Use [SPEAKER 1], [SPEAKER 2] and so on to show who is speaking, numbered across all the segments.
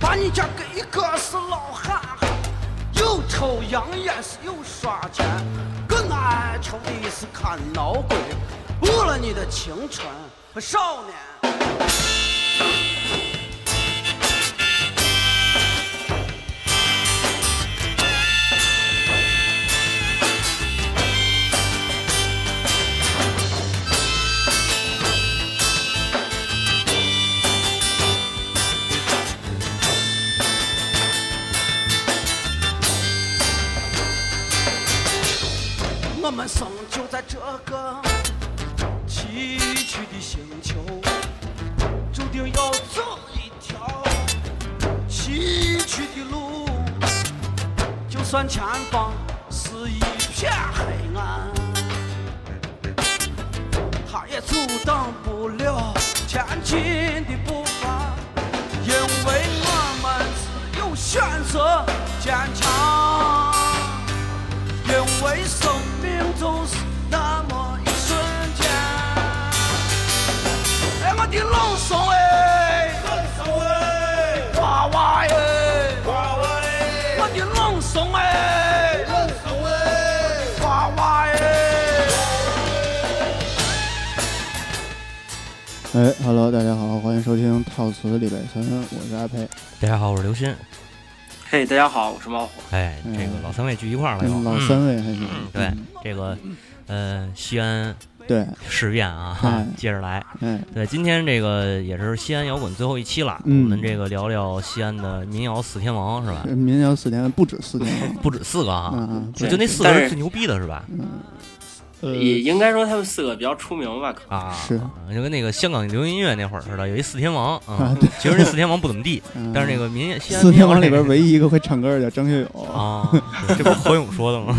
[SPEAKER 1] 把你嫁给一个死老汉，又抽洋烟是又耍钱，更爱抽的是看老鬼，误了你的青春和少年。我们生就在这个崎岖的星球，注定要走一条崎岖的路。就算前方是一片黑暗，它也阻挡不了前进的步伐，因为我们只有选择坚强。因为生命就是那么一瞬间。哎，我的老松哎，娃娃哎，我的老松哎，娃娃哎。
[SPEAKER 2] 哎，Hello，大家好，欢迎收听套词李百森，我是阿佩。
[SPEAKER 3] 大家好，我是刘鑫。
[SPEAKER 4] 嘿，大家好，我是猫火。
[SPEAKER 3] 哎，这个老三位聚一块儿了又。
[SPEAKER 2] 跟嗯老
[SPEAKER 3] 嗯
[SPEAKER 2] 三位还行，
[SPEAKER 3] 对
[SPEAKER 2] 嗯
[SPEAKER 3] 这个，呃，西安
[SPEAKER 2] 对，
[SPEAKER 3] 事变啊，
[SPEAKER 2] 哎
[SPEAKER 3] 接着来。
[SPEAKER 2] 哎，
[SPEAKER 3] 对，今天这个也是西安摇滚最后一期了，
[SPEAKER 2] 嗯
[SPEAKER 3] 我们这个聊聊西安的民谣四天王是吧？
[SPEAKER 2] 民谣四天不止四天王，
[SPEAKER 3] 不止四个啊，
[SPEAKER 2] 嗯
[SPEAKER 3] 就
[SPEAKER 2] 嗯，
[SPEAKER 3] 就那四个
[SPEAKER 4] 但
[SPEAKER 3] 人
[SPEAKER 4] 是
[SPEAKER 3] 最牛逼的是吧？
[SPEAKER 2] 呃，
[SPEAKER 4] 也应该说他们四个比较出名吧，可能
[SPEAKER 3] 啊，
[SPEAKER 2] 是
[SPEAKER 3] 就跟那个香港流行音乐那会儿似的，有一四天王
[SPEAKER 2] 啊
[SPEAKER 3] 嗯，其实那四天王不怎么地，
[SPEAKER 2] 嗯
[SPEAKER 3] 但是那个民西安
[SPEAKER 2] 四
[SPEAKER 3] 民
[SPEAKER 2] 天
[SPEAKER 3] 谣
[SPEAKER 2] 王里
[SPEAKER 3] 这
[SPEAKER 2] 边 唯一一个会唱歌的叫张学友，
[SPEAKER 3] 啊，对这不是何勇说的吗？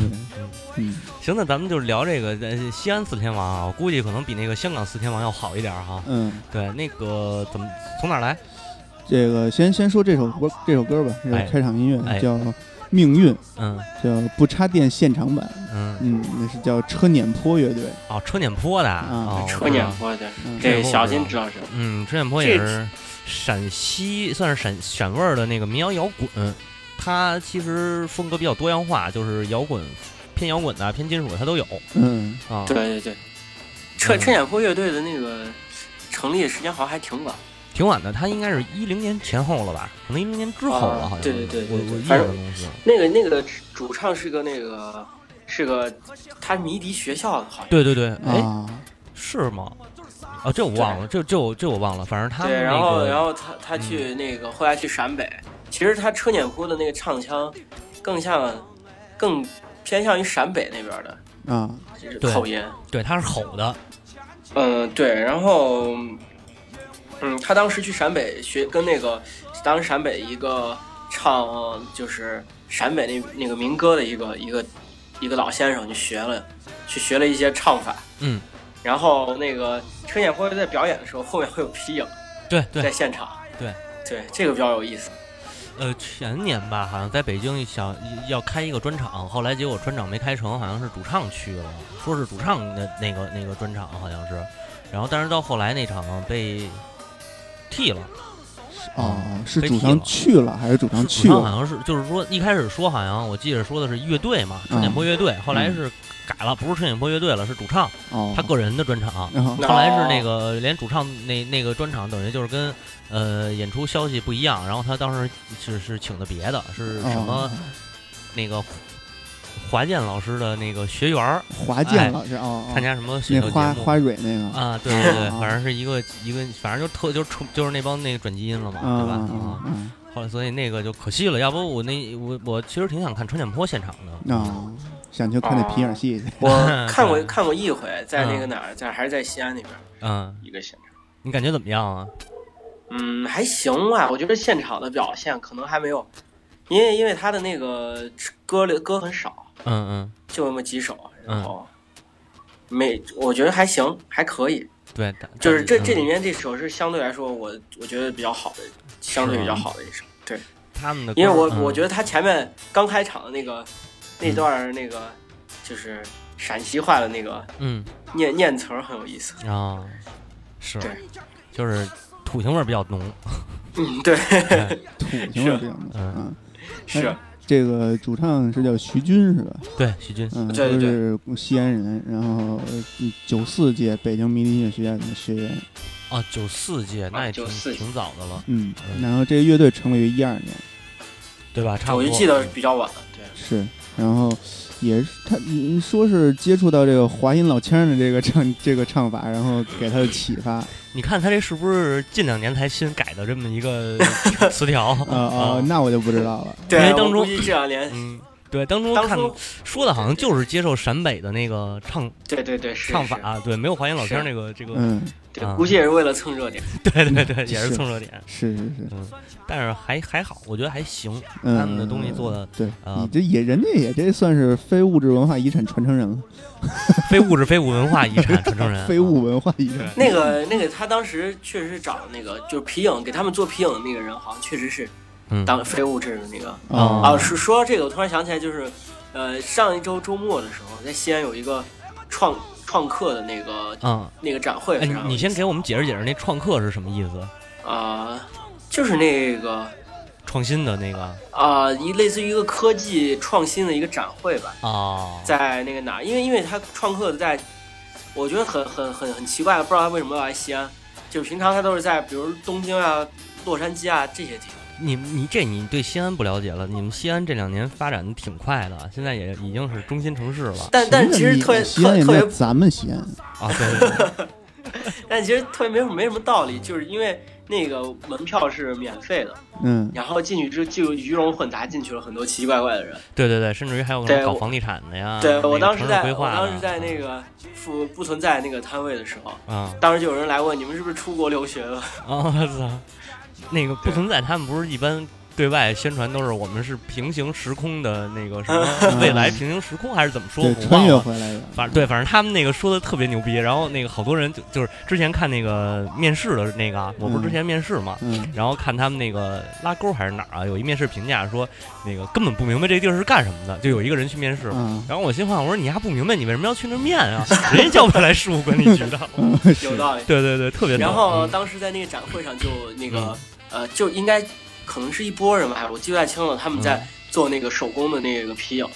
[SPEAKER 2] 嗯，
[SPEAKER 3] 行，那咱们就聊这个呃西安四天王啊，我估计可能比那个香港四天王要好一点儿哈。
[SPEAKER 2] 嗯，
[SPEAKER 3] 对，那个怎么从哪儿来？
[SPEAKER 2] 这个先先说这首歌，这首歌吧，这
[SPEAKER 3] 哎
[SPEAKER 2] 是开场音
[SPEAKER 3] 哎
[SPEAKER 2] 乐叫《命运》，
[SPEAKER 3] 嗯
[SPEAKER 2] 叫不插电现场版，
[SPEAKER 3] 嗯，
[SPEAKER 2] 嗯，那是叫车碾坡乐队，
[SPEAKER 3] 哦，车碾坡的啊，
[SPEAKER 2] 嗯
[SPEAKER 3] 哦
[SPEAKER 4] 哎车碾。坡对，
[SPEAKER 2] 嗯
[SPEAKER 4] 这小心知道是。
[SPEAKER 3] 嗯，车碾坡也是陕西，算是陕陕味儿的那个民谣摇滚。它其实风格比较多样化，就是摇滚、偏摇滚的、偏金属的它都有
[SPEAKER 2] 嗯，
[SPEAKER 3] 啊。
[SPEAKER 4] 对，对对，车
[SPEAKER 3] 嗯
[SPEAKER 4] 车碾坡乐队的那个成立的时间好像还挺晚，
[SPEAKER 3] 挺晚的，它应该是一零年前后了吧？可能一零年之后了，
[SPEAKER 4] 啊
[SPEAKER 3] 好像是。
[SPEAKER 4] 对对对
[SPEAKER 3] 我
[SPEAKER 4] 对对
[SPEAKER 3] 我印
[SPEAKER 4] 反
[SPEAKER 3] 象
[SPEAKER 4] 正
[SPEAKER 3] 中是。
[SPEAKER 4] 那个那个主唱是个那个是个他迷笛学校的，好像
[SPEAKER 3] 对对对，哎，
[SPEAKER 2] 啊，
[SPEAKER 3] 是吗？哦，这我忘了，这这我这我忘了，反正他们
[SPEAKER 4] 对，然
[SPEAKER 3] 那
[SPEAKER 4] 后
[SPEAKER 3] 个嗯
[SPEAKER 4] 然后他他去那个后来去陕北，其实他车碾坡的那个唱腔更像更偏向于陕北那边的
[SPEAKER 2] 啊，
[SPEAKER 4] 就是
[SPEAKER 3] 对
[SPEAKER 4] 口音。
[SPEAKER 3] 对他是吼的，
[SPEAKER 4] 嗯，对，然后，嗯，他当时去陕北学，跟那个当时陕北一个唱就是陕北那那个民歌的一个一个一个老先生去学了，去学了一些唱法。
[SPEAKER 3] 嗯，
[SPEAKER 4] 然后那个车碾坡在表演的时候，后面会有皮影
[SPEAKER 3] 对
[SPEAKER 4] 在
[SPEAKER 3] 对，
[SPEAKER 4] 现场。
[SPEAKER 3] 对
[SPEAKER 4] 对，这个比较有意思。
[SPEAKER 3] 呃，前年吧，好像在北京想要开一个专场，后来结果专场没开成，好像是主唱去了，说是主唱的那个那个专场好像是，然后但是到后来那场被替了，
[SPEAKER 2] 哦，是
[SPEAKER 3] 被
[SPEAKER 2] 主
[SPEAKER 3] 踢
[SPEAKER 2] 唱
[SPEAKER 3] 了
[SPEAKER 2] 去了还是主唱
[SPEAKER 3] 是
[SPEAKER 2] 去
[SPEAKER 3] 主唱好
[SPEAKER 2] 了？
[SPEAKER 3] 像是就是说一开始说好像我记得说的是乐队
[SPEAKER 2] 嗯
[SPEAKER 3] 嘛，车碾坡乐队，后来是改了，不是车碾坡乐队了，是主唱
[SPEAKER 2] 哦，
[SPEAKER 3] 他个人的专场。
[SPEAKER 2] 然后
[SPEAKER 4] 那
[SPEAKER 3] 后来是那个连主唱那那个专场，等于就是跟呃演出消息不一样，然后他当时是是请的别的，是什么
[SPEAKER 2] 哦
[SPEAKER 3] 那个华健老师的那个学员儿
[SPEAKER 2] 华
[SPEAKER 3] 哎
[SPEAKER 2] 健老师哦，哦
[SPEAKER 3] 参加什么选
[SPEAKER 2] 那
[SPEAKER 3] 秀节
[SPEAKER 2] 花花
[SPEAKER 3] 目。
[SPEAKER 2] 蕊那个
[SPEAKER 3] 啊，对对对，
[SPEAKER 2] 啊
[SPEAKER 3] 反正是一个一个，反正就特就是冲就是那帮那个转基因了嘛，
[SPEAKER 2] 嗯
[SPEAKER 3] 对吧？
[SPEAKER 2] 嗯
[SPEAKER 3] 啊，
[SPEAKER 2] 嗯
[SPEAKER 3] 后来所以那个就可惜了，要不我那我我其实挺想看车碾坡现场的，
[SPEAKER 2] 嗯啊，想去看那皮影戏去。
[SPEAKER 4] 我看过
[SPEAKER 3] 对
[SPEAKER 4] 看过一回，在那个
[SPEAKER 3] 嗯
[SPEAKER 4] 哪儿，在还是在西安那边
[SPEAKER 3] 嗯，
[SPEAKER 4] 一个现场。
[SPEAKER 3] 你感觉怎么样啊？
[SPEAKER 4] 嗯，还行吧，我觉得现场的表现可能还没有，因为因为他的那个歌里歌很少，
[SPEAKER 3] 嗯嗯，
[SPEAKER 4] 就那么几首，
[SPEAKER 3] 嗯
[SPEAKER 4] 然后没，我觉得还行，还可以。
[SPEAKER 3] 对，但
[SPEAKER 4] 就是这这里
[SPEAKER 3] 嗯
[SPEAKER 4] 面这首是相对来说，我我觉得比较好的，相对比较好的一首。对，
[SPEAKER 3] 他们的歌，
[SPEAKER 4] 因为我
[SPEAKER 3] 嗯
[SPEAKER 4] 我觉得他前面刚开场的那个那段儿那个就是陕西话的那个
[SPEAKER 3] 嗯
[SPEAKER 4] 念念词儿很有意思。
[SPEAKER 3] 啊，是
[SPEAKER 4] 对，
[SPEAKER 3] 就是土腥味儿比较浓，
[SPEAKER 4] 嗯，对，
[SPEAKER 2] 土型的这种的
[SPEAKER 3] 嗯
[SPEAKER 2] 啊。
[SPEAKER 4] 是
[SPEAKER 2] 哎这个主唱是叫徐军是吧？
[SPEAKER 3] 对，徐军，
[SPEAKER 2] 嗯，
[SPEAKER 4] 对
[SPEAKER 2] 都
[SPEAKER 4] 对
[SPEAKER 2] 是西安人，然后呃九四届北京迷笛音乐学院的学员，
[SPEAKER 3] 啊，九四届，那也挺
[SPEAKER 4] 94
[SPEAKER 3] 挺早的了，
[SPEAKER 2] 嗯
[SPEAKER 3] 嗯，
[SPEAKER 2] 然后这个乐队成立于一二年，
[SPEAKER 3] 对吧？差不
[SPEAKER 4] 我
[SPEAKER 3] 多。
[SPEAKER 4] 就记得比较晚，对，
[SPEAKER 2] 是，然后也是他你说是接触到这个华阴老腔的这个唱这个唱法，然后给他的启 发，啊
[SPEAKER 3] 你看他这是不是近两年才新改的这么一个 词条
[SPEAKER 2] 啊、哦那我就不知道了，
[SPEAKER 4] 对，
[SPEAKER 3] 因
[SPEAKER 4] 啊
[SPEAKER 3] 为
[SPEAKER 4] 我
[SPEAKER 3] 当中
[SPEAKER 4] 估计这两年，
[SPEAKER 3] 嗯，对，当初
[SPEAKER 4] 当
[SPEAKER 3] 看
[SPEAKER 4] 初
[SPEAKER 3] 说的好像就是接受陕北的那个唱
[SPEAKER 4] 对对对是
[SPEAKER 3] 唱
[SPEAKER 4] 是
[SPEAKER 3] 法，啊对，没有华阴老
[SPEAKER 4] 是
[SPEAKER 3] 腔那个这个，
[SPEAKER 2] 嗯，
[SPEAKER 4] 对
[SPEAKER 3] 啊，
[SPEAKER 4] 估计也是为了蹭热点。
[SPEAKER 3] 对对对，也
[SPEAKER 2] 是
[SPEAKER 3] 是蹭热点，嗯
[SPEAKER 2] 是是是，
[SPEAKER 3] 但是还还好，我觉得还行，
[SPEAKER 2] 嗯，
[SPEAKER 3] 他们的东西做的
[SPEAKER 2] 对，嗯
[SPEAKER 3] 啊
[SPEAKER 2] 你这也人家也这算是非物质文化遗产传承人了，
[SPEAKER 3] 非物质非物文化遗
[SPEAKER 2] ，
[SPEAKER 3] 产传承人啊
[SPEAKER 2] 非物文化遗
[SPEAKER 3] 哎
[SPEAKER 2] 产，
[SPEAKER 4] 那个那个，他当时确实是找那个就是皮影给他们做皮影的那个人，好像确实是
[SPEAKER 3] 嗯
[SPEAKER 4] 当非物质的那个。
[SPEAKER 3] 啊
[SPEAKER 4] 啊，是说到这个，我突然想起来，就是呃上一周周末的时候，在西安有一个创创客的那个
[SPEAKER 3] 嗯，
[SPEAKER 4] 那个展会
[SPEAKER 3] 哎，你
[SPEAKER 4] 上，
[SPEAKER 3] 你先给我们解释解释那创客是什么意思？
[SPEAKER 4] 啊、就是那个。
[SPEAKER 3] 创新的那个
[SPEAKER 4] 啊、一类似于一个科技创新的一个展会吧，
[SPEAKER 3] 啊，
[SPEAKER 4] 在那个哪儿？因为因为他创客在，我觉得很很很很奇怪，不知道他为什么要来西安。就是平常他都是在比如东京啊、洛杉矶啊这些地方。
[SPEAKER 3] 你你这你对西安不了解了，你们西安这两年发展的挺快的，现在也已经是中心城市了
[SPEAKER 4] 但
[SPEAKER 2] 啊
[SPEAKER 4] 但其实特别
[SPEAKER 2] 西安
[SPEAKER 4] 特
[SPEAKER 2] 也
[SPEAKER 4] 特
[SPEAKER 2] 没有
[SPEAKER 4] 别，
[SPEAKER 2] 咱们西安，
[SPEAKER 3] 啊，对对对，
[SPEAKER 4] 但其实特别没什么没什么道理，就是因为那个门票是免费的，
[SPEAKER 2] 嗯，
[SPEAKER 4] 然后进去之后就鱼龙混杂进去了很多奇奇怪怪的人。
[SPEAKER 3] 对对对，甚至于还有
[SPEAKER 4] 对
[SPEAKER 3] 搞
[SPEAKER 4] 我
[SPEAKER 3] 房地产的呀，
[SPEAKER 4] 对
[SPEAKER 3] 那个
[SPEAKER 4] 我当
[SPEAKER 3] 城
[SPEAKER 4] 时
[SPEAKER 3] 市
[SPEAKER 4] 在
[SPEAKER 3] 规
[SPEAKER 4] 我
[SPEAKER 3] 划的
[SPEAKER 4] 当时在那个不不存在那个摊位的时候，
[SPEAKER 3] 啊
[SPEAKER 4] 当时就有人来问你们是不是出国留学了？
[SPEAKER 3] 啊，我操，那个不
[SPEAKER 4] 对
[SPEAKER 3] 存在，他们不是一般。对外宣传都是我们是平行时空的那个什
[SPEAKER 2] 嗯
[SPEAKER 3] 么未来平行时空还是怎么说？
[SPEAKER 2] 对
[SPEAKER 3] 我，
[SPEAKER 2] 穿
[SPEAKER 3] 忘
[SPEAKER 2] 越
[SPEAKER 3] 了。
[SPEAKER 2] 回来的，
[SPEAKER 3] 反对，反正他们那个说的特别牛逼，然后那个好多人就就是之前看那个面试的那个啊，我不是之前面试嘛，
[SPEAKER 2] 嗯，
[SPEAKER 3] 然后看他们那个拉钩还是哪儿啊，有一面试评价说那个根本不明白这地儿是干什么的，就有一个人去面试，
[SPEAKER 2] 啊，
[SPEAKER 3] 然后我心话，我说你还不明白，你为什么要去那儿面啊？人家叫不来事务管理局的，
[SPEAKER 2] 嗯
[SPEAKER 4] 有道理。
[SPEAKER 3] 对对对，特别逗。
[SPEAKER 4] 然后
[SPEAKER 3] 嗯
[SPEAKER 4] 当时在那个展会上就那个、呃，就应该可能是一波人吧，我记不太清了，他们在做那个手工的那个皮影。
[SPEAKER 3] 嗯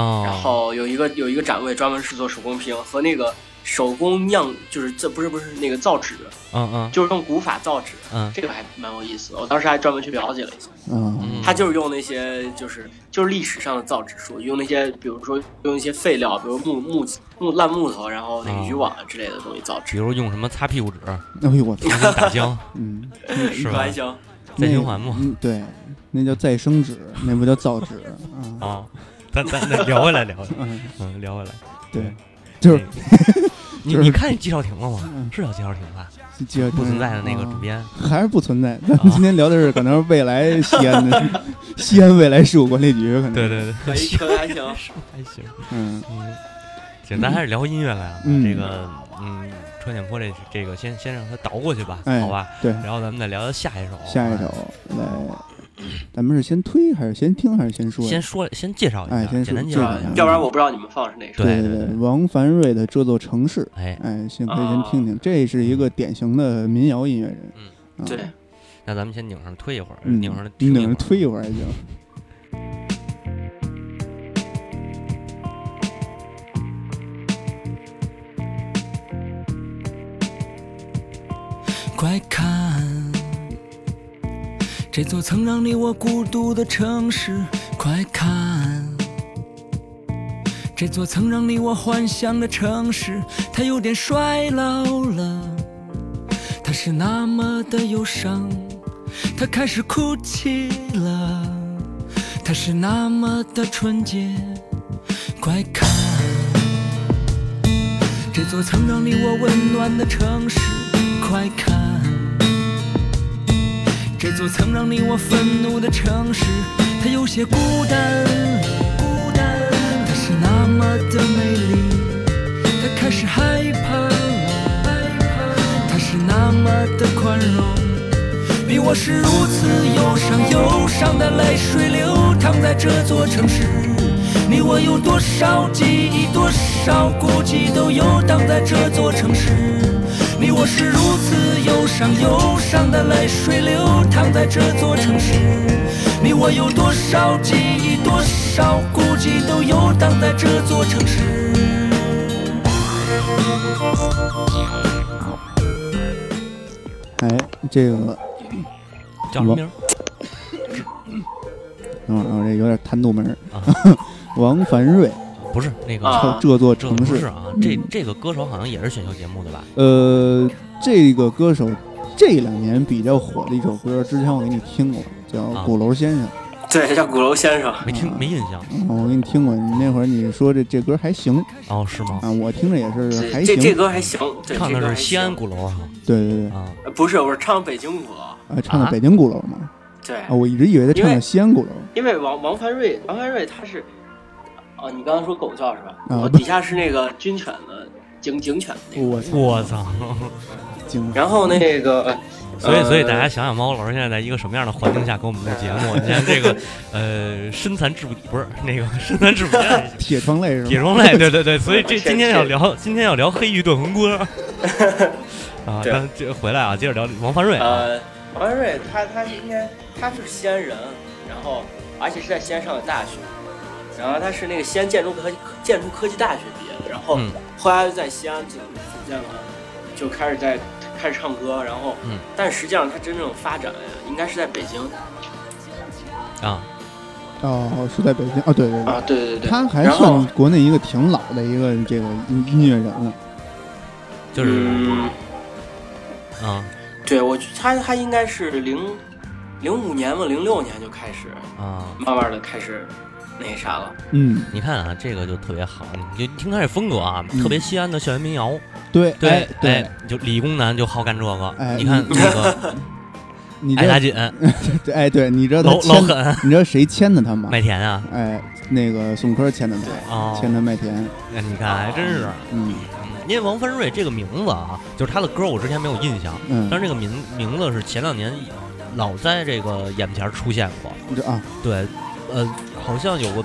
[SPEAKER 3] 哦，
[SPEAKER 4] 然后有一个有一个展位专门是做手工皮影和那个手工酿，就是这不是不是那个造纸，
[SPEAKER 3] 嗯嗯
[SPEAKER 4] 就是用古法造纸，
[SPEAKER 3] 嗯
[SPEAKER 4] 这个还蛮有意思的。我当时还专门去了解了一下，
[SPEAKER 2] 嗯，
[SPEAKER 3] 嗯，
[SPEAKER 4] 他就是用那些就是就是历史上的造纸术，用那些比如说用一些废料，比如木木木烂木头，然后那
[SPEAKER 3] 哦
[SPEAKER 4] 个渔网啊之类的东西造
[SPEAKER 3] 比
[SPEAKER 4] 纸。
[SPEAKER 3] 如用什么擦屁股纸、
[SPEAKER 2] 哎呦我操，
[SPEAKER 3] 重新打浆，
[SPEAKER 2] 嗯，
[SPEAKER 3] 是吧
[SPEAKER 4] 还？行，
[SPEAKER 2] 那
[SPEAKER 3] 再循环嘛
[SPEAKER 2] 嗯，对，那叫再生纸，那不叫造纸啊。
[SPEAKER 3] 啊，咱咱咱聊回来聊回来，
[SPEAKER 2] 嗯，
[SPEAKER 3] 嗯，聊回来。
[SPEAKER 2] 对，就是
[SPEAKER 3] 你
[SPEAKER 2] 就是
[SPEAKER 3] 你看纪少廷了吗
[SPEAKER 2] 嗯？
[SPEAKER 3] 是叫纪少廷吧？
[SPEAKER 2] 这个
[SPEAKER 3] 不存在的那个主，编，
[SPEAKER 2] 啊还是不存在。咱们今天聊的是可能是未来西安的西安未来事务管理局，可能
[SPEAKER 3] 对，对对，
[SPEAKER 4] 可以可能还行。
[SPEAKER 3] 还行，
[SPEAKER 2] 嗯
[SPEAKER 3] 嗯， 行，咱还是聊音乐来啊。
[SPEAKER 2] 嗯
[SPEAKER 3] 这个，嗯，车建波这这个先先让他倒过去吧，
[SPEAKER 2] 哎
[SPEAKER 3] 好吧？
[SPEAKER 2] 对，
[SPEAKER 3] 然后咱们再聊聊下一首，
[SPEAKER 2] 下一首来，咱们是先推还是先听还是先说呀？
[SPEAKER 3] 先说先介绍一下
[SPEAKER 2] 哎，先
[SPEAKER 3] 简单
[SPEAKER 2] 说
[SPEAKER 3] 介
[SPEAKER 2] 介
[SPEAKER 3] 绍
[SPEAKER 2] 绍
[SPEAKER 3] 一
[SPEAKER 2] 一
[SPEAKER 3] 下
[SPEAKER 2] 下。
[SPEAKER 4] 要不然我不知道你们放的是哪首。
[SPEAKER 3] 对
[SPEAKER 2] 对
[SPEAKER 3] 对对
[SPEAKER 2] 对，王凡瑞的这座城市，
[SPEAKER 3] 哎，
[SPEAKER 2] 哎，先可以先听听，这是一个典型的民谣音乐人。
[SPEAKER 3] 嗯
[SPEAKER 2] 啊，
[SPEAKER 4] 啊对，
[SPEAKER 3] 那咱们先拧上推一会儿，
[SPEAKER 2] 嗯，
[SPEAKER 3] 拧上
[SPEAKER 2] 你
[SPEAKER 3] 听
[SPEAKER 2] 等
[SPEAKER 3] 一会
[SPEAKER 2] 着
[SPEAKER 3] 儿，
[SPEAKER 2] 推一会儿还行。
[SPEAKER 5] 快看，这座曾让你我孤独的城市，快看，这座曾让你我幻想的城市，它有点衰老了，它是那么的忧伤，它开始哭泣了，它是那么的纯洁，快看。这座曾让你我温暖的城市，快看！这座曾让你我愤怒的城市，它有些孤单，孤单，它是那么的美丽，它开始害怕了，害怕，它是那么的宽容。你我是如此忧伤，忧伤的泪水流淌在这座城市。你我有多少记忆，多少孤寂，都游荡在这座城市。你我是如此忧伤，忧伤的泪水流淌在这座城市。你我有多少记忆，多少孤寂，都游荡在这座城市。
[SPEAKER 2] 哎，这个
[SPEAKER 3] 叫什么名儿？
[SPEAKER 2] 等会儿啊，这有点弹肚门儿
[SPEAKER 3] 啊。
[SPEAKER 2] 王凡瑞，
[SPEAKER 3] 不是那个，
[SPEAKER 4] 啊
[SPEAKER 2] 这这座
[SPEAKER 3] 这
[SPEAKER 2] 城
[SPEAKER 3] 不
[SPEAKER 2] 市
[SPEAKER 3] 是，啊，这这个歌手好像也是选秀节目的吧？
[SPEAKER 2] 呃，这个歌手这两年比较火的一首歌，之前我给你听过，叫
[SPEAKER 3] 啊
[SPEAKER 2] 《鼓楼先生》。
[SPEAKER 4] 对，叫鼓楼先生。
[SPEAKER 3] 没听
[SPEAKER 2] 啊
[SPEAKER 3] 没印象
[SPEAKER 2] 嗯，我给你听过，你那会儿你说这这歌还行
[SPEAKER 3] 哦，是吗？
[SPEAKER 2] 啊，我听着也是还
[SPEAKER 4] 这
[SPEAKER 2] 行
[SPEAKER 4] 这。这歌还行，对，
[SPEAKER 3] 唱
[SPEAKER 4] 这
[SPEAKER 3] 的
[SPEAKER 4] 歌还
[SPEAKER 3] 是西安
[SPEAKER 4] 行
[SPEAKER 3] 鼓楼啊
[SPEAKER 2] 对对对，
[SPEAKER 3] 啊，
[SPEAKER 4] 呃不是，我是唱北京鼓楼。
[SPEAKER 2] 啊，唱的
[SPEAKER 3] 啊
[SPEAKER 2] 北京鼓楼嘛。
[SPEAKER 4] 对
[SPEAKER 2] 啊，，我一直以为他唱
[SPEAKER 4] 因
[SPEAKER 2] 的
[SPEAKER 4] 为
[SPEAKER 2] 西安鼓楼。
[SPEAKER 4] 因为王王凡瑞，王凡瑞他是，哦，你刚刚说狗叫是吧？
[SPEAKER 2] 啊
[SPEAKER 4] 我
[SPEAKER 2] 不
[SPEAKER 4] 底下是那个军犬的警警犬那个。
[SPEAKER 2] 我操，
[SPEAKER 3] 我操！
[SPEAKER 2] 惊了！
[SPEAKER 4] 然后那个，
[SPEAKER 3] 所以，
[SPEAKER 4] 呃
[SPEAKER 3] 所以大家想想，猫老师现在在一个什么样的环境下给我们录节目？你看这个，呃，身残志不不是那个身残志不坚，
[SPEAKER 2] 铁窗泪是
[SPEAKER 3] 啊铁
[SPEAKER 2] 吧？
[SPEAKER 3] 窗泪，对对对，所以这
[SPEAKER 4] 是是
[SPEAKER 3] 今天要聊，今天要聊黑玉炖红 锅啊。
[SPEAKER 4] 对
[SPEAKER 3] 那这回来啊，接着聊王凡瑞啊，
[SPEAKER 4] 呃，王安瑞他他是应该他是西安人，然后而且是在西安上的大学，然后他是那个西安建筑科建筑科技大学毕业的，然后
[SPEAKER 3] 嗯
[SPEAKER 4] 后来就在西安组组建了，就开始在开始唱歌，然后
[SPEAKER 3] 嗯
[SPEAKER 4] 但实际上他真正发展应该是在北京
[SPEAKER 3] 啊，
[SPEAKER 2] 哦，是在北京。哦，对对对，
[SPEAKER 4] 啊，对对对，
[SPEAKER 2] 他还
[SPEAKER 4] 然后
[SPEAKER 2] 算国内一个挺老的一个这个音音乐人了。
[SPEAKER 3] 就是
[SPEAKER 4] 嗯，
[SPEAKER 3] 啊
[SPEAKER 4] 对我觉他他应该是零零五年嘛，零六年就开始
[SPEAKER 3] 啊，
[SPEAKER 4] 慢慢的开始那啥了，
[SPEAKER 2] 嗯，
[SPEAKER 3] 你看啊，这个就特别好，你就听他这风格啊，
[SPEAKER 2] 嗯
[SPEAKER 3] 特别西安的校园民谣，
[SPEAKER 2] 对，哎
[SPEAKER 3] 对
[SPEAKER 2] 对，，
[SPEAKER 3] 就理工男就好干这个
[SPEAKER 2] 哎，
[SPEAKER 3] 你看那个
[SPEAKER 2] 你
[SPEAKER 3] 爱打
[SPEAKER 2] 这
[SPEAKER 3] 紧，
[SPEAKER 2] 对哎对，你知道他
[SPEAKER 3] 老老
[SPEAKER 2] 签，
[SPEAKER 3] 狠，
[SPEAKER 2] 你知道谁签的他吗？
[SPEAKER 3] 麦田啊，
[SPEAKER 2] 哎，那个宋柯签的他，
[SPEAKER 3] 哦，
[SPEAKER 2] 签的麦田。
[SPEAKER 3] 那你看还真是。
[SPEAKER 2] 嗯
[SPEAKER 3] 嗯因为王凡瑞这个名字啊，就是他的歌我之前没有印象，
[SPEAKER 2] 嗯，
[SPEAKER 3] 但是这个名名字是前两年老在这个眼前出现过。
[SPEAKER 2] 你知道啊，
[SPEAKER 3] 对，呃，好像有个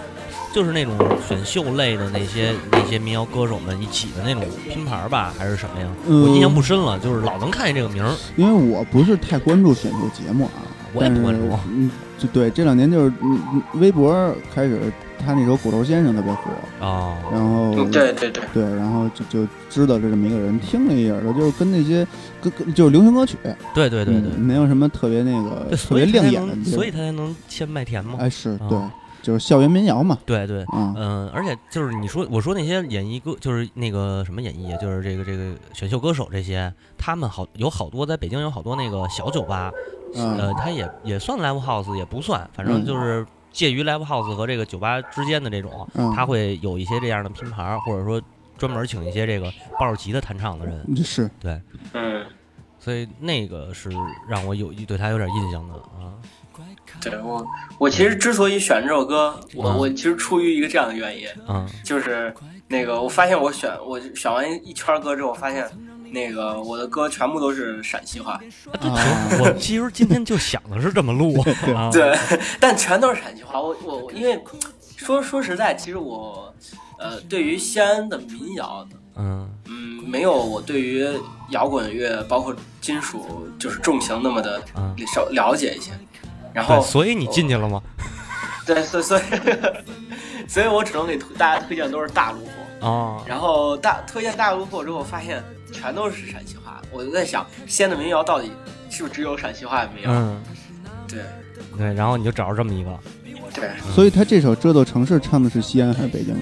[SPEAKER 3] 就是那种选秀类的那些那些民谣歌手们一起的那种拼盘吧，还是什么呀？我印象
[SPEAKER 2] 嗯
[SPEAKER 3] 不，深了，就是老能看见这个名儿。
[SPEAKER 2] 因为我不是太关注选秀节目啊，
[SPEAKER 3] 我也不关注
[SPEAKER 2] 但是嗯，就对，这两年就是嗯嗯微博开始，他那首《鼓楼先生》特别火，
[SPEAKER 3] 哦，
[SPEAKER 2] 然后
[SPEAKER 4] 嗯，对对对，
[SPEAKER 2] 对，然后就就知道这这么一个人，听了一耳朵，就是跟那些跟跟就是流行歌曲，
[SPEAKER 3] 对对对对，
[SPEAKER 2] 嗯没有什么特别那个
[SPEAKER 3] 对
[SPEAKER 2] 特
[SPEAKER 3] 所
[SPEAKER 2] 别
[SPEAKER 3] 以他
[SPEAKER 2] 亮
[SPEAKER 3] 才
[SPEAKER 2] 眼的
[SPEAKER 3] 能
[SPEAKER 2] 地方，
[SPEAKER 3] 所以他才能签麦田嘛。
[SPEAKER 2] 哎是
[SPEAKER 3] 啊
[SPEAKER 2] 对，就是校园民谣嘛，
[SPEAKER 3] 对对，
[SPEAKER 2] 啊，
[SPEAKER 3] 嗯，而且就是你说我说那些演艺歌，就是那个什么演艺，就是这个这个选秀歌手这些，他们好有好多在北京有好多那个小酒吧，
[SPEAKER 2] 嗯
[SPEAKER 3] 呃，他也也算 live house 也不算，反正
[SPEAKER 2] 嗯
[SPEAKER 3] 就是介于 live house 和这个酒吧之间的这种，
[SPEAKER 2] 嗯
[SPEAKER 3] 他会有一些这样的拼盘儿，或者说专门请一些这个抱着吉他弹唱的人，
[SPEAKER 2] 这是
[SPEAKER 3] 对，
[SPEAKER 4] 嗯。
[SPEAKER 3] 所以那个是让我有对他有点印象的啊，
[SPEAKER 4] 对我，我其实之所以选这首歌，我
[SPEAKER 3] 嗯
[SPEAKER 4] 我其实出于一个这样的原因，
[SPEAKER 2] 啊
[SPEAKER 3] 嗯
[SPEAKER 4] 就是那个我发现我选我选完一圈歌之后，我发现那个我的歌全部都是陕西话，
[SPEAKER 3] 啊，这
[SPEAKER 2] 啊
[SPEAKER 3] 挺，我其实今天就想的是这么录 啊，
[SPEAKER 4] 对，但全都是陕西话。我我我因为说说实在，其实我呃对于西安的民谣，
[SPEAKER 3] 嗯。
[SPEAKER 4] 嗯，没有我对于摇滚乐包括金属就是重型那么的
[SPEAKER 3] 嗯
[SPEAKER 4] 少了解一些。然
[SPEAKER 3] 对，
[SPEAKER 4] 后
[SPEAKER 3] 所以你进去了吗？
[SPEAKER 4] 对，所以所以所以我只能给推大家推荐都是大陆货。
[SPEAKER 3] 啊，
[SPEAKER 4] 然后大推荐大陆货之后，发现全都是陕西话。我就在想，西安的民谣到底是不是只有陕西话民谣？
[SPEAKER 3] 嗯，
[SPEAKER 4] 对
[SPEAKER 3] 对，然后你就找着这么一个，
[SPEAKER 4] 对，
[SPEAKER 2] 所以他这首《这座城市》唱的是西安还是北京？啊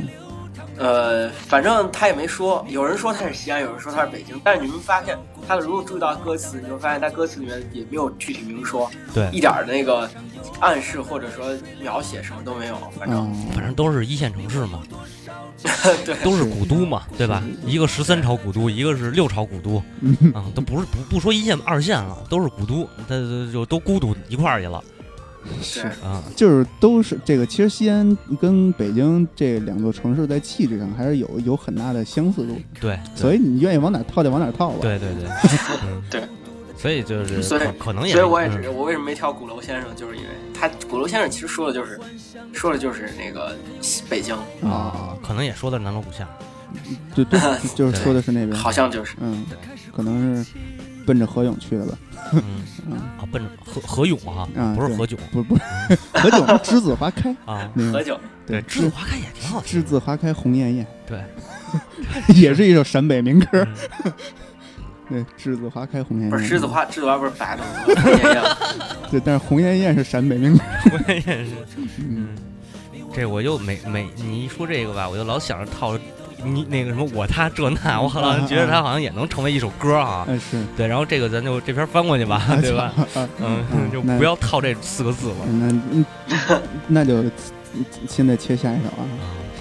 [SPEAKER 4] 呃，反正他也没说。有人说他是西安，有人说他是北京，但是你们发现他如果注意到歌词，你会发现他歌词里面也没有具体明说，一
[SPEAKER 3] 对，
[SPEAKER 4] 点儿那个暗示或者说描写什么都没有。反正、
[SPEAKER 2] 啊，
[SPEAKER 3] 反正都是一线城市嘛，
[SPEAKER 4] 对嗯
[SPEAKER 3] 都是古都嘛，对吧？一个十三朝古都，一个是六朝古都，啊，都不是不不说一线二线了，都是古都，它它就都孤独一块儿去了
[SPEAKER 2] 是
[SPEAKER 4] 对
[SPEAKER 3] 啊。
[SPEAKER 2] 就是都是这个，其实西安跟北京这两座城市在气质上还是有有很大的相似度，
[SPEAKER 3] 对，
[SPEAKER 2] 所以你愿意往哪套就往哪套吧。，
[SPEAKER 3] 对对对，嗯
[SPEAKER 4] 对，
[SPEAKER 3] 所以就是
[SPEAKER 4] 所以
[SPEAKER 3] 可可能也，
[SPEAKER 4] 所以我也
[SPEAKER 3] 嗯
[SPEAKER 4] 是，我为什么没挑鼓楼先生，就是因为他鼓楼先生其实说的就是，说的就是那个西北京。
[SPEAKER 3] 嗯啊，可能也说的南锣鼓巷，
[SPEAKER 2] 对 对， 就是说的是那边，
[SPEAKER 4] 好像就是
[SPEAKER 2] 嗯，可能是奔着何勇去的吧，
[SPEAKER 3] 嗯啊，奔着何何勇啊
[SPEAKER 2] 啊，
[SPEAKER 3] 不是
[SPEAKER 2] 对
[SPEAKER 3] 何炅
[SPEAKER 2] 不不，何炅是栀子花开，
[SPEAKER 3] 啊，
[SPEAKER 2] 那
[SPEAKER 4] 何
[SPEAKER 2] 个
[SPEAKER 4] 炅，
[SPEAKER 2] 对
[SPEAKER 3] 栀子
[SPEAKER 2] 栀
[SPEAKER 3] 花开也挺好听
[SPEAKER 2] 栀子花开红艳艳，
[SPEAKER 3] 对，
[SPEAKER 2] 也是一首陕北民歌，
[SPEAKER 3] 嗯
[SPEAKER 2] 对，栀子花开红艳艳，
[SPEAKER 4] 不是栀子，花，栀子花不是白 的吗？也一样
[SPEAKER 2] 对，但是红艳艳是陕北民歌，
[SPEAKER 3] 我也是，嗯，这我又每每你一说这个吧，我就老想着套你那个什么我他这那，我好像觉得他好像也能成为一首歌啊。
[SPEAKER 2] 哎是，
[SPEAKER 3] 对，然后这个咱就这篇翻过去吧，对吧？
[SPEAKER 2] 啊，
[SPEAKER 3] 嗯，就
[SPEAKER 2] 那
[SPEAKER 3] 不要套这四个字了。
[SPEAKER 2] 那嗯那就现在切下一首啊，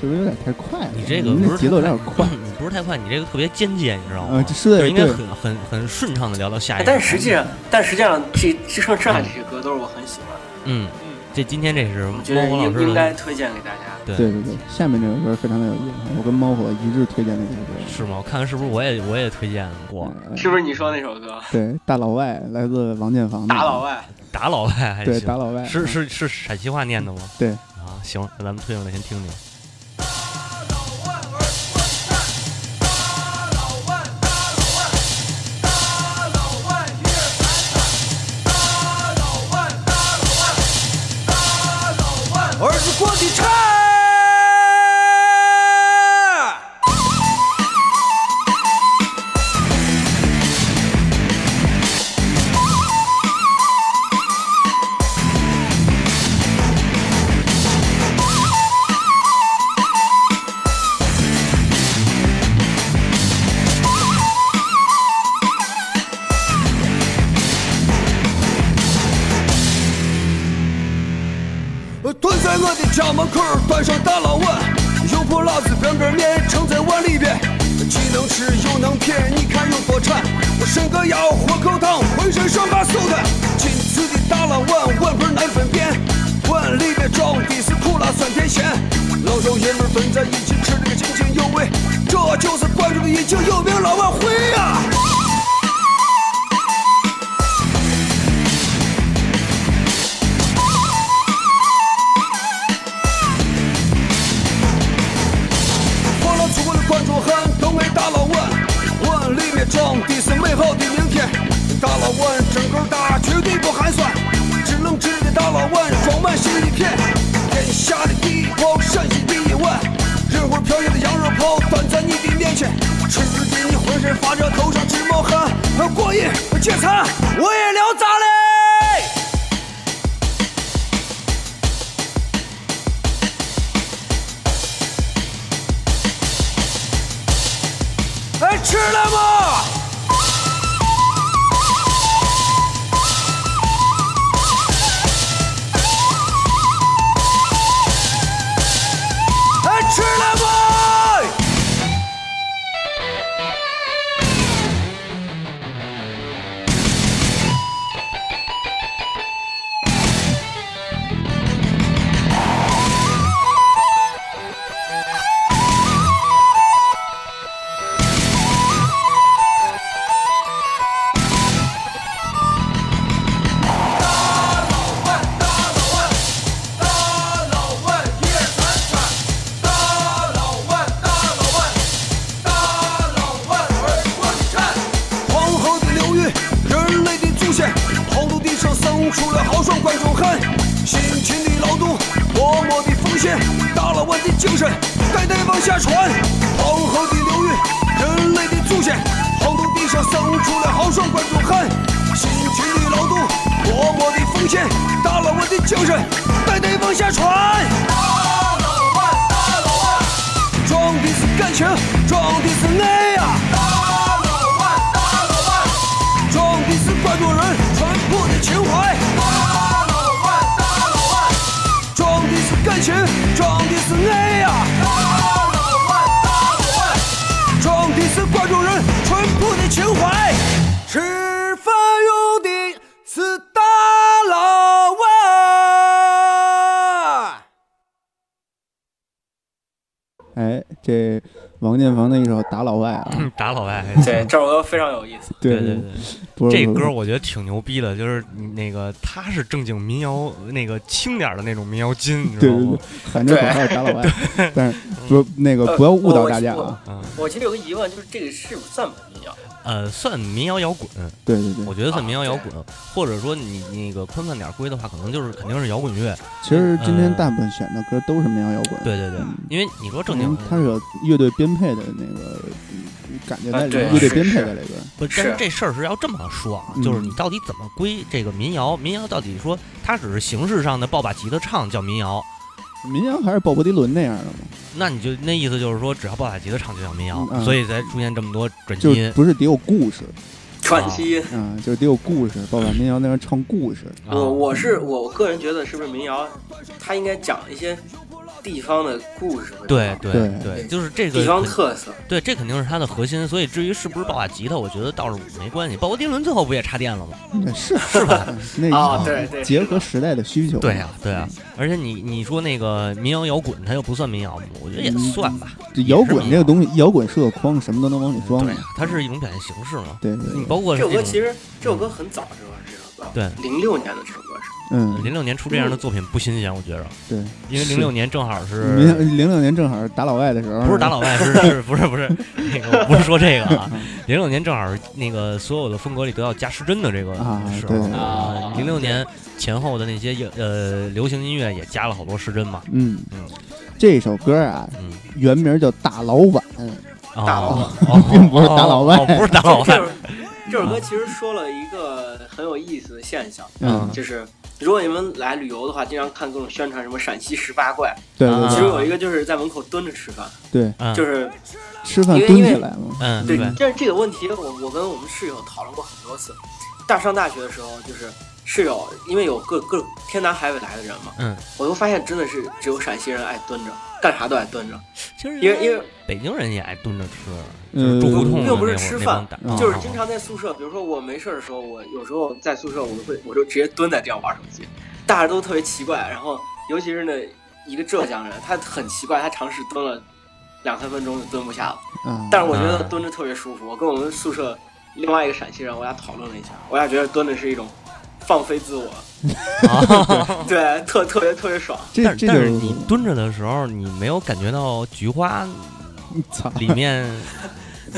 [SPEAKER 2] 是不是有点太快了？
[SPEAKER 3] 你这个
[SPEAKER 2] 你
[SPEAKER 3] 不
[SPEAKER 2] 那
[SPEAKER 3] 是
[SPEAKER 2] 节奏有点快，
[SPEAKER 3] 你不是太快，你这个特别尖接，你知道
[SPEAKER 2] 呃，
[SPEAKER 3] 吗
[SPEAKER 2] 这？是
[SPEAKER 3] 就
[SPEAKER 2] 的
[SPEAKER 3] 应该
[SPEAKER 2] 对。
[SPEAKER 3] 很很很顺畅的聊到下一
[SPEAKER 4] 哎
[SPEAKER 3] 个。
[SPEAKER 4] 但实际上，但实际上这这剩剩下这些歌都是我很喜欢的，
[SPEAKER 3] 嗯，这今天这是
[SPEAKER 4] 我觉得
[SPEAKER 3] 猫火嗯老
[SPEAKER 4] 应
[SPEAKER 3] 师
[SPEAKER 4] 应该
[SPEAKER 3] 的，
[SPEAKER 4] 推荐给大家。
[SPEAKER 3] 对
[SPEAKER 2] 对对对，下面这首歌非常的有意思，我跟猫火一致推荐的这首歌，
[SPEAKER 3] 是吗？我看看是不是我也我也推荐过
[SPEAKER 2] 呃
[SPEAKER 4] 是不是你说那首歌
[SPEAKER 2] 对，大老外来自王建房
[SPEAKER 4] 《
[SPEAKER 2] 的
[SPEAKER 4] 打老外
[SPEAKER 3] 嗯打老外还
[SPEAKER 2] 对
[SPEAKER 3] 行
[SPEAKER 2] 打老外嗯
[SPEAKER 3] 是是是陕西话念的吗？
[SPEAKER 2] 对，
[SPEAKER 3] 啊，行，那咱们推上来先听听。
[SPEAKER 6] 儿子过的差。
[SPEAKER 1] 蹲在我的家门口，端上大老碗，油泼辣子边边面盛在碗里边，既能吃又能骗，你看有多馋。我伸个腰，活口汤，浑身上下手的。今次的大老碗，碗盆难分辨，碗里边装的是苦辣酸甜咸。老少爷们蹲在一起吃了个津津有味，这就是关注的已经有名老晚会呀、啊。欢乐祖国的观众喊东北大老碗，碗里面装的是美好的明天。大老碗真够大，绝对不寒酸，支棱支棱的大老碗装满心里的片。天下的第一炮，陕西第一碗，热乎飘香的羊肉泡端在你的面前，吃的你浑身发热，头上直冒汗，过瘾，解馋，我也聊砸嘞。哎，吃了吗？哎，吃了吗？黄河的流域，人类的祖先，黄土地上生出了豪爽观众汗，辛勤的劳动，默默的奉献，大老碗的精神代代往下传。黄河的流域，人类的祖先，黄土地上生出了豪爽观众汗，辛勤的劳动，默默的奉献，大老碗的精神代代往下传。大老碗，大老碗，装的是感情，装的是啊爱呀、大老万，大老万，装的是关注人淳朴的情怀。大老万，大老万，装的是感情，装的是啊爱呀。大老万，大老万，装的是关注人淳朴的情怀。吃饭用的是大老万。
[SPEAKER 2] 哎，这王建房的一首《打老外》啊，
[SPEAKER 3] 嗯打老外。
[SPEAKER 4] 嗯对，这首歌非常有意思。
[SPEAKER 2] 对对，
[SPEAKER 3] 对对，
[SPEAKER 2] 不是
[SPEAKER 3] 这
[SPEAKER 2] 不是
[SPEAKER 3] 歌我觉得挺牛逼的，就是那个他是正经民谣那个轻点儿的那种民谣金，你知
[SPEAKER 2] 对
[SPEAKER 3] 道
[SPEAKER 2] 对
[SPEAKER 3] 吗
[SPEAKER 2] 对？，喊着口号打老外，但是不那个不要误导大家啊！
[SPEAKER 3] 嗯，
[SPEAKER 4] 我其实有个疑问，就是这个是不算民谣？
[SPEAKER 3] 呃，算民谣摇滚，
[SPEAKER 2] 对对对
[SPEAKER 3] 我，觉得算民谣摇
[SPEAKER 4] 啊
[SPEAKER 3] 滚，或者说你那个宽泛点儿归的话，可能就是肯定是摇滚乐。
[SPEAKER 2] 其实今天大部分选的歌都是民谣摇滚，
[SPEAKER 3] 对对对，呃因为你说正
[SPEAKER 2] 因
[SPEAKER 3] 经
[SPEAKER 2] 为，它是有乐队编配的那个嗯感觉在
[SPEAKER 4] 啊
[SPEAKER 2] 里
[SPEAKER 4] 对
[SPEAKER 2] 面，乐队
[SPEAKER 4] 是
[SPEAKER 2] 编配
[SPEAKER 4] 是
[SPEAKER 2] 在里边。
[SPEAKER 3] 不，但是
[SPEAKER 4] 是
[SPEAKER 3] 这事儿是要这么说啊，
[SPEAKER 2] 嗯
[SPEAKER 3] 就是你到底怎么归这个民谣？民谣到底说它只是形式上的抱把吉他唱叫民谣，
[SPEAKER 2] 民谣还是鲍勃迪伦那样的嘛，
[SPEAKER 3] 那你就那意思就是说，只要抱把吉他唱就叫民谣，
[SPEAKER 2] 嗯
[SPEAKER 3] 所以才出现这么多转基
[SPEAKER 2] 就
[SPEAKER 3] 因啊
[SPEAKER 2] 不是得有故事
[SPEAKER 4] 喘息。
[SPEAKER 2] 啊，就是得有故事。鲍勃民谣那边唱故事，
[SPEAKER 3] 啊。
[SPEAKER 4] 我我是我个人觉得，是不是民谣，它应该讲一些地方的故事，
[SPEAKER 3] 对对
[SPEAKER 2] 对
[SPEAKER 3] 对， 就是这个
[SPEAKER 4] 地方
[SPEAKER 3] 肯
[SPEAKER 4] 特色。
[SPEAKER 3] 对，这肯定是它的核心。所以至于是不是抱把吉他，我觉得倒是没关系。鲍勃迪伦最后不也插电了吗？
[SPEAKER 2] 那是是吧？ 那
[SPEAKER 4] 啊对对
[SPEAKER 2] 结合时代的需求。
[SPEAKER 3] 对呀、啊对呀、而且你你说那个民谣摇滚，它又不算民谣吗？我觉得
[SPEAKER 2] 嗯
[SPEAKER 3] 也算吧。
[SPEAKER 2] 这摇滚这个
[SPEAKER 3] 西，
[SPEAKER 2] 东西，摇滚是个框，什么都能往里装
[SPEAKER 3] 对。呀、啊它是一种表现形式嘛。
[SPEAKER 2] 对对
[SPEAKER 3] 你
[SPEAKER 2] 对，
[SPEAKER 3] 包括
[SPEAKER 4] 这
[SPEAKER 3] 是
[SPEAKER 4] 首歌
[SPEAKER 3] 那
[SPEAKER 4] 其
[SPEAKER 3] 种嗯
[SPEAKER 4] 实这首歌很早，这首歌这首歌，
[SPEAKER 3] 对
[SPEAKER 4] 零六年的这首歌是。
[SPEAKER 2] 嗯，
[SPEAKER 3] 零六年出这样的作品不新鲜，我觉着，
[SPEAKER 2] 对，
[SPEAKER 3] 因为零六年正好是
[SPEAKER 2] 零零六年正好是打老外的时候，
[SPEAKER 3] 不是打老 外，是是不是不是那个我不是说这个啊，零六年正好是那个所有的风格里都要加失真的这个
[SPEAKER 2] 啊
[SPEAKER 3] 时
[SPEAKER 2] 对
[SPEAKER 3] 候
[SPEAKER 2] 对
[SPEAKER 3] 啊，零六年前后的那些呃流行音乐也加了好多失真嘛，
[SPEAKER 2] 嗯
[SPEAKER 3] 嗯，
[SPEAKER 2] 这首歌啊，
[SPEAKER 3] 嗯，
[SPEAKER 2] 原名叫《大老碗》，
[SPEAKER 3] 哦
[SPEAKER 4] 打老外
[SPEAKER 3] 哦
[SPEAKER 2] 并不是打老外
[SPEAKER 3] 哦不是打老
[SPEAKER 4] 这
[SPEAKER 3] 外，
[SPEAKER 4] 首这首歌其实说了一个很有意思的现象，
[SPEAKER 2] 嗯，
[SPEAKER 4] 就是如果你们来旅游的话，经常看各种宣传什么陕西十八怪，
[SPEAKER 2] 对对
[SPEAKER 4] 其
[SPEAKER 2] 对
[SPEAKER 4] 实有一个就是在门口蹲着吃饭，
[SPEAKER 2] 对，
[SPEAKER 3] 嗯
[SPEAKER 4] 就是
[SPEAKER 2] 吃饭蹲起来嘛，
[SPEAKER 3] 嗯
[SPEAKER 4] 对
[SPEAKER 3] 对，，
[SPEAKER 4] 但是这个问题我我跟我们室友讨论过很多次。大上大学的时候，就是室友因为有各各天南海北来的人嘛，
[SPEAKER 3] 嗯，
[SPEAKER 4] 我就发现真的是只有陕西人爱蹲着，干啥都爱蹲着，
[SPEAKER 3] 其实
[SPEAKER 4] 因为因为
[SPEAKER 3] 北京人也爱蹲着吃，就是
[SPEAKER 2] 嗯，啊
[SPEAKER 3] 住胡同的
[SPEAKER 4] 又不是
[SPEAKER 3] 那会儿
[SPEAKER 4] 吃
[SPEAKER 3] 那
[SPEAKER 4] 饭
[SPEAKER 3] 帮打
[SPEAKER 4] 就是经常在宿舍，比如说我没事儿的时候，我有时候在宿舍，我会我就直接蹲在地上玩手机，大家都特别奇怪。然后尤其是那一个浙江人，他很奇怪，他尝试蹲了两三分钟就蹲不下了。
[SPEAKER 2] 啊，
[SPEAKER 4] 但是我觉得
[SPEAKER 3] 嗯
[SPEAKER 4] 蹲着特别舒服。我跟我们宿舍另外一个陕西人，我俩讨论了一下，我俩觉得蹲着是一种放飞自我， 对，特特别特别爽。
[SPEAKER 2] 这
[SPEAKER 3] 哦但
[SPEAKER 2] 这
[SPEAKER 3] 但是你
[SPEAKER 2] 就
[SPEAKER 3] 蹲着的时候，你没有感觉到菊花
[SPEAKER 2] 操，
[SPEAKER 3] 里 面，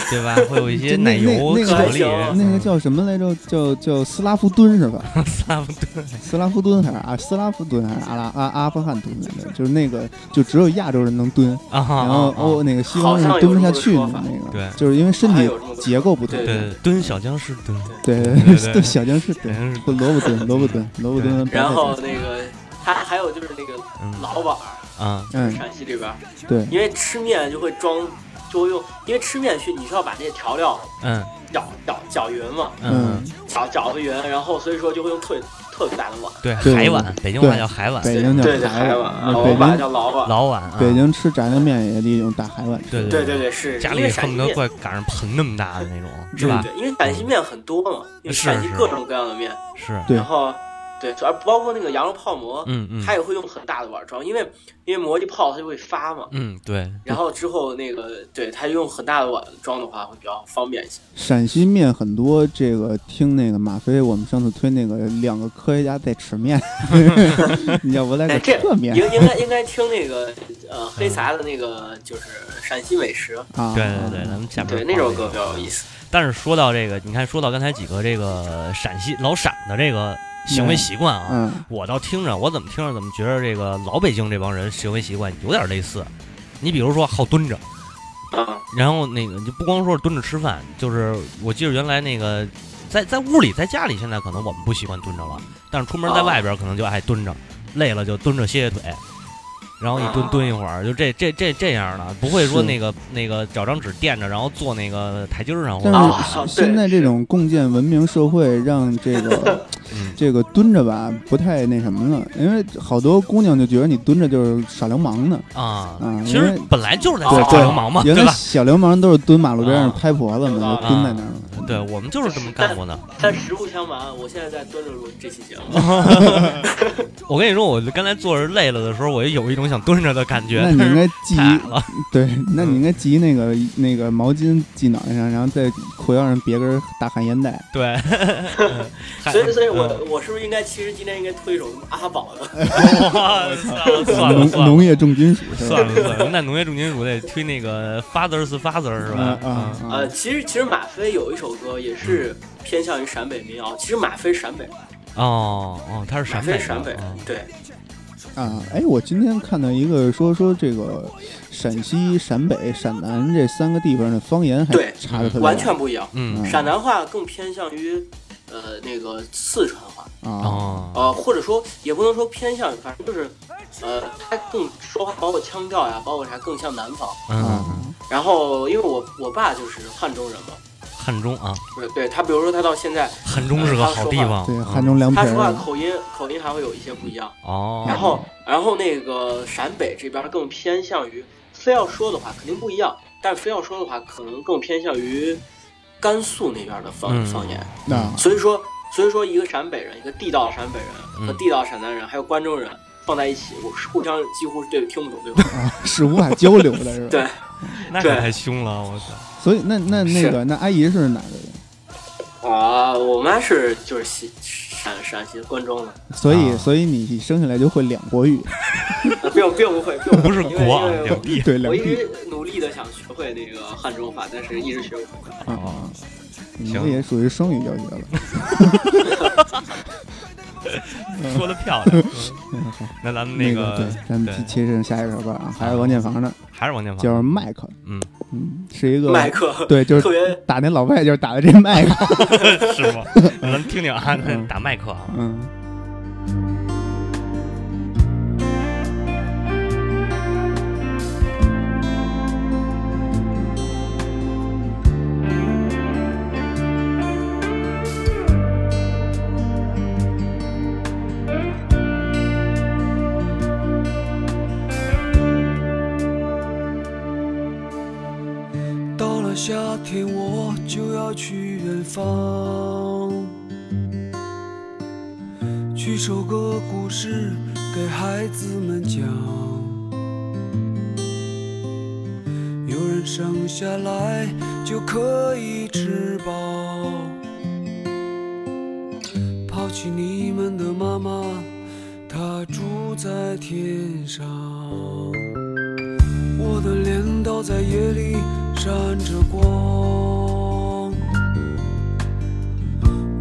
[SPEAKER 3] 对吧？会有一些
[SPEAKER 2] 就那
[SPEAKER 3] 奶油、
[SPEAKER 2] 那
[SPEAKER 3] 啊
[SPEAKER 2] 那个
[SPEAKER 3] 巧克力、
[SPEAKER 4] 叫
[SPEAKER 2] 那个叫什么来着？叫叫斯拉夫蹲是 吧？
[SPEAKER 3] 萨布顿。
[SPEAKER 2] 斯拉夫蹲还是啊？斯拉夫蹲还是阿拉阿阿富汗蹲来着？就是那个，就只有亚洲人能蹲，
[SPEAKER 3] 啊啊，
[SPEAKER 2] 然后
[SPEAKER 3] 啊
[SPEAKER 2] 欧哦那个西方人蹲不下去的那个，
[SPEAKER 3] 对
[SPEAKER 2] 就是因为身
[SPEAKER 4] 好像
[SPEAKER 2] 体
[SPEAKER 4] 有这么个
[SPEAKER 2] 结构不同。
[SPEAKER 4] 对
[SPEAKER 3] 对对，蹲小僵尸蹲，
[SPEAKER 2] 对
[SPEAKER 3] 对对
[SPEAKER 2] 对，小僵尸蹲，
[SPEAKER 3] 真是
[SPEAKER 2] 不萝卜蹲，萝卜蹲，萝卜蹲，白菜
[SPEAKER 4] 然后
[SPEAKER 2] 蹲
[SPEAKER 4] 那个还还有就是那个
[SPEAKER 3] 嗯
[SPEAKER 4] 老板儿，
[SPEAKER 3] 啊，
[SPEAKER 2] 嗯，
[SPEAKER 4] 陕西这边儿，
[SPEAKER 2] 对，
[SPEAKER 4] 因为吃面就会装，就会用，因为吃面去你需要把那些调料
[SPEAKER 3] 嗯
[SPEAKER 4] 搅搅搅匀嘛，
[SPEAKER 3] 嗯，
[SPEAKER 4] 搅搅和匀，然后所以说就会用特特别大的碗，
[SPEAKER 3] 对，
[SPEAKER 2] 对
[SPEAKER 3] 海碗，北京话叫海碗，
[SPEAKER 2] 北京叫
[SPEAKER 4] 对对
[SPEAKER 2] 海
[SPEAKER 4] 碗啊，
[SPEAKER 2] 那
[SPEAKER 4] 我
[SPEAKER 2] 北
[SPEAKER 4] 们把它
[SPEAKER 2] 京
[SPEAKER 4] 叫老碗，
[SPEAKER 3] 老碗啊，
[SPEAKER 2] 北京吃炸酱面也得用大海碗吃。
[SPEAKER 3] 对
[SPEAKER 4] 对对对是，
[SPEAKER 3] 家
[SPEAKER 4] 因
[SPEAKER 3] 里
[SPEAKER 4] 为陕
[SPEAKER 3] 恨
[SPEAKER 4] 西
[SPEAKER 3] 不得
[SPEAKER 4] 面
[SPEAKER 3] 快赶上盆那么大的那种，是
[SPEAKER 4] 对
[SPEAKER 3] 吧？
[SPEAKER 4] 对，因为陕西面很多嘛，因为
[SPEAKER 3] 是
[SPEAKER 4] 陕西
[SPEAKER 3] 是
[SPEAKER 4] 各种各样的面，
[SPEAKER 3] 是，
[SPEAKER 2] 对
[SPEAKER 4] 然后对，主要包括那个羊肉泡馍，
[SPEAKER 3] 嗯嗯
[SPEAKER 4] 它也会用很大的碗装，因为因为馍一泡它就会发嘛，
[SPEAKER 3] 嗯，对，
[SPEAKER 4] 然后之后那个对它用很大的碗装的话会比较方便一些。
[SPEAKER 2] 陕西面很多，这个听那个马飞，我们上次推那个两个科学家在吃 面，你要不来
[SPEAKER 4] 哎，
[SPEAKER 2] 个
[SPEAKER 4] 这
[SPEAKER 2] 这面
[SPEAKER 4] 应应该应该听那个呃黑撒的那个就是陕西美食，
[SPEAKER 2] 啊？
[SPEAKER 3] 嗯对对对，咱们下边
[SPEAKER 4] 对那首歌比较有意思。
[SPEAKER 3] 但是说到这个，你看，说到刚才几个这个陕西老陕的这个行为习惯啊，
[SPEAKER 2] 嗯，
[SPEAKER 3] 我倒听着，我怎么听着怎么觉着这个老北京这帮人行为习惯有点类似。你比如说好蹲着，
[SPEAKER 4] 嗯，
[SPEAKER 3] 然后那个你就不光说是蹲着吃饭，就是我记得原来那个在在屋里在家里，现在可能我们不习惯蹲着了，但是出门在
[SPEAKER 4] 哦
[SPEAKER 3] 外边可能就爱蹲着，累了就蹲着歇歇腿。然后一蹲
[SPEAKER 4] 啊
[SPEAKER 3] 蹲一会儿，就这这这这样的，不会说
[SPEAKER 2] 是
[SPEAKER 3] 那个那个找张纸垫着，然后坐那个台阶儿上或者
[SPEAKER 2] 但
[SPEAKER 4] 啊
[SPEAKER 2] 是
[SPEAKER 4] 对
[SPEAKER 2] 现在这种共建文明社会，让这个
[SPEAKER 3] 嗯
[SPEAKER 2] 这个蹲着吧不太那什么了，因为好多姑娘就觉得你蹲着就是耍流氓呢。
[SPEAKER 3] 啊
[SPEAKER 2] 嗯，
[SPEAKER 3] 其
[SPEAKER 2] 因
[SPEAKER 3] 实
[SPEAKER 2] 为
[SPEAKER 3] 本来就是在
[SPEAKER 4] 对
[SPEAKER 3] 耍
[SPEAKER 4] 对
[SPEAKER 3] 流氓嘛，
[SPEAKER 2] 原
[SPEAKER 3] 对
[SPEAKER 2] 来
[SPEAKER 3] 吧？
[SPEAKER 2] 小流氓都是蹲马路边上
[SPEAKER 3] 啊
[SPEAKER 2] 拍婆子嘛，就
[SPEAKER 4] 啊
[SPEAKER 2] 蹲在那儿了。
[SPEAKER 3] 对我们就是这么干过的。
[SPEAKER 4] 但实不相瞒，我现在在蹲着录这期节目。
[SPEAKER 3] 我跟你说，我刚才坐着累了的时候，我也有一种想蹲着的感觉。
[SPEAKER 2] 那你
[SPEAKER 3] 但
[SPEAKER 2] 应该
[SPEAKER 3] 是
[SPEAKER 2] 系
[SPEAKER 3] 太矮了，嗯
[SPEAKER 2] 对，那你应该系那个那个毛巾系脑袋上，然后在裤腰上别根大汗烟袋。
[SPEAKER 3] 对，
[SPEAKER 4] 所以，所以我、
[SPEAKER 3] 嗯
[SPEAKER 4] 我是不是应该，其实今天应该推一首什么阿宝的？
[SPEAKER 3] 我 操，算了
[SPEAKER 2] 农
[SPEAKER 3] 算了。
[SPEAKER 2] 农业重 金属是吧？
[SPEAKER 3] 算了算了，那农业重金属得推那个 Fathers Father 是吧？嗯
[SPEAKER 2] 啊啊
[SPEAKER 4] 呃，其实其实马飞有一首歌也是偏向于陕北民谣。其实马飞陕北，
[SPEAKER 3] 哦哦，他是陕
[SPEAKER 4] 马
[SPEAKER 3] 北
[SPEAKER 4] 飞
[SPEAKER 3] 的，
[SPEAKER 4] 陕北，
[SPEAKER 3] 嗯
[SPEAKER 4] 对，
[SPEAKER 2] 啊！哎，我今天看到一个说说这个陕西、陕北、陕南这三个地方的方言还
[SPEAKER 4] 对
[SPEAKER 2] 差的特别大
[SPEAKER 4] 完全不一样。
[SPEAKER 3] 嗯
[SPEAKER 2] 嗯
[SPEAKER 4] 陕南话更偏向于呃那个四川话，
[SPEAKER 2] 啊
[SPEAKER 3] 哦
[SPEAKER 4] 呃，或者说也不能说偏向于，反正就是呃，他更说话包括腔调呀，包括啥更像南方。
[SPEAKER 3] 嗯，
[SPEAKER 2] 啊！
[SPEAKER 4] 然后因为我我爸就是汉中人嘛，
[SPEAKER 3] 汉中啊，
[SPEAKER 4] 对对，他比如说他到现在，呃
[SPEAKER 3] 汉中是个好地方。
[SPEAKER 2] 对，
[SPEAKER 3] 嗯
[SPEAKER 2] 汉中凉皮
[SPEAKER 4] 哎他说话
[SPEAKER 2] 儿嗯
[SPEAKER 4] 口音口音还会有一些不一样。
[SPEAKER 3] 哦，
[SPEAKER 4] 然后，然后那个陕北这边更偏向于，非要说的话肯定不一样，但非要说的话，可能更偏向于甘肃那边的方、
[SPEAKER 3] 嗯
[SPEAKER 4] 方言。
[SPEAKER 2] 啊，
[SPEAKER 4] 所以说，所以说一个陕北人，一个地道陕北人
[SPEAKER 3] 嗯
[SPEAKER 4] 和地道陕南人，还有关中人放在一起，我是互相几乎是对听不懂对方。
[SPEAKER 2] 啊是无法交流的是吧？
[SPEAKER 4] 对，
[SPEAKER 3] 那可太凶了，我操！
[SPEAKER 2] 所以那那那个那阿姨是哪个人？
[SPEAKER 4] 啊，我妈是就是西陕陕西关中的，
[SPEAKER 2] 所以
[SPEAKER 3] 啊
[SPEAKER 2] 所以你生下来就会两国语，
[SPEAKER 4] 呃并 并不会，并
[SPEAKER 3] 不
[SPEAKER 4] 会
[SPEAKER 3] 是
[SPEAKER 4] 因为
[SPEAKER 3] 国啊，
[SPEAKER 4] 因为
[SPEAKER 3] 两地。
[SPEAKER 2] 对，
[SPEAKER 4] 我
[SPEAKER 2] 两
[SPEAKER 4] 一
[SPEAKER 2] 地
[SPEAKER 4] 直努力的想学会那个汉中话，但是一直学不会。
[SPEAKER 2] 啊啊！你
[SPEAKER 3] 行
[SPEAKER 2] 这也属于双语教学了。
[SPEAKER 3] 说的漂亮。
[SPEAKER 2] 嗯好
[SPEAKER 3] 那咱们
[SPEAKER 2] 那
[SPEAKER 3] 个，
[SPEAKER 2] 对，咱们
[SPEAKER 3] 对
[SPEAKER 2] 切身下一首歌啊，还是王建房的，
[SPEAKER 3] 还是王建
[SPEAKER 2] 叫
[SPEAKER 3] 房，
[SPEAKER 2] 麦克，
[SPEAKER 3] 嗯
[SPEAKER 2] 嗯，是一个
[SPEAKER 4] 麦，克，
[SPEAKER 2] 对，就
[SPEAKER 4] 特
[SPEAKER 2] 是
[SPEAKER 4] 别
[SPEAKER 2] 打那老外就是打的这麦克，
[SPEAKER 3] 是吗？咱们听听啊，那打麦克啊，
[SPEAKER 2] 嗯。
[SPEAKER 7] 到了夏天，我就要去远方，去找个故事给孩子们讲。有人生下来就可以吃饱，抛弃你们的妈妈，她住在天上。我的镰刀在夜里闪着光，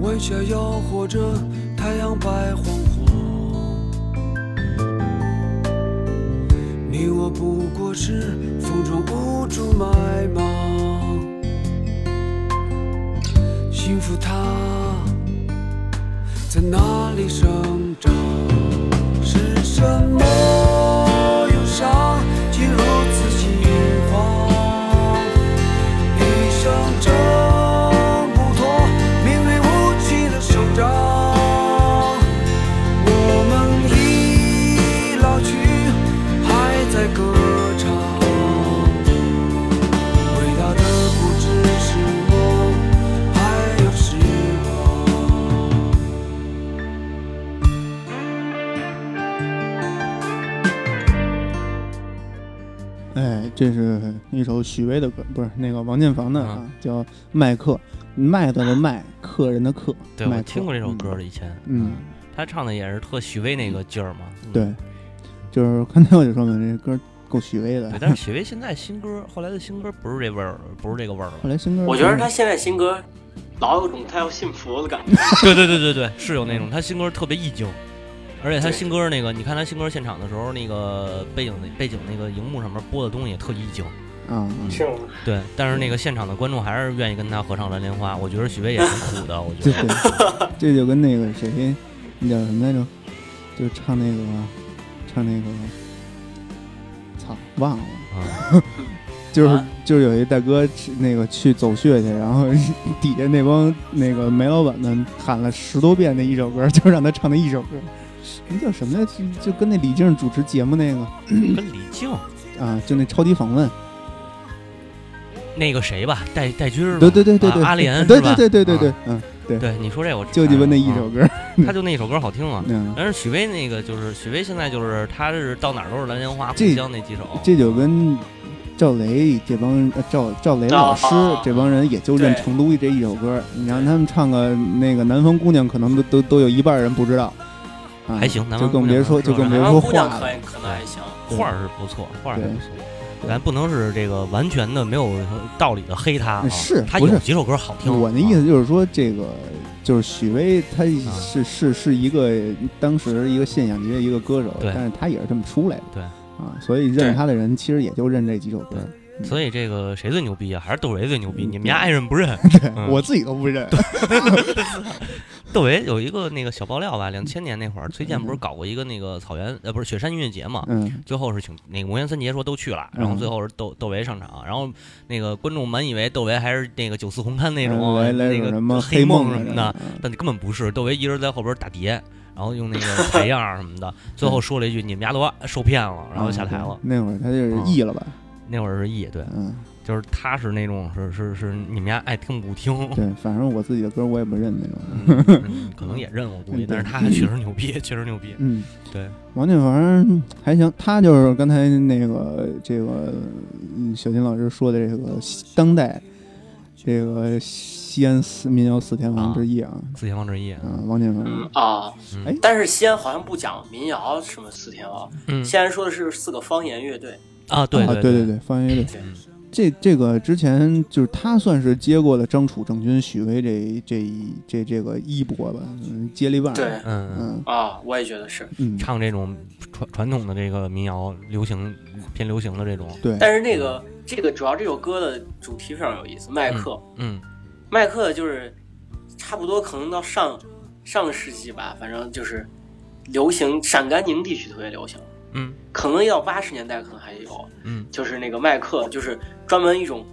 [SPEAKER 7] 弯下腰活着，太阳白晃晃。你我不过是风中无助麦芒，幸福它在哪里生长？是什么忧伤，竟如此心慌？一生挣不脱命运无情的手掌。我们已老去，还在歌唱。伟大的不只是梦，还有时光。
[SPEAKER 2] 哎，这是一首许巍的歌，不是那个王建房的
[SPEAKER 3] 嗯
[SPEAKER 2] 啊，叫《麦克》，麦子的麦，客人的客。
[SPEAKER 3] 对
[SPEAKER 2] 麦
[SPEAKER 3] 我
[SPEAKER 2] 克
[SPEAKER 3] 听过这首歌了，以前，
[SPEAKER 2] 嗯，
[SPEAKER 3] 他唱的也是特许巍那个劲儿嘛，
[SPEAKER 2] 嗯，对，就是刚才我就说嘛，这歌够许巍的
[SPEAKER 3] 对，。但是许巍现在新歌，后来的新歌不是这味儿，不是这个味儿
[SPEAKER 2] 后
[SPEAKER 3] 了。
[SPEAKER 2] 来新歌，
[SPEAKER 4] 我觉得他现在新歌老有种他要信佛的感 觉。
[SPEAKER 3] 对对对对对，是有那
[SPEAKER 2] 嗯
[SPEAKER 3] 种他新歌特别意境，而且他新歌那个，你看他新歌现场的时候，那个背景背景那个荧幕上面播的东西也特意境。
[SPEAKER 2] 啊，
[SPEAKER 4] 是吗？
[SPEAKER 3] 对，但是
[SPEAKER 2] 嗯
[SPEAKER 3] 那个现场的观众还是愿意跟他合唱《蓝莲花》，我觉得许巍也挺苦的，我觉
[SPEAKER 2] 对
[SPEAKER 3] 得。
[SPEAKER 2] 对，这就跟那个谁，那叫什么来着？就唱那个，唱那个，操，忘了。
[SPEAKER 3] 啊，
[SPEAKER 2] 就是
[SPEAKER 4] 啊
[SPEAKER 2] 就是有一大哥去那个去走穴去，然后底下那帮那个煤老板们喊了十多遍那一首歌，就让他唱那一首歌，那叫什么来？就就跟那李静主持节目那个
[SPEAKER 3] 跟李静
[SPEAKER 2] 啊，就那超级访问，
[SPEAKER 3] 那个谁吧，戴戴军儿吧，
[SPEAKER 2] 对对对对对，
[SPEAKER 3] 啊阿莲
[SPEAKER 2] 对
[SPEAKER 3] 是吧
[SPEAKER 2] 对对对对对
[SPEAKER 3] 啊，
[SPEAKER 2] 嗯，对，
[SPEAKER 3] 对，你说这我
[SPEAKER 2] 就你问那一首
[SPEAKER 3] 啊，
[SPEAKER 2] 歌，
[SPEAKER 3] 他就那一首歌好听啊。
[SPEAKER 2] 嗯，
[SPEAKER 3] 但是许巍那个就是许巍，现在就是他是到哪儿都是蓝莲花、
[SPEAKER 2] 这
[SPEAKER 3] 故乡那几首，
[SPEAKER 2] 这就跟赵雷这帮人，呃赵赵雷老师
[SPEAKER 4] 啊
[SPEAKER 2] 这帮人也就认
[SPEAKER 4] 对
[SPEAKER 2] 成都这一首
[SPEAKER 3] 啊
[SPEAKER 2] 歌，你让他们唱个那个《南方姑娘》，可能都都都有一半人不知道，啊
[SPEAKER 3] 还行南
[SPEAKER 2] 就
[SPEAKER 3] 方
[SPEAKER 2] 更
[SPEAKER 3] 姑娘
[SPEAKER 2] 别说
[SPEAKER 3] 是
[SPEAKER 2] 就
[SPEAKER 3] 吧
[SPEAKER 2] 更别
[SPEAKER 4] 南
[SPEAKER 2] 说
[SPEAKER 4] 方姑
[SPEAKER 2] 话
[SPEAKER 4] 娘
[SPEAKER 2] 了
[SPEAKER 4] 可。以可能还行，
[SPEAKER 3] 画儿是不错，画儿还
[SPEAKER 2] 对
[SPEAKER 3] 不错。咱不能是这个完全的没有道理的黑他啊，
[SPEAKER 2] 嗯呃是
[SPEAKER 3] 他
[SPEAKER 2] 不
[SPEAKER 3] 有
[SPEAKER 2] 是
[SPEAKER 3] 几首歌好听。
[SPEAKER 2] 我那
[SPEAKER 3] 啊
[SPEAKER 2] 意思就是说，这个就是许巍，他是是是一个当时一个现象级的一个歌手，
[SPEAKER 3] 对
[SPEAKER 2] 但是他也是这么出来的，
[SPEAKER 3] 对
[SPEAKER 2] 啊，所以认
[SPEAKER 4] 对
[SPEAKER 2] 他的人其实也就认这几首歌，
[SPEAKER 3] 所以这个谁最牛逼啊？还是窦唯最牛逼？
[SPEAKER 2] 嗯
[SPEAKER 3] 你们家爱认不 认？嗯
[SPEAKER 2] 我自己都不认。
[SPEAKER 3] 窦唯有一个那个小爆料吧，
[SPEAKER 2] 嗯
[SPEAKER 3] 两千年那会儿，崔健不是搞过一个那个草原呃不是雪山音乐节嘛？
[SPEAKER 2] 嗯，
[SPEAKER 3] 最后是请那个魔岩三杰说都去了，然后
[SPEAKER 2] 嗯
[SPEAKER 3] 最后是窦窦唯上场，然后那个观众满以为窦唯还是那个九四红勘那
[SPEAKER 2] 嗯
[SPEAKER 3] 种
[SPEAKER 2] 来来
[SPEAKER 3] 那
[SPEAKER 2] 首什么嗯
[SPEAKER 3] 个
[SPEAKER 2] 黑
[SPEAKER 3] 黑
[SPEAKER 2] 梦
[SPEAKER 3] 梦什么的，，但根本不是，窦唯一人在后边打碟，然后用那个采样儿什 么的，最后说了一句“你们家都受骗了”， 然后下台了
[SPEAKER 2] 嗯。。那会儿他就是艺 了吧？
[SPEAKER 3] 那会儿是 E 对，
[SPEAKER 2] 嗯，
[SPEAKER 3] 就是他是那种是是是你们家爱听不听，
[SPEAKER 2] 对，反正我自己的歌我也不认那种。
[SPEAKER 3] 嗯可能也认我估计
[SPEAKER 2] 嗯，
[SPEAKER 3] 但是他还确实牛逼，确实牛逼。
[SPEAKER 2] 嗯，
[SPEAKER 3] 对，
[SPEAKER 2] 王俊凡还行，他就是刚才那个这个嗯小金老师说的这个当代这个西安四民谣四天王之一啊。
[SPEAKER 3] 四天王之一，
[SPEAKER 2] 啊，王俊凡，
[SPEAKER 4] 嗯啊
[SPEAKER 3] 嗯
[SPEAKER 2] 哎，
[SPEAKER 4] 但是西安好像不讲民谣什么四天王，
[SPEAKER 3] 嗯
[SPEAKER 4] 西安说的是四个方言乐队，
[SPEAKER 3] 啊，对
[SPEAKER 2] 啊，
[SPEAKER 3] 对嗯
[SPEAKER 2] 对，对，方言乐队。这这个之前就是他算是接过了张楚、郑钧、许巍这这一这这个衣钵吧，嗯，接力棒。
[SPEAKER 4] 对
[SPEAKER 3] 嗯，
[SPEAKER 2] 嗯
[SPEAKER 4] 啊，我也觉得是。
[SPEAKER 2] 嗯，
[SPEAKER 3] 唱这种传传统的这个民谣，流行偏流行的这种，
[SPEAKER 2] 对，
[SPEAKER 4] 但是那个这个主要这首歌的主题非常有意思，麦克，
[SPEAKER 3] 嗯，
[SPEAKER 4] 麦克就是差不多可能到上上个世纪吧，反正就是流行陕甘宁地区特别流行，
[SPEAKER 3] 嗯，
[SPEAKER 4] 可能要八十年代可能还有，
[SPEAKER 3] 嗯，
[SPEAKER 4] 就是那个麦克，就是专门一种。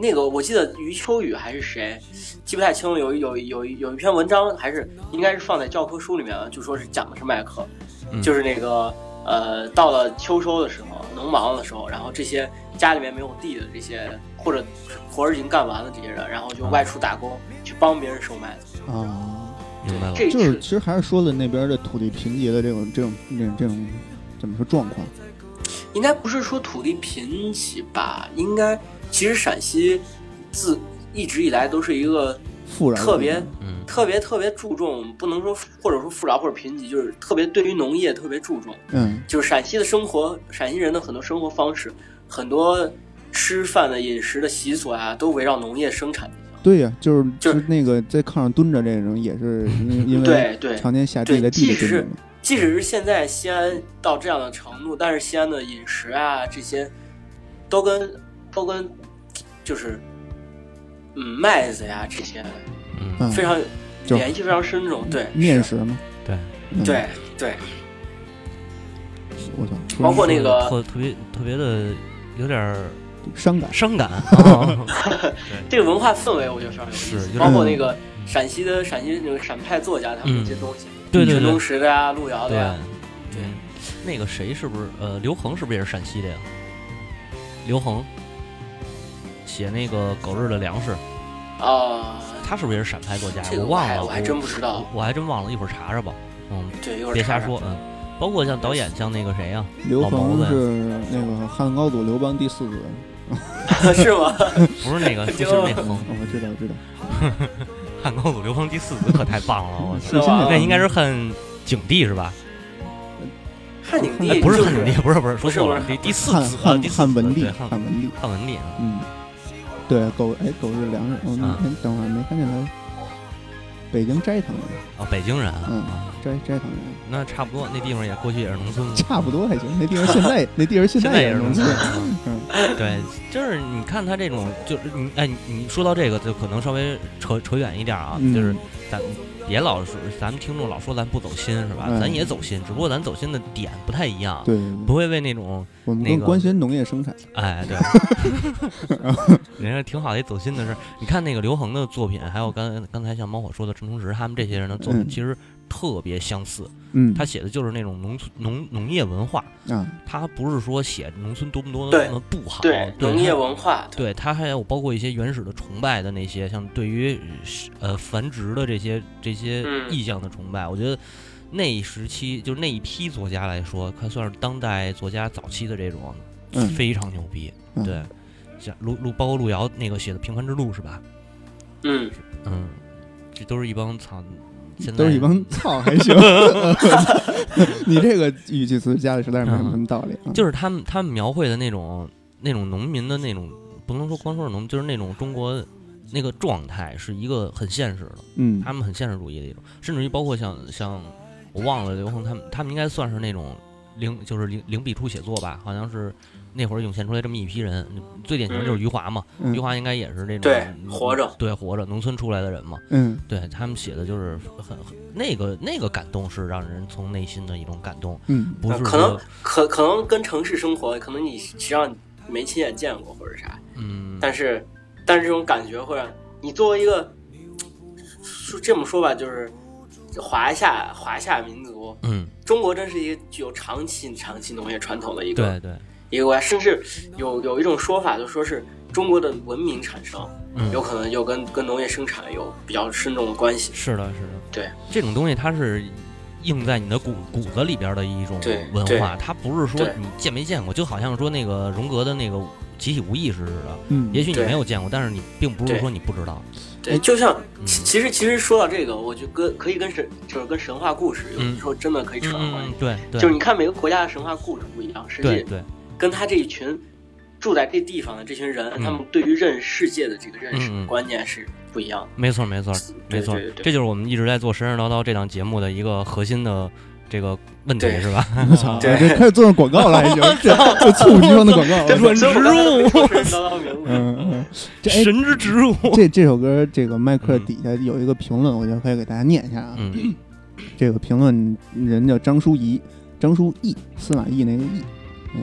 [SPEAKER 4] 那个我记得余秋雨还是谁，记不太清了。有有有有一篇文章，还是应该是放在教科书里面了，就说是讲的是麦克，
[SPEAKER 3] 嗯
[SPEAKER 4] 就是那个呃，到了秋收的时候，农忙的时候，然后这些家里面没有地的这些，或者活儿已经干完了这些人，然后就外出打工、去帮别人收麦子。
[SPEAKER 2] 啊。
[SPEAKER 3] 明白了。
[SPEAKER 4] 这
[SPEAKER 2] 就是
[SPEAKER 4] 是
[SPEAKER 2] 其实还是说了那边的土地贫瘠的这种这种这种这种怎么说状况？
[SPEAKER 4] 应该不是说土地贫瘠吧？应该其实陕西自一直以来都是一个
[SPEAKER 2] 富饶的
[SPEAKER 4] 特别
[SPEAKER 2] 地
[SPEAKER 3] 嗯
[SPEAKER 4] 特别特别注重，不能说或者说富饶或者贫瘠，就是特别对于农业特别注
[SPEAKER 2] 方
[SPEAKER 4] 重。
[SPEAKER 2] 嗯
[SPEAKER 4] 就是陕西的生活，陕西人的很多生活方式，很多吃饭的饮食的习俗啊，都围绕农业生产。
[SPEAKER 2] 对呀、就是
[SPEAKER 4] 就是
[SPEAKER 2] 那个在炕上蹲着这种也 是因因为
[SPEAKER 4] 对对
[SPEAKER 2] 常年下地在地里蹲着嘛。
[SPEAKER 4] 即使是现在西安到这样的程度，但是西安的饮食啊这些，都跟都跟就是嗯麦子呀这些
[SPEAKER 3] 嗯，
[SPEAKER 2] 嗯，
[SPEAKER 4] 非常、
[SPEAKER 2] 就是
[SPEAKER 4] 联系非常深重，对
[SPEAKER 2] 面
[SPEAKER 4] 是
[SPEAKER 2] 食嘛。
[SPEAKER 3] 对
[SPEAKER 2] 嗯
[SPEAKER 4] 对，对，
[SPEAKER 2] 我操，
[SPEAKER 4] 包括那个
[SPEAKER 3] 特特别特别的有点儿
[SPEAKER 2] 伤感。
[SPEAKER 3] 伤 感，啊
[SPEAKER 4] 这个文化氛围我觉得非常有意
[SPEAKER 3] 是有
[SPEAKER 4] 思，
[SPEAKER 3] 点
[SPEAKER 4] 包括那个陕西的陕西那个陕派作家他们那些东西，
[SPEAKER 3] 嗯对对
[SPEAKER 4] 陈
[SPEAKER 3] 对
[SPEAKER 4] 忠，实的呀、路遥的
[SPEAKER 3] 对
[SPEAKER 4] 呀，对
[SPEAKER 3] 嗯，那个谁是不是呃刘恒是不是也是陕西的呀？刘恒写那个《狗日的粮食》，
[SPEAKER 4] 啊、
[SPEAKER 3] 他是不是也是陕派作家？
[SPEAKER 4] 这个
[SPEAKER 3] 忘
[SPEAKER 4] 还
[SPEAKER 3] 了，
[SPEAKER 4] 我还真不知道，
[SPEAKER 3] 我还真忘了，一会儿查查吧。嗯，
[SPEAKER 4] 对，一会儿
[SPEAKER 3] 别
[SPEAKER 4] 查
[SPEAKER 3] 瞎
[SPEAKER 4] 查
[SPEAKER 3] 说，嗯。包括像导演，像那个谁呀、
[SPEAKER 2] 刘
[SPEAKER 3] 老毛
[SPEAKER 2] 恒
[SPEAKER 3] 子呀
[SPEAKER 2] 是那个汉高祖刘邦第四 子，
[SPEAKER 4] 是 吗？
[SPEAKER 3] 不是那个，不是那恒，
[SPEAKER 2] 哦我知道，我知道，
[SPEAKER 3] 汉高祖刘邦第四子，可太棒了！我
[SPEAKER 2] 嗯是现
[SPEAKER 3] 操，
[SPEAKER 2] 在
[SPEAKER 3] 那应该是汉景帝是吧？
[SPEAKER 4] 汉景
[SPEAKER 3] 哎
[SPEAKER 4] 帝
[SPEAKER 3] 不是
[SPEAKER 4] 就
[SPEAKER 3] 汉景帝，不是不是，说错了，
[SPEAKER 4] 不是
[SPEAKER 3] 第第四
[SPEAKER 2] 汉
[SPEAKER 3] 子，
[SPEAKER 2] 汉
[SPEAKER 3] 第四
[SPEAKER 2] 汉文
[SPEAKER 3] 子
[SPEAKER 2] 帝，
[SPEAKER 3] 对汉
[SPEAKER 2] 汉文帝，
[SPEAKER 3] 汉文帝啊，
[SPEAKER 2] 嗯，对，狗哎狗日粮食，我那
[SPEAKER 3] 啊
[SPEAKER 2] 天等会儿没看见他，北京斋堂人，
[SPEAKER 3] 哦，北京人啊，
[SPEAKER 2] 嗯
[SPEAKER 3] 啊
[SPEAKER 2] 斋斋堂人。
[SPEAKER 3] 那差不多，那地方也过去也是农村嘛，
[SPEAKER 2] 差不多还行。 那地儿现在，那地儿现
[SPEAKER 3] 现在
[SPEAKER 2] 也
[SPEAKER 3] 也是
[SPEAKER 2] 农
[SPEAKER 3] 农
[SPEAKER 2] 村啊嗯
[SPEAKER 3] 村。。啊 对，就是你看他这种，就是你哎，你你说到这个，就可能稍微扯扯远一点啊，
[SPEAKER 2] 嗯
[SPEAKER 3] 就是咱别老说咱们听众老说咱不走心是吧？
[SPEAKER 2] 嗯
[SPEAKER 3] 咱也走心，只不过咱走心的点不太一样，
[SPEAKER 2] 对，对对
[SPEAKER 3] 不会为那种
[SPEAKER 2] 我们
[SPEAKER 3] 那
[SPEAKER 2] 更
[SPEAKER 3] 个
[SPEAKER 2] 关心农业生产。
[SPEAKER 3] 哎对，人家挺好的一走心的事儿。你看那个刘恒的作品，还有刚刚才像猫火说的陈忠实他们这些人的作品，
[SPEAKER 2] 嗯
[SPEAKER 3] 其实特别相似。
[SPEAKER 2] 嗯，
[SPEAKER 3] 他写的就是那种农村农农业文化，
[SPEAKER 2] 啊，
[SPEAKER 3] 他不是说写农村多么多
[SPEAKER 4] 对
[SPEAKER 3] 么不好，
[SPEAKER 4] 对农业
[SPEAKER 3] 它
[SPEAKER 4] 文化，
[SPEAKER 3] 对它还有包括一些原始的崇拜的那些，像对于呃繁殖的这些这些
[SPEAKER 4] 嗯
[SPEAKER 3] 意象的崇拜，我觉得那一时期就是那一批作家来说，他算是当代作家早期的这种、
[SPEAKER 2] 嗯
[SPEAKER 3] 非常牛逼。
[SPEAKER 2] 嗯
[SPEAKER 3] 对，像路路包括路遥那个写的《平凡之路》是吧？
[SPEAKER 4] 嗯，
[SPEAKER 3] 嗯，这都是一帮操，现在
[SPEAKER 2] 都是一 帮操，还行。 你这个语气词加的实在是没什么道理啊。
[SPEAKER 3] 就是他们他们描绘的那种那种农民的那种，不能说光说是农民，就是那种中国那个状态是一个很现实的。
[SPEAKER 2] 嗯
[SPEAKER 3] 他们很现实主义的一种，甚至于包括像像我忘了刘恒他们，他们应该算是那种零就是零零笔触写作吧，好像是那会儿涌现出来这么一批人，最典型的就是余华嘛，余
[SPEAKER 2] 嗯
[SPEAKER 3] 华应该也是这种
[SPEAKER 4] 对
[SPEAKER 3] 嗯
[SPEAKER 4] 活着
[SPEAKER 3] 对活着农村出来的人嘛，
[SPEAKER 2] 嗯
[SPEAKER 3] 对他们写的就是很很那个那个感动是让人从内心的一种感动，
[SPEAKER 2] 嗯
[SPEAKER 3] 不是
[SPEAKER 4] 可能
[SPEAKER 3] 说
[SPEAKER 4] 可可能跟城市生活，可能你实际上没亲眼见过或者啥，
[SPEAKER 3] 嗯
[SPEAKER 4] 但是但是这种感觉会让你作为一个，说这么说吧，就是华夏华夏民族，
[SPEAKER 3] 嗯
[SPEAKER 4] 中国真是一个具有长期长期农业传统的一个
[SPEAKER 3] 对对
[SPEAKER 4] 一个国家，甚至有有一种说法，就说是中国的文明产生，
[SPEAKER 3] 嗯
[SPEAKER 4] 有可能又跟跟农业生产有比较深重的关系。
[SPEAKER 3] 是的是的，
[SPEAKER 4] 对
[SPEAKER 3] 这种东西它是。印在你的骨骨子里边的一种
[SPEAKER 4] 对
[SPEAKER 3] 文
[SPEAKER 4] 对
[SPEAKER 3] 化，它不是说
[SPEAKER 4] 对
[SPEAKER 3] 你见没见过，就好像说那个荣格的那个集体无意识似的，
[SPEAKER 2] 嗯，
[SPEAKER 3] 也许你
[SPEAKER 4] 对
[SPEAKER 3] 没有见过，但是你并不是
[SPEAKER 4] 对
[SPEAKER 3] 说你不知道。
[SPEAKER 4] 对，就像
[SPEAKER 3] 嗯
[SPEAKER 4] 其其实其实说到这个，我觉得跟可以跟神就是跟神话故事，有
[SPEAKER 3] 嗯
[SPEAKER 4] 的时候真的可以扯上关
[SPEAKER 3] 嗯
[SPEAKER 4] 系。，
[SPEAKER 3] 对对
[SPEAKER 4] 就是你看每个国家的神话故事不一样，实
[SPEAKER 3] 对
[SPEAKER 4] 际
[SPEAKER 3] 对，
[SPEAKER 4] 跟他这一群住在这地方的这群人，
[SPEAKER 3] 嗯
[SPEAKER 4] 他们对于认世界的这个认识
[SPEAKER 3] 嗯嗯
[SPEAKER 4] 观念是不一样
[SPEAKER 3] 没错没错
[SPEAKER 4] 对
[SPEAKER 3] 没错
[SPEAKER 4] 对对，
[SPEAKER 3] 这
[SPEAKER 4] 对
[SPEAKER 3] 就是我们一直在做《神神叨叨》这档节目的一个核心的这个问题，
[SPEAKER 4] 对
[SPEAKER 3] 是吧？
[SPEAKER 2] 我操，
[SPEAKER 4] 对
[SPEAKER 2] 这开始做上广告了， 已经这这猝不及防的广告
[SPEAKER 4] 的。
[SPEAKER 2] 了。
[SPEAKER 3] 软植入
[SPEAKER 4] 所以我刚才都没说神叨叨名
[SPEAKER 2] 嗯
[SPEAKER 4] 字，
[SPEAKER 2] 嗯，这哎，
[SPEAKER 3] 神之植入，
[SPEAKER 2] 这这首歌这个麦克
[SPEAKER 3] 嗯
[SPEAKER 2] 底下有一个评论，我觉得可以给大家念一下啊。
[SPEAKER 3] 嗯
[SPEAKER 2] 这个评论人叫张淑怡，张淑义，司马懿那个义。嗯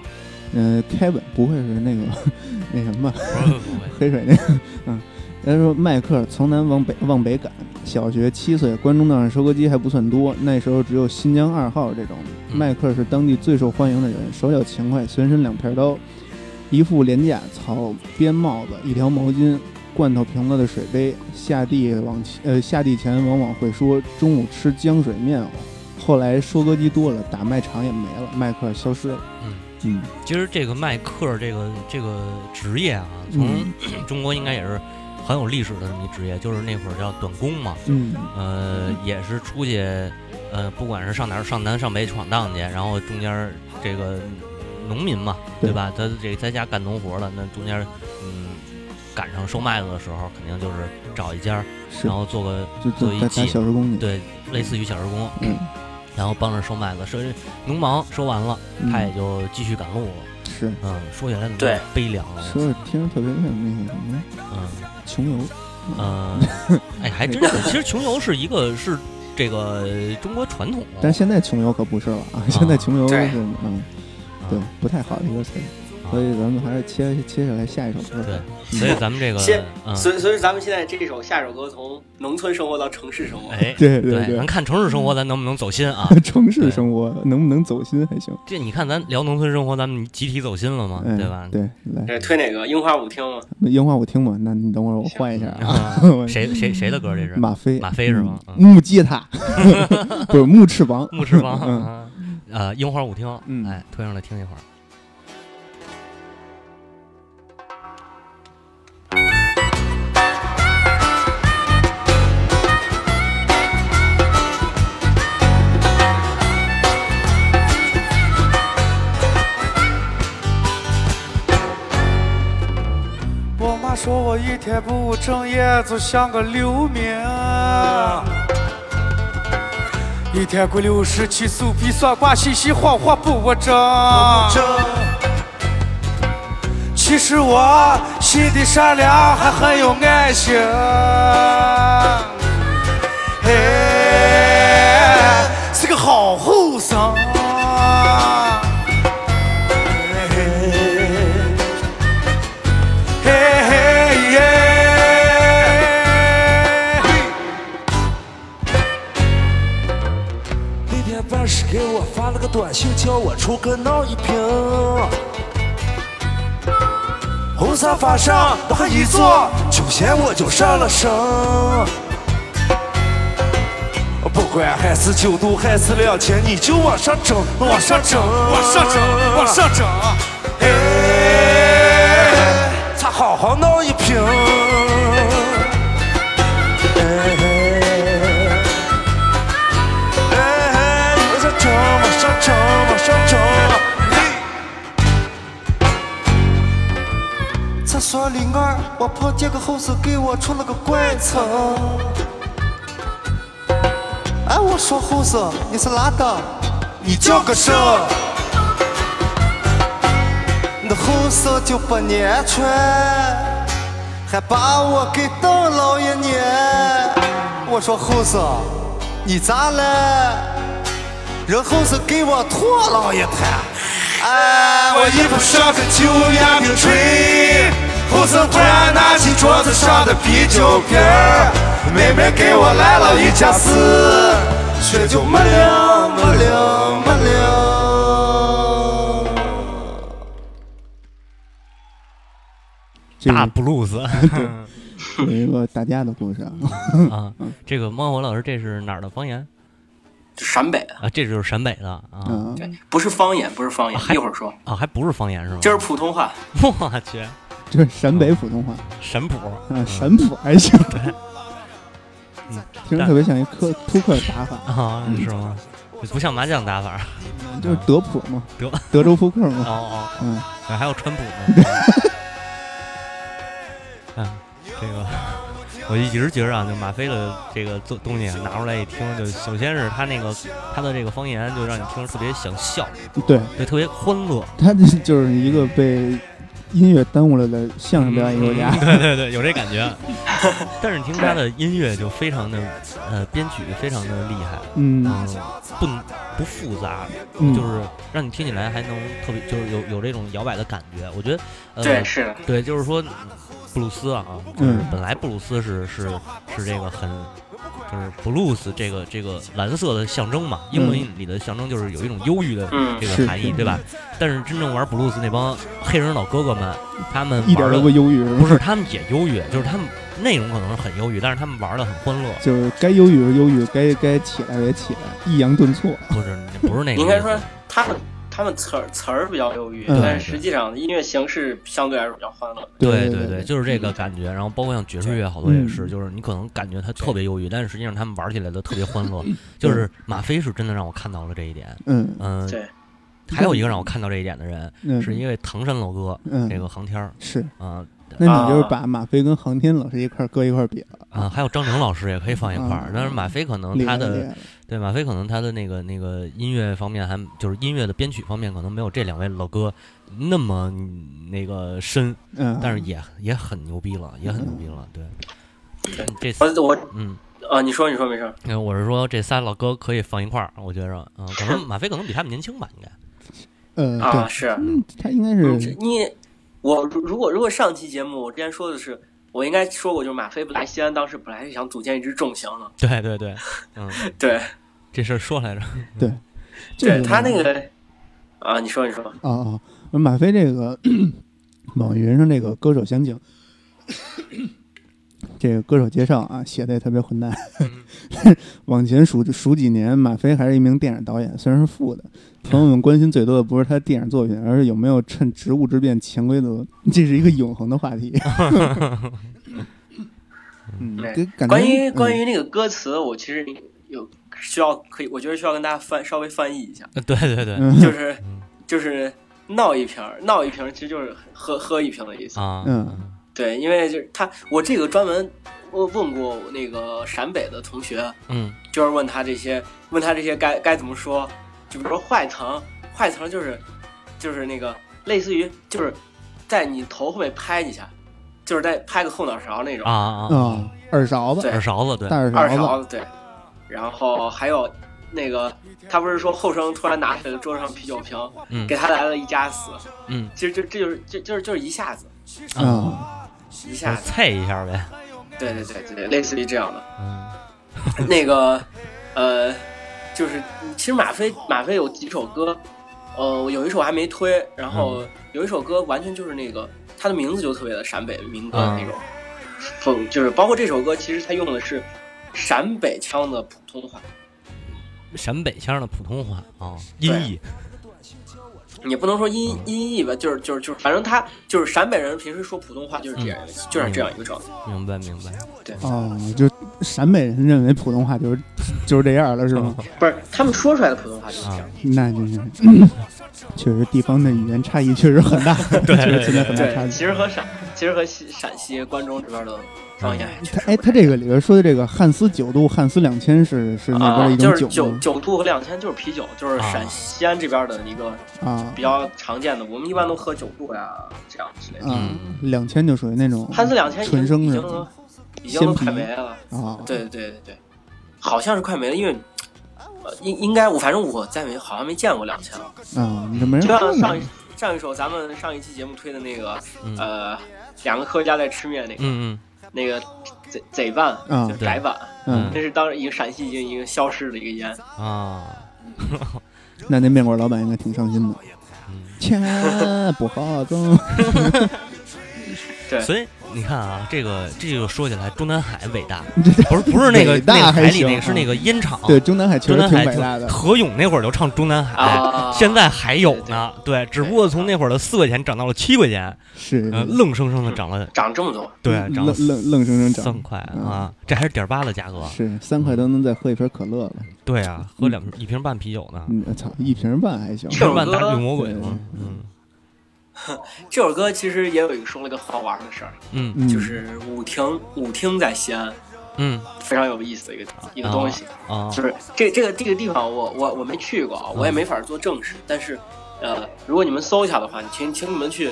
[SPEAKER 2] 嗯、凯文不会是那个 那什么吧？ 黑水那个，嗯，他说迈克尔从南往北往北赶，小学七岁，关中道上收割机还不算多，那时候只有新疆二号这种。
[SPEAKER 3] 嗯
[SPEAKER 2] 迈克尔是当地最受欢迎的人，手脚勤快，随身两片刀，一副廉价草编帽子，一条毛巾。罐头瓶子的水杯，下地往前呃下地前往往会说中午吃浆水面，哦后来收割机多了，打卖场也没了，迈克尔消失了。
[SPEAKER 3] 嗯
[SPEAKER 2] 嗯
[SPEAKER 3] 其实这个麦克这个这个职业啊，从
[SPEAKER 2] 嗯
[SPEAKER 3] 中国应该也是很有历史的这么一职业，就是那会儿叫短工嘛，
[SPEAKER 2] 嗯
[SPEAKER 3] 呃，也是出去，呃，不管是上哪儿，上南上北闯荡去，然后中间儿这个农民嘛，
[SPEAKER 2] 对
[SPEAKER 3] 对吧？他这在家干农活了，那中间儿嗯赶上收麦子的时候，肯定就是找一家儿，
[SPEAKER 2] 是
[SPEAKER 3] 然后做个
[SPEAKER 2] 就
[SPEAKER 3] 做
[SPEAKER 2] 就
[SPEAKER 3] 一
[SPEAKER 2] 打打
[SPEAKER 3] 季，
[SPEAKER 2] 小时工去。
[SPEAKER 3] 对，类似于小时工，
[SPEAKER 2] 嗯，
[SPEAKER 3] 然后帮着收麦子，收农忙收完了，
[SPEAKER 2] 嗯
[SPEAKER 3] 他也就继续赶路了。
[SPEAKER 2] 是
[SPEAKER 3] 嗯，说起来怎么
[SPEAKER 4] 对
[SPEAKER 3] 悲凉了？
[SPEAKER 2] 说着听着特别像那个什么
[SPEAKER 3] 嗯
[SPEAKER 2] 穷游，
[SPEAKER 3] 呃，哎，还真是，其实穷游是一个是这个中国传统，
[SPEAKER 2] 但现在穷游可不是了啊！现在穷游是
[SPEAKER 4] 对
[SPEAKER 2] 嗯，
[SPEAKER 3] 啊
[SPEAKER 2] 对，不太好的一个词，所以咱们还是切切下来下一首歌。
[SPEAKER 3] 对，所以咱们 这个
[SPEAKER 4] 先，
[SPEAKER 3] 嗯，
[SPEAKER 4] 所以所以咱们现在这首下首歌从农村生活到城市生活，
[SPEAKER 3] 哎，
[SPEAKER 2] 对对
[SPEAKER 3] 对
[SPEAKER 2] 对
[SPEAKER 3] 咱看城市生活咱能不能走心啊？
[SPEAKER 2] 城市生活能不能走心还行，
[SPEAKER 3] 这你看咱聊农村生活，咱们集体走心了嘛，
[SPEAKER 2] 嗯，
[SPEAKER 3] 对吧？
[SPEAKER 2] 对，来，
[SPEAKER 4] 这哎推哪个？樱花舞厅吗？
[SPEAKER 2] 樱花我听过，那你等会儿我换一下啊
[SPEAKER 3] 啊。谁谁谁的歌这是？
[SPEAKER 2] 马飞，
[SPEAKER 3] 马飞是吗
[SPEAKER 2] 嗯
[SPEAKER 3] 嗯
[SPEAKER 2] 木吉他， 不是木翅 膀，
[SPEAKER 3] 牧师王
[SPEAKER 2] 嗯
[SPEAKER 3] 啊， 呃，樱花舞厅，
[SPEAKER 2] 嗯
[SPEAKER 3] 哎，推上来听一会儿。
[SPEAKER 8] 我妈说我一天不务正业，就像个流民。一天过六十七手比算卦，信息谎话不务正。其实我心地善良，还很有爱心。 哎，是个好后生。哎嘿嘿耶！嘿夜半时给我发了个短信，叫我出个闹一瓶。红沙发上我还一坐，球鞋我就上了绳。不管还是九度还是两千，你就往上整，往上整，往上整，往上整。哎，咱好好闹一瓶。哎哎，往上整，往上整，往上整。厕所里二，我碰见个后生给我出了个怪词。哎，我说后生，你是哪个？你叫个什？那后生就把年穿，还把我给瞪了一年。我说后生，你咋了？人后生给我吐了一滩。哎，我一不上个就眼睛吹，后生突然拿起桌子上的啤酒瓶儿，妹妹给我来了一家四，水就没了没了没了。
[SPEAKER 2] 这
[SPEAKER 3] 大
[SPEAKER 2] 个
[SPEAKER 3] blues
[SPEAKER 2] 有一个打架的故事啊，
[SPEAKER 3] 啊，这个猫火老师这是哪儿的方言
[SPEAKER 4] 陕北的，
[SPEAKER 3] 啊？这就是陕北的啊
[SPEAKER 2] 啊，
[SPEAKER 4] 对，不是方言，不是方言，
[SPEAKER 3] 还
[SPEAKER 4] 一会儿说，
[SPEAKER 3] 啊，还不是方言是吗？
[SPEAKER 4] 今儿普通话。
[SPEAKER 3] 我去，
[SPEAKER 2] 这是陕北普通话，
[SPEAKER 3] 神谱
[SPEAKER 2] 啊，陕普还行，
[SPEAKER 3] 嗯
[SPEAKER 2] 听着特别像一科扑克打法，
[SPEAKER 3] 啊，是吗？不像麻将打法
[SPEAKER 2] 就是德普嘛，
[SPEAKER 3] 德
[SPEAKER 2] 德州扑克
[SPEAKER 3] 哦
[SPEAKER 2] 嘛，
[SPEAKER 3] 哦。
[SPEAKER 2] 嗯，
[SPEAKER 3] 对，还有川普 呢。嗯，这个我一直觉着啊，就马飞的这个做东西啊拿出来一听，就首先是他那个他的这个方言，就让你听着特别想笑，
[SPEAKER 2] 嗯对，
[SPEAKER 3] 对，特别欢乐。
[SPEAKER 2] 他这就是一个被音乐耽误了的相声表演艺术家
[SPEAKER 3] 嗯，对对对，有这感觉。啊 但是你听他的音乐就非常的，呃，编曲非常的厉害，
[SPEAKER 2] 嗯
[SPEAKER 3] 嗯，不不复杂，
[SPEAKER 2] 嗯，
[SPEAKER 3] 就是让你听起来还能特别，就是有有这种摇摆的感觉。我觉得，呃，
[SPEAKER 4] 对，是的，
[SPEAKER 3] 对，就是说布鲁斯啊，就是
[SPEAKER 2] 嗯
[SPEAKER 3] 本来布鲁斯是是是这个很就是 blues 这个这个蓝色的象征嘛，英文里的象征就是有一种忧郁的
[SPEAKER 4] 嗯
[SPEAKER 2] 嗯
[SPEAKER 3] 这
[SPEAKER 2] 是
[SPEAKER 3] 个含义，对吧？但是真正玩布鲁斯那帮黑人老哥哥们，他们
[SPEAKER 2] 一点
[SPEAKER 3] 玩
[SPEAKER 2] 都
[SPEAKER 3] 的
[SPEAKER 2] 不忧郁，是
[SPEAKER 3] 不
[SPEAKER 2] 吧？
[SPEAKER 3] 是他们也忧郁，就是他们内容可能是很忧郁，但是他们玩的很欢乐，
[SPEAKER 2] 就是该忧郁是忧郁，该该起来也起来，抑扬顿挫，
[SPEAKER 3] 不是不是那个意思。
[SPEAKER 4] 你应该说他们他们词儿词儿比较忧郁，
[SPEAKER 2] 嗯
[SPEAKER 4] 但是实际上音乐形式相对来说比较欢乐。
[SPEAKER 2] 对
[SPEAKER 3] 对对，
[SPEAKER 2] 对，
[SPEAKER 3] 就是这个感觉。然后包括像爵士乐，好多也是，
[SPEAKER 2] 嗯
[SPEAKER 3] 就是你可能感觉他特别忧郁，但是实际上他们玩起来的特别欢乐。就是马飞是真的让我看到了这一点。
[SPEAKER 2] 嗯
[SPEAKER 3] 嗯，
[SPEAKER 4] 对，
[SPEAKER 3] 还有一个让我看到这一点的人，
[SPEAKER 2] 嗯，
[SPEAKER 3] 是因为唐山老哥，
[SPEAKER 2] 嗯
[SPEAKER 3] 这个航天儿
[SPEAKER 2] 是，
[SPEAKER 3] 啊
[SPEAKER 2] 那你就是把马飞跟航天老师一块儿搁一块儿比了，
[SPEAKER 3] 啊，还有张宁老师也可以放一块儿
[SPEAKER 2] 啊。
[SPEAKER 3] 但是马飞可能
[SPEAKER 2] 厉
[SPEAKER 3] 他
[SPEAKER 2] 害厉
[SPEAKER 3] 的
[SPEAKER 2] 害了，
[SPEAKER 3] 对马飞可能他的那个那个音乐方面还就是音乐的编曲方面可能没有这两位老哥那么那个深，
[SPEAKER 2] 嗯，
[SPEAKER 3] 但是也也很牛逼了，也很牛逼了。对，这次
[SPEAKER 4] 我我
[SPEAKER 3] 嗯。
[SPEAKER 4] 啊，你说你说没事儿，
[SPEAKER 3] 因为哎我是说这仨老哥可以放一块儿，我觉着，嗯，可能马飞可能比他们年轻吧，应该。
[SPEAKER 2] 呃，
[SPEAKER 4] 啊，
[SPEAKER 2] 对，
[SPEAKER 4] 是
[SPEAKER 2] 嗯，他应该
[SPEAKER 4] 嗯这
[SPEAKER 2] 是
[SPEAKER 4] 你我如如果如果上期节目我之前说的是。我应该说过，就是马飞本来西安当时本来是想组建一支重型的，
[SPEAKER 3] 对对对，嗯，
[SPEAKER 4] 对，
[SPEAKER 3] 这事儿说来着，
[SPEAKER 2] 就是
[SPEAKER 4] 对他那个啊，你说你说，
[SPEAKER 2] 啊啊，马飞这个网易云上这个歌手详情，这个歌手介绍啊，写的也特别混蛋。
[SPEAKER 3] 嗯
[SPEAKER 2] 往前数数几年，马飞还是一名电影导演，虽然是副的。朋友们关心最多的不是他电影作品，而是有没有趁职务之便潜规则，这是一个永恒的话题。嗯，给感觉
[SPEAKER 4] 关于关
[SPEAKER 2] 于
[SPEAKER 4] 于那个歌词，我其实有需要可以，我觉得需要跟大家翻稍微翻译一下，
[SPEAKER 3] 呃对对对，
[SPEAKER 2] 嗯
[SPEAKER 4] 就是就是闹一瓶儿，闹一瓶儿其实就是喝喝一瓶的意思。
[SPEAKER 3] 啊，
[SPEAKER 2] 嗯
[SPEAKER 4] 对，因为就是他，我这个专门我问过我那个陕北的同学，
[SPEAKER 3] 嗯
[SPEAKER 4] 就是问他这些，问他这些该该怎么说，就比如说坏疼，坏疼就是就是那个类似于就是在你头后面拍一下，就是在拍个后脑勺那种
[SPEAKER 3] 啊，啊啊，
[SPEAKER 2] 啊耳勺子
[SPEAKER 4] 对
[SPEAKER 3] 耳勺子，对
[SPEAKER 2] 大，耳
[SPEAKER 4] 二
[SPEAKER 2] 勺子，
[SPEAKER 4] 勺子对，然后还有那个他不是说后生突然拿起了桌上啤酒瓶，
[SPEAKER 3] 嗯
[SPEAKER 4] 给他来了一家死，
[SPEAKER 3] 嗯，
[SPEAKER 4] 其实这这就是这就是就是一下子
[SPEAKER 2] 啊
[SPEAKER 4] 一下
[SPEAKER 3] 我
[SPEAKER 4] 子，
[SPEAKER 3] 菜一下呗，
[SPEAKER 4] 对对对对，类似于这样的。
[SPEAKER 3] 嗯
[SPEAKER 4] 那个，呃，就是其实马飞马飞有几首歌，呃，有一首还没推，然
[SPEAKER 3] 嗯
[SPEAKER 4] 后有一首歌完全就是那个他的名字就特别的陕北民
[SPEAKER 3] 啊
[SPEAKER 4] 歌的那种风，就是包括这首歌，其实他用的是陕北腔的普通话，
[SPEAKER 3] 陕北腔的普通话啊，
[SPEAKER 4] 对
[SPEAKER 3] 音译
[SPEAKER 4] 也不能说音
[SPEAKER 2] 嗯
[SPEAKER 4] 音译吧，就是就是就是，反正他就是陕北人平时说普通话就是这样，
[SPEAKER 2] 嗯
[SPEAKER 4] 就是这样一个状态。
[SPEAKER 3] 明白啊明白。
[SPEAKER 2] 哦，就陕北人认为普通话就是 就是这样了，是吗？
[SPEAKER 4] 不是他们说出来的普通话就是这样。
[SPEAKER 2] 那真是，确实地方的语言差异确实很大， 对，确实存在很大差
[SPEAKER 4] 对，
[SPEAKER 2] 异
[SPEAKER 4] 其。实和陕，其实和西陕西关中这边的方言还确
[SPEAKER 2] 他
[SPEAKER 4] 实
[SPEAKER 2] 哎，他这个里边说的这个汉斯九度、汉斯两千是是那边
[SPEAKER 4] 啊
[SPEAKER 2] 的，一
[SPEAKER 4] 就
[SPEAKER 2] 种
[SPEAKER 4] 是
[SPEAKER 2] 酒
[SPEAKER 4] 九
[SPEAKER 2] 吗？
[SPEAKER 4] 九度和两千就是啤酒，就是
[SPEAKER 3] 啊
[SPEAKER 4] 陕西安这边的一个
[SPEAKER 2] 啊
[SPEAKER 4] 比较常见的，我们一般都喝九度呀这样之类的。
[SPEAKER 2] 啊，两千就属于那种
[SPEAKER 4] 汉斯两千已经
[SPEAKER 2] 纯生
[SPEAKER 4] 已
[SPEAKER 2] 的
[SPEAKER 4] 经都已经
[SPEAKER 2] 鲜
[SPEAKER 4] 都
[SPEAKER 2] 啤
[SPEAKER 4] 快没了，
[SPEAKER 2] 啊，
[SPEAKER 4] 对对对对，好像是快没了，因为。呃应应该我反正我在没好像没见过两千了，
[SPEAKER 2] 啊，你这没人
[SPEAKER 4] 就
[SPEAKER 2] 喝
[SPEAKER 4] 像上一
[SPEAKER 2] 呢
[SPEAKER 4] 上一首咱们上一期节目推的那个呃两个科学家在吃面那个
[SPEAKER 3] 嗯
[SPEAKER 4] 那个贼贼版
[SPEAKER 2] 嗯
[SPEAKER 4] 就是改版，
[SPEAKER 2] 嗯，
[SPEAKER 4] 那是当时已经陕西已经已经消失的一个烟，
[SPEAKER 3] 嗯
[SPEAKER 2] 哦
[SPEAKER 3] 啊，
[SPEAKER 2] 那那面馆老板应该挺伤心的。
[SPEAKER 4] 嗯
[SPEAKER 2] 千不好 挣，
[SPEAKER 4] 对
[SPEAKER 3] 所以你看啊，这个这个说起来，中南海伟 大，不是不是那个
[SPEAKER 2] 伟大
[SPEAKER 3] 那个海
[SPEAKER 2] 还
[SPEAKER 3] 里
[SPEAKER 2] 行
[SPEAKER 3] 那个是
[SPEAKER 2] 啊
[SPEAKER 3] 那个烟厂，
[SPEAKER 2] 对，中南海确
[SPEAKER 3] 中
[SPEAKER 2] 实
[SPEAKER 3] 南
[SPEAKER 2] 挺
[SPEAKER 3] 海
[SPEAKER 2] 伟
[SPEAKER 3] 就
[SPEAKER 2] 大的。
[SPEAKER 3] 何勇那会儿就唱中南海。
[SPEAKER 4] 啊，
[SPEAKER 3] 现在还有呢，对，只不过从那会儿的四块钱涨到了七块钱，
[SPEAKER 2] 是嗯
[SPEAKER 3] 呃，愣生生的涨了，
[SPEAKER 4] 涨这么多，
[SPEAKER 3] 对，涨
[SPEAKER 2] 愣
[SPEAKER 3] 了
[SPEAKER 2] 愣愣生生
[SPEAKER 3] 三
[SPEAKER 2] 长，
[SPEAKER 3] 块啊，这还是点儿八的价格，
[SPEAKER 2] 是三块都能再喝一瓶可乐了。
[SPEAKER 3] 对啊，喝两瓶一瓶半啤酒呢，
[SPEAKER 2] 嗯，操，一瓶半还行
[SPEAKER 3] 一。瓶
[SPEAKER 4] 这首
[SPEAKER 3] 半
[SPEAKER 4] 歌
[SPEAKER 3] 打绿魔鬼
[SPEAKER 2] 对
[SPEAKER 3] 嘛，嗯
[SPEAKER 4] 这首歌其实也有一个说了一个好玩的事儿，
[SPEAKER 3] 嗯
[SPEAKER 2] 嗯
[SPEAKER 4] 就是舞厅，舞厅在西安
[SPEAKER 3] 嗯
[SPEAKER 4] 非常有意思的一个一个东西，
[SPEAKER 3] 啊嗯
[SPEAKER 4] 就是这这个这个地方我我我没去过啊，我也没法做证实，但是呃，如果你们搜一下的话，请请你们去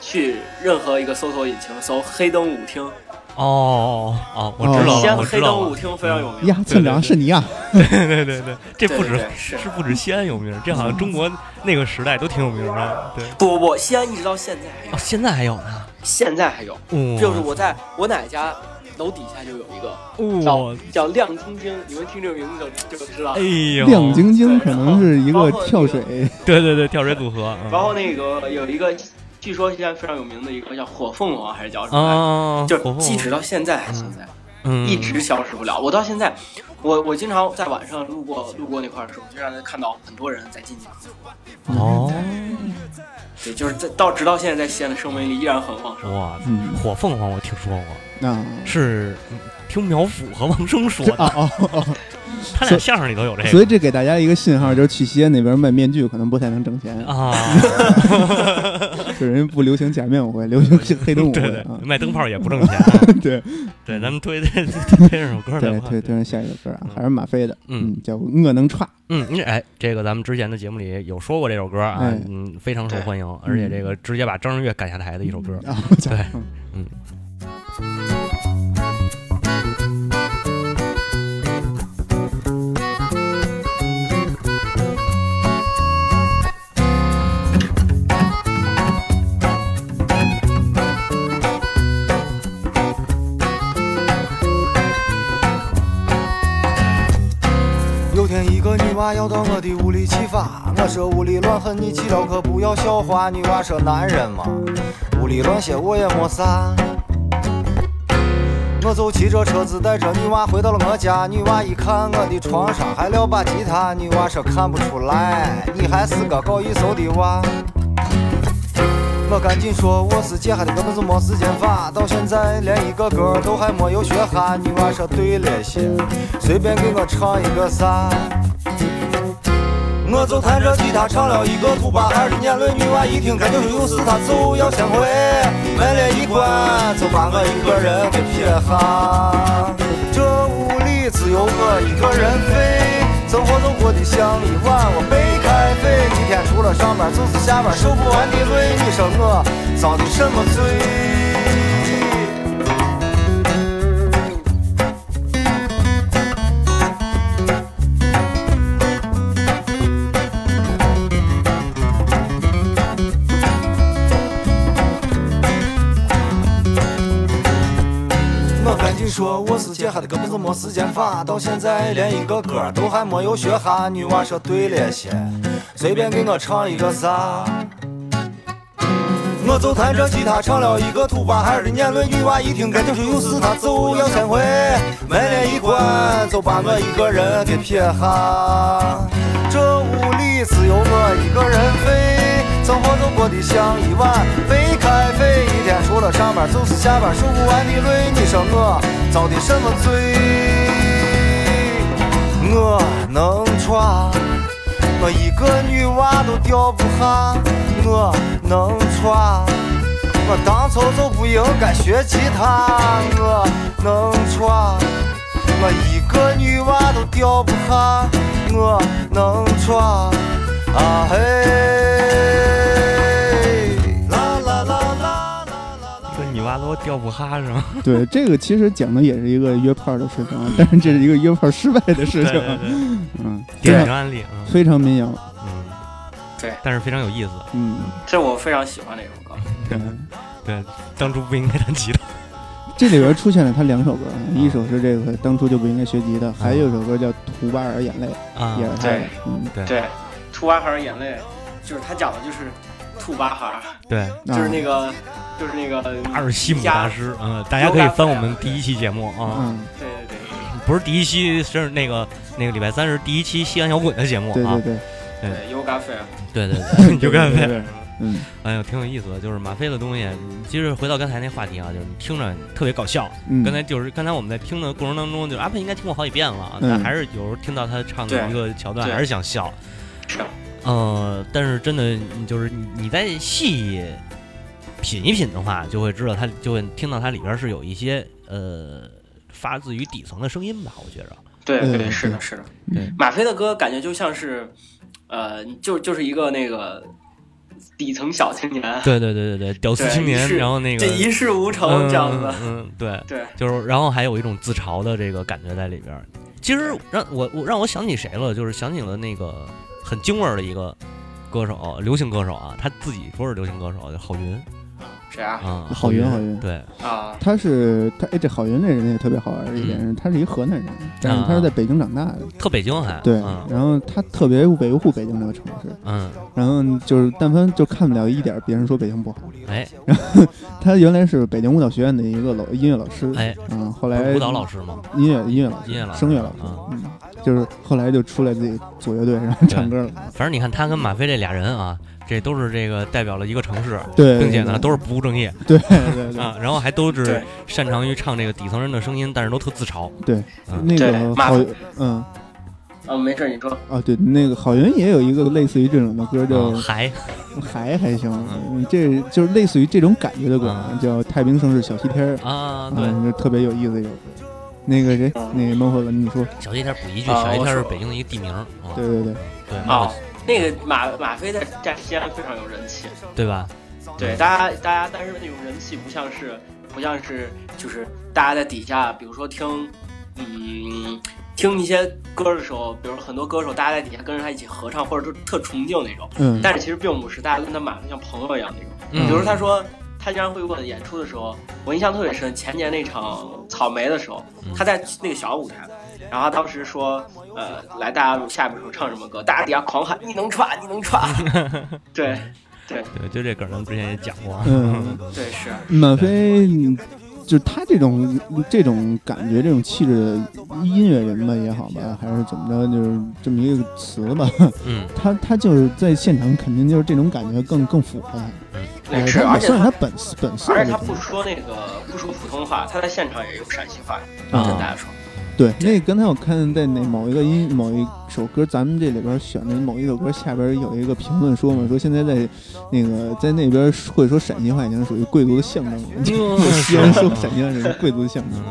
[SPEAKER 4] 去任何一个搜索引擎搜黑灯舞厅，
[SPEAKER 3] 哦哦，我知
[SPEAKER 4] 西
[SPEAKER 3] 道了，
[SPEAKER 4] 安的
[SPEAKER 3] 我
[SPEAKER 4] 黑
[SPEAKER 3] 知
[SPEAKER 4] 灯
[SPEAKER 3] 道
[SPEAKER 4] 舞
[SPEAKER 3] 了，
[SPEAKER 4] 厅非常有名，
[SPEAKER 2] 呀，村长是你啊呀？
[SPEAKER 3] 对对对对，这
[SPEAKER 4] 对
[SPEAKER 3] 不
[SPEAKER 4] 对
[SPEAKER 3] 止
[SPEAKER 4] 对是。
[SPEAKER 3] 是不止西安有名，这好像中国那个时代都挺有名的。对，
[SPEAKER 4] 不不不，西安一直到现在还有
[SPEAKER 3] 哦，，现在还有呢。
[SPEAKER 4] 现在还有，
[SPEAKER 3] 哇
[SPEAKER 4] 就是我在我奶奶家楼底下就有一个叫
[SPEAKER 3] 哇，
[SPEAKER 4] 叫亮晶晶，你们听这个名字就就知道
[SPEAKER 3] 哎。呦，
[SPEAKER 2] 亮晶晶可能是一个跳水，
[SPEAKER 3] 对对对，跳水组合。嗯
[SPEAKER 4] 然后那个有一个，据说现在非常有名的一个叫火凤凰还是叫什么
[SPEAKER 3] 啊，
[SPEAKER 4] 来着，就是即使到现在还存在，
[SPEAKER 3] 嗯
[SPEAKER 4] 一直消失不了。我到现在，我我经常在晚上路过路过那块儿的时候，经常能看到很多人在进去。
[SPEAKER 3] 哦，
[SPEAKER 4] 对，就是在到直到现在，在西安的生命力依然很旺盛。
[SPEAKER 3] 哇，
[SPEAKER 2] 嗯
[SPEAKER 3] 火凤凰我听说过，
[SPEAKER 2] 啊，
[SPEAKER 3] 是嗯听苗阜和王声说
[SPEAKER 2] 啊
[SPEAKER 3] 的，
[SPEAKER 2] 哦哦，
[SPEAKER 3] 他俩相声里头有这
[SPEAKER 2] 所
[SPEAKER 3] 个
[SPEAKER 2] 以这给大家一个信号，就是去西安那边卖面具可能不太能挣钱，
[SPEAKER 3] 啊。
[SPEAKER 2] 就是人家不流行假面舞会，流行黑灯舞
[SPEAKER 3] 对
[SPEAKER 2] 会
[SPEAKER 3] 对
[SPEAKER 2] 啊，。
[SPEAKER 3] 卖灯泡也不挣钱。
[SPEAKER 2] 对
[SPEAKER 3] 对，咱们推推推这首歌
[SPEAKER 2] 对
[SPEAKER 3] 来
[SPEAKER 2] 对，
[SPEAKER 3] 吧。
[SPEAKER 2] 对，下一个歌啊
[SPEAKER 3] 嗯，
[SPEAKER 2] 还是马飞的，
[SPEAKER 3] 嗯
[SPEAKER 2] 嗯，叫《我能踹》。
[SPEAKER 3] 嗯，你哎，这个咱们之前的节目里有说过这首歌啊
[SPEAKER 2] 哎，
[SPEAKER 3] 嗯，非常受欢迎，而且这个直接把张震岳赶下台的一首歌。
[SPEAKER 2] 啊，我操
[SPEAKER 3] 对
[SPEAKER 2] 嗯
[SPEAKER 8] 有天一个女娃要到我的屋里去发，我说屋里乱很，你去了可不要笑话。女娃说男人嘛，屋里乱些我也没啥。我就骑着车子带着女娃回到了我家，女娃一看我的床上还撂把吉他，女娃说看不出来，你还是个搞艺术的娃。我赶紧说我是借哈的，根本就没时间发，到现在连一个歌都还没有学哈。女娃说对了些，随便给我唱一个啥。我就弹着吉他唱了一个土巴二的年轮，女娃一听感觉又是他就要先回，门帘一关就把我一个人给撇下。这屋里只有我一个人飞，生活都过得像一碗我被开飞，一天除了上班就是下班，受不完的累，你说我遭的什么罪？我赶紧说我是杰哈的哥们是没时间发，到现在连一个歌都还没有学哈。女娃说对了些，随便给我唱一个啥。我就弹着吉他唱了一个土巴孩儿的年轮，女娃一听，感觉又是他就要先回，门帘一关，就把我一个人给撇下。这屋里只有我一个人飞，生活就过得像一碗没开肺，一天除了上班就是下班，数不完的累，啊你说我遭的什么罪？我能闯，我一个女娃都掉不下。我能闯，我当初就不应该学吉他。我能闯，我一个女娃都掉不下。我能闯，啊嘿！啦啦啦啦啦啦啦。
[SPEAKER 3] 说你娃都掉不哈是吗？
[SPEAKER 2] 对，这个其实讲的也是一个约炮的事情，啊，但是这是一个约炮失败的事情，
[SPEAKER 3] 对，
[SPEAKER 2] 嗯，非
[SPEAKER 3] 典型
[SPEAKER 2] 常
[SPEAKER 3] 案例啊，
[SPEAKER 2] 非常民谣，
[SPEAKER 3] 嗯，
[SPEAKER 4] 对，
[SPEAKER 3] 但是非常有意思。
[SPEAKER 2] 嗯，
[SPEAKER 4] 这我非常喜欢这首歌。
[SPEAKER 2] 对，
[SPEAKER 3] 对，当初不应该弹吉他。
[SPEAKER 2] 这里边出现了他两首
[SPEAKER 3] 啊
[SPEAKER 2] 歌，一首是这个当初就不应该学吉他，还有一首歌叫《图巴尔眼泪》，
[SPEAKER 3] 啊
[SPEAKER 2] 也，是他的，嗯，
[SPEAKER 4] 对，兔娃孩儿眼泪，就是他讲的就是兔娃孩儿，
[SPEAKER 3] 对，
[SPEAKER 4] 就是
[SPEAKER 2] 啊
[SPEAKER 4] 那个，就是那个
[SPEAKER 3] 阿尔西姆大师，嗯，大家可以翻我们第一期节目啊，
[SPEAKER 2] 嗯，
[SPEAKER 4] 对对对。
[SPEAKER 3] 不是第一期，是那个那个礼拜三是第一期西安摇滚的节目
[SPEAKER 2] 对
[SPEAKER 3] 啊
[SPEAKER 2] 对，对，
[SPEAKER 4] 对，有感费，
[SPEAKER 3] 对对对，
[SPEAKER 2] 对
[SPEAKER 3] 就干
[SPEAKER 2] 对
[SPEAKER 3] 呗。
[SPEAKER 2] 对嗯，
[SPEAKER 3] 哎呦，挺有意思的，就是马飞的东西。其实回到刚才那话题啊，就是你听着特别搞笑。
[SPEAKER 2] 嗯
[SPEAKER 3] 刚才就是刚才我们在听的过程当中，就是啊阿佩应该听过好几遍了，
[SPEAKER 2] 嗯
[SPEAKER 3] 但还是有时候听到他唱的
[SPEAKER 4] 对
[SPEAKER 3] 一个桥段，
[SPEAKER 4] 对
[SPEAKER 3] 还是想笑。
[SPEAKER 4] 是
[SPEAKER 3] 呃，但是真的你就是你你再细品一品的话，就会知道他就会听到它里边是有一些呃发自于底层的声音吧，我觉着。
[SPEAKER 4] 对
[SPEAKER 2] 嗯
[SPEAKER 4] 对，是
[SPEAKER 2] 对
[SPEAKER 4] 的，是的。
[SPEAKER 3] 对
[SPEAKER 4] 马飞的歌感觉就像是，呃，就就是一个那个底层小青年，
[SPEAKER 3] 对对对对对，屌丝
[SPEAKER 4] 对
[SPEAKER 3] 青
[SPEAKER 4] 一
[SPEAKER 3] 年，
[SPEAKER 4] 世
[SPEAKER 3] 然后那个
[SPEAKER 4] 这一事无成
[SPEAKER 3] 嗯
[SPEAKER 4] 这样子。
[SPEAKER 3] 嗯，嗯对。
[SPEAKER 4] 对，
[SPEAKER 3] 就是然后还有一种自嘲的这个感觉在里边儿。其实让我我让我想起谁了，就是想起了那个很京味儿的一个歌手，流行歌手啊，他自己说是流行歌手，就啊郝云
[SPEAKER 4] 谁啊？
[SPEAKER 3] 啊，
[SPEAKER 2] 郝云郝云
[SPEAKER 3] 对，
[SPEAKER 4] 啊，
[SPEAKER 2] 他是他，哎，这郝云这人也特别好玩的一
[SPEAKER 3] 嗯
[SPEAKER 2] 点，他是一河
[SPEAKER 3] 啊
[SPEAKER 2] 南人，但是他是在北京长大的，
[SPEAKER 3] 特北京还
[SPEAKER 2] 对，
[SPEAKER 3] 嗯
[SPEAKER 2] 然后他特别维护北京这个城市，
[SPEAKER 3] 嗯，
[SPEAKER 2] 然后就是但凡就看不了一点儿别人说北京不好，
[SPEAKER 3] 哎
[SPEAKER 2] 他原来是北京舞蹈学院的一个老音乐老师，
[SPEAKER 3] 哎，
[SPEAKER 2] 嗯，后
[SPEAKER 3] 不
[SPEAKER 2] 来
[SPEAKER 3] 是舞蹈老师吗？
[SPEAKER 2] 音乐音乐老师，
[SPEAKER 3] 音乐老师
[SPEAKER 2] 声乐老师，
[SPEAKER 3] 啊
[SPEAKER 2] 嗯，就是后来就出来自己组乐队，然后唱歌了，
[SPEAKER 3] 反正你看他跟马飞这俩人啊，这都是这个代表了一个城市，
[SPEAKER 2] 对，
[SPEAKER 3] 并且呢
[SPEAKER 2] 对
[SPEAKER 3] 都是不务正业
[SPEAKER 2] 对对对
[SPEAKER 3] 啊，然后还都是
[SPEAKER 4] 对
[SPEAKER 3] 擅长于唱这个底层人的声音，但是都特自嘲。
[SPEAKER 2] 对，
[SPEAKER 3] 嗯
[SPEAKER 2] 那
[SPEAKER 4] 对
[SPEAKER 2] 个
[SPEAKER 4] 麻
[SPEAKER 2] 郝
[SPEAKER 4] 烦
[SPEAKER 2] 嗯
[SPEAKER 4] 啊，没事，你说。
[SPEAKER 2] 啊对，那个郝云也有一个类似于这种的歌叫
[SPEAKER 3] 啊还
[SPEAKER 2] 还还行，嗯这就是类似于这种感觉的歌
[SPEAKER 3] 啊
[SPEAKER 2] 叫《太平盛世小西天儿》，
[SPEAKER 3] 啊，对，
[SPEAKER 2] 嗯，就特别有意思有。那个谁，那个孟获文，你说，
[SPEAKER 3] 小西天补一句，
[SPEAKER 4] 嗯啊
[SPEAKER 3] 小西
[SPEAKER 4] 我
[SPEAKER 3] 天是
[SPEAKER 4] 说
[SPEAKER 3] 北京的一个地名啊，
[SPEAKER 2] 对对 对，
[SPEAKER 3] 对
[SPEAKER 4] 啊，那个马马飞在在西安非常有人气，
[SPEAKER 3] 对吧？
[SPEAKER 4] 对
[SPEAKER 3] 嗯
[SPEAKER 4] 大家大家，但是那种人气不像是不像是就是大家在底下，比如说听，嗯，听一些歌的时候，比如很多歌手大家在底下跟着他一起合唱，或者就特崇敬那种，
[SPEAKER 2] 嗯，
[SPEAKER 4] 但是其实并不是，大家跟他马飞像朋友一样那种。
[SPEAKER 3] 嗯
[SPEAKER 4] 比如他说他经常会我演出的时候，我印象特别深。前年那场草莓的时候
[SPEAKER 3] 嗯，
[SPEAKER 4] 他在那个小舞台，然后他当时说，呃，来大家下面首唱什么歌，大家底下狂喊你能串，你能串。 对
[SPEAKER 3] 对，就这梗儿，咱们之前也讲过。
[SPEAKER 2] 嗯
[SPEAKER 4] 对是，
[SPEAKER 2] 满飞，嗯就是他这种这种感觉、这种气质的音乐人吧也好吧，还是怎么着，就是这么一个词吧。
[SPEAKER 3] 嗯，
[SPEAKER 2] 他他就是在现场，肯定就是这种感觉更更符合他。
[SPEAKER 4] 对
[SPEAKER 2] 哎，
[SPEAKER 4] 嗯是，
[SPEAKER 2] 他
[SPEAKER 4] 而
[SPEAKER 2] 也
[SPEAKER 4] 且
[SPEAKER 2] 算是
[SPEAKER 4] 他
[SPEAKER 2] 他本色本色
[SPEAKER 4] 而
[SPEAKER 2] 的
[SPEAKER 4] 且
[SPEAKER 2] 这
[SPEAKER 4] 他
[SPEAKER 2] 种。
[SPEAKER 4] 不说那个不说普通话，他在现场也有陕西话，跟
[SPEAKER 2] 啊
[SPEAKER 4] 大家说。
[SPEAKER 2] 对，那刚才我看在那某一个音某一首歌，咱们这里边选的某一首歌下边有一个评论说嘛，说现在在那个在那边会说陕西话已经属于贵族的象征 了，就西安说陕西话是贵族的象征。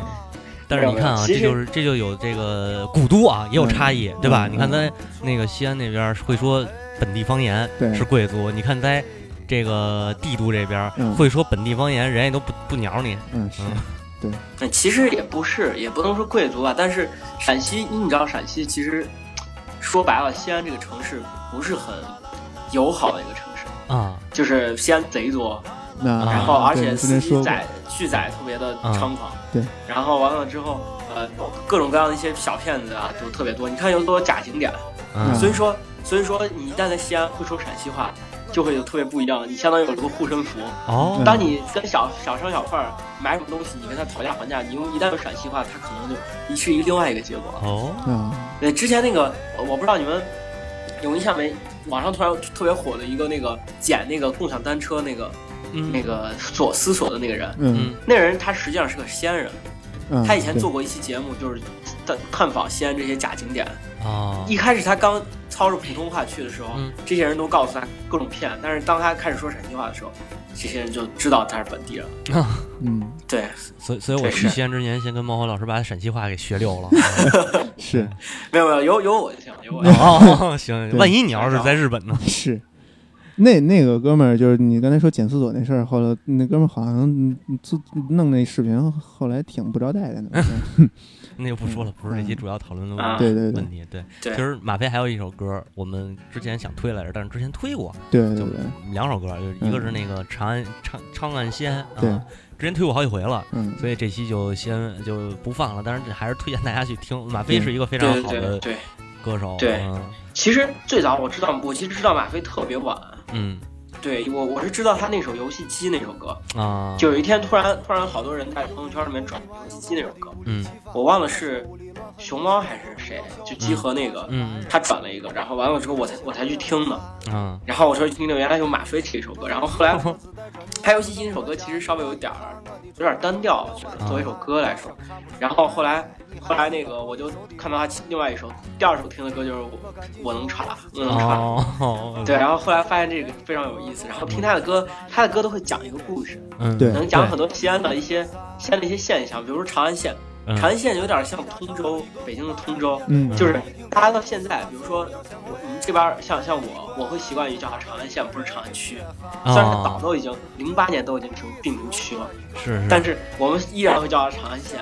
[SPEAKER 3] 但是你看啊，
[SPEAKER 4] 其
[SPEAKER 3] 这
[SPEAKER 4] 实
[SPEAKER 3] 就是这就有这个古都啊，也有差异，对吧？
[SPEAKER 2] 嗯
[SPEAKER 3] 你看在那个西安那边儿会说本地方言
[SPEAKER 2] 对
[SPEAKER 3] 是贵族，你看在这个帝都这边儿
[SPEAKER 2] 嗯
[SPEAKER 3] 会说本地方言，人家都不不鸟你。
[SPEAKER 2] 嗯，是，
[SPEAKER 4] 那其实也不是，也不能说贵族吧，啊但是陕西，你知道陕西其实说白了，西安这个城市不是很友好的一个城市，
[SPEAKER 3] 啊
[SPEAKER 4] 就是西安贼多，
[SPEAKER 2] 那
[SPEAKER 4] 然后而
[SPEAKER 2] 啊对
[SPEAKER 4] 且
[SPEAKER 2] 之
[SPEAKER 4] 司
[SPEAKER 2] 前
[SPEAKER 4] 机
[SPEAKER 2] 说过
[SPEAKER 4] 载续载特别的
[SPEAKER 3] 嗯
[SPEAKER 4] 猖狂。
[SPEAKER 2] 对，
[SPEAKER 4] 然后完了之后，呃，各种各样的一些小骗子啊，都特别多。你看有多少假景点，
[SPEAKER 3] 嗯
[SPEAKER 4] 所以说，所以说你一旦在西安会说陕西话，就会有特别不一样。你相当于有了个护身符。
[SPEAKER 3] 哦，
[SPEAKER 4] 当你跟小小商小贩儿买什么东西，你跟他讨价还价，你用一旦有陕西话，他可能就一是一个另外一个结果。
[SPEAKER 3] 哦，
[SPEAKER 2] 啊，
[SPEAKER 4] 对，之前那个呃我不知道你们有印象没？网上突然特别火的一个那个捡那个共享单车那个、那
[SPEAKER 3] 嗯，
[SPEAKER 4] 个索思索的那个人，
[SPEAKER 2] 嗯
[SPEAKER 4] 那人他实际上是个西安人，
[SPEAKER 2] 嗯，
[SPEAKER 4] 他以前
[SPEAKER 2] 对
[SPEAKER 4] 做过一期节目，就是探探访西安这些假景点。
[SPEAKER 3] 哦，
[SPEAKER 4] 一开始他刚操着普通话去的时候，
[SPEAKER 3] 嗯
[SPEAKER 4] 这些人都告诉他各种骗，但是当他开始说陕西话的时候，这些人就知道他是本地人了。
[SPEAKER 2] 嗯
[SPEAKER 4] 对，
[SPEAKER 3] 所以所以我
[SPEAKER 4] 这
[SPEAKER 3] 去
[SPEAKER 4] 是
[SPEAKER 3] 西安之前，先跟猫火老师把陕西话给学溜了。
[SPEAKER 2] 是
[SPEAKER 4] 没有没有，有有我就行，有我就 行。
[SPEAKER 3] 哦， 行，
[SPEAKER 2] 对
[SPEAKER 3] 万一你要是在日本 呢？
[SPEAKER 2] 是。那那个哥们儿就是你刚才说检厕所那事儿，后来那哥们儿好像嗯自弄那视频，后来挺不招待 的呢。
[SPEAKER 3] 那就不说了，不是这期主要讨论的
[SPEAKER 4] 啊
[SPEAKER 2] 嗯对对对
[SPEAKER 3] 问题。对，
[SPEAKER 4] 对
[SPEAKER 3] 其实马飞还有一首歌，我们之前想推来着，但是之前推
[SPEAKER 4] 啊
[SPEAKER 3] 过，
[SPEAKER 2] 对对
[SPEAKER 3] 就
[SPEAKER 2] 对，
[SPEAKER 3] 两首歌，就是一个是那个长安长长安西安
[SPEAKER 2] 嗯对
[SPEAKER 3] 啊，之前推过好几回了。
[SPEAKER 2] 嗯，
[SPEAKER 3] 所以这期就先就不放了，但是这还是推荐大家去听。马
[SPEAKER 2] 嗯
[SPEAKER 3] 飞是一个非常
[SPEAKER 4] 对
[SPEAKER 3] 好
[SPEAKER 4] 对对
[SPEAKER 3] 的
[SPEAKER 4] 对，
[SPEAKER 3] 歌手，
[SPEAKER 4] 对
[SPEAKER 3] 嗯
[SPEAKER 4] 其实最早我知道，我其实知道马飞特别晚。
[SPEAKER 3] 嗯
[SPEAKER 4] 对我，我是知道他那首《游戏机》那首歌，
[SPEAKER 3] 啊，
[SPEAKER 4] 就有一天突然突然好多人在朋友圈里面转《游戏机》那首歌，
[SPEAKER 3] 嗯
[SPEAKER 4] 我忘了是熊猫还是谁，就集合那个，
[SPEAKER 3] 嗯
[SPEAKER 4] 他转了一个，然后完了之后我才我才去听的，
[SPEAKER 3] 啊
[SPEAKER 4] 然后我说听听原来有马飞这首歌，然后 后来拍《游戏机》那首歌其实稍微有点儿有点儿单调，就是作为一首歌来说，然后后来后来那个我就看到他另外一首第二首听的歌就是我我能查我能查。
[SPEAKER 3] 哦，
[SPEAKER 4] 对，然后后来发现这个非常有意思，然后听他的歌，他的歌都会讲一个故事，
[SPEAKER 3] 嗯
[SPEAKER 2] 对
[SPEAKER 4] 能讲很多西安的一些西安的一些现象，比如说长安县，
[SPEAKER 3] 嗯
[SPEAKER 4] 长安县有点像通州，北京的通州，
[SPEAKER 2] 嗯
[SPEAKER 4] 就是大家到现在，比如说我我们这边儿像像我，我会习惯于叫它长安县，不是长安区，虽然它早
[SPEAKER 3] 啊，
[SPEAKER 4] 都已经零八年都已经成并名区了，
[SPEAKER 3] 是是，
[SPEAKER 4] 但是我们依然会叫它长安县，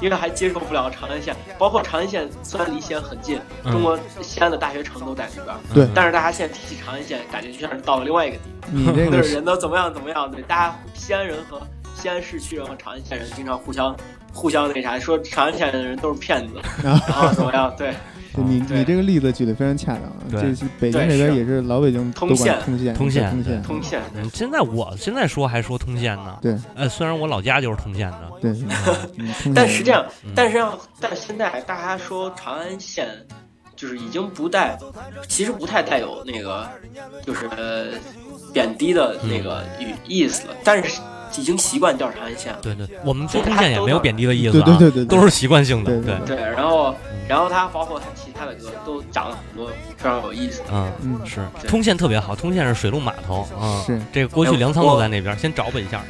[SPEAKER 4] 因为还接受不了长安县。包括长安县虽然离西安很近，
[SPEAKER 3] 嗯
[SPEAKER 4] 中国西安的大学城都在这边儿，
[SPEAKER 2] 对
[SPEAKER 4] 但是大家现在提起长安县，感觉就像是到了另外一个地
[SPEAKER 2] 你这
[SPEAKER 4] 方，
[SPEAKER 2] 个
[SPEAKER 4] 就是是人都怎么样怎么样，对，大家西安人和西安市区人和长安县人经常互相互相那啥，说长安县的人都是骗 子，然后怎么样，对，
[SPEAKER 2] 就你
[SPEAKER 4] 对
[SPEAKER 2] 你这个例子举得非常恰当啊。
[SPEAKER 3] 对
[SPEAKER 2] 这是北京这
[SPEAKER 4] 对
[SPEAKER 2] 边
[SPEAKER 4] 是
[SPEAKER 2] 也是老北京都
[SPEAKER 4] 通
[SPEAKER 2] 管
[SPEAKER 4] 县
[SPEAKER 2] 通县
[SPEAKER 3] 通县
[SPEAKER 2] 通县
[SPEAKER 4] 通县，对
[SPEAKER 3] 嗯现在我现在说还说通县呢，
[SPEAKER 2] 对
[SPEAKER 3] 呃，虽然我老家就是通县的，
[SPEAKER 2] 对，对嗯通县
[SPEAKER 4] 但实际上
[SPEAKER 3] 嗯，
[SPEAKER 4] 但实际上，但现在大家说长安县，就是已经不带，其实不太带有那个，就是呃贬低的那个语意思了。但是已经习惯叫长安县了。
[SPEAKER 3] 嗯对对，我们说通县也没有贬低的意思
[SPEAKER 2] 对
[SPEAKER 3] 啊，
[SPEAKER 2] 对对对对
[SPEAKER 3] 都是习惯性的，
[SPEAKER 2] 对
[SPEAKER 3] 对，
[SPEAKER 2] 对
[SPEAKER 4] 对，然后，
[SPEAKER 3] 嗯
[SPEAKER 4] 然后他包括他其他的歌都讲了很多非常有意思的。
[SPEAKER 3] 嗯。
[SPEAKER 2] 嗯
[SPEAKER 3] 是
[SPEAKER 4] 对
[SPEAKER 3] 通县特别好，通县是水陆码头啊，
[SPEAKER 2] 是
[SPEAKER 3] 这个过去
[SPEAKER 4] 哎
[SPEAKER 3] 粮仓
[SPEAKER 4] 我
[SPEAKER 3] 都在那边，先找吧一下。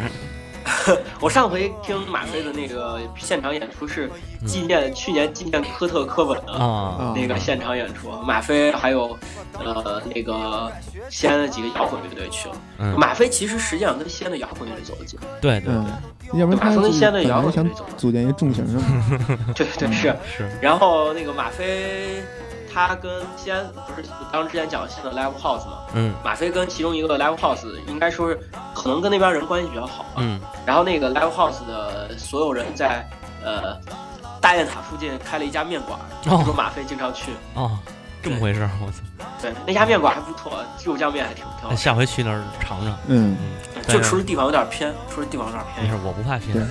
[SPEAKER 4] 我上回听马飞的那个现场演出是纪念、去年纪念科特·科本的
[SPEAKER 3] 嗯啊
[SPEAKER 2] 啊
[SPEAKER 4] 那个现场演出，马飞还有呃那个西安的几个摇滚乐队去了。
[SPEAKER 3] 嗯
[SPEAKER 4] 马飞其实实际上跟西安的摇滚乐队走得近，
[SPEAKER 3] 对对
[SPEAKER 2] 嗯，要不然他
[SPEAKER 4] 马蜂现在
[SPEAKER 2] 本
[SPEAKER 4] 也摇
[SPEAKER 2] 来
[SPEAKER 4] 滚
[SPEAKER 2] 想
[SPEAKER 4] 这种
[SPEAKER 2] 组建一重型的嘛，
[SPEAKER 4] 对对是。
[SPEAKER 3] 嗯是，
[SPEAKER 4] 然后那个马飞，他跟西安不是当时之前讲西安的 live house 嘛，
[SPEAKER 3] 嗯
[SPEAKER 4] 马飞跟其中一个 live house 应该说是可能跟那边人关系比较好吧。
[SPEAKER 3] 嗯
[SPEAKER 4] 然后那个 live house 的所有人在呃大雁塔附近开了一家面馆，
[SPEAKER 3] 哦
[SPEAKER 4] 说马飞经常去，
[SPEAKER 3] 哦，这么回事儿，我操！
[SPEAKER 4] 对那家面馆还不错，肉酱面还挺挺好
[SPEAKER 3] 哎
[SPEAKER 4] 吃，
[SPEAKER 3] 下回去那儿尝尝。
[SPEAKER 2] 嗯。
[SPEAKER 3] 哎
[SPEAKER 4] 就除了地方有点偏，除了地方有点
[SPEAKER 3] 没
[SPEAKER 4] 偏
[SPEAKER 3] 事，。我不怕贫。
[SPEAKER 2] 对
[SPEAKER 3] 嗯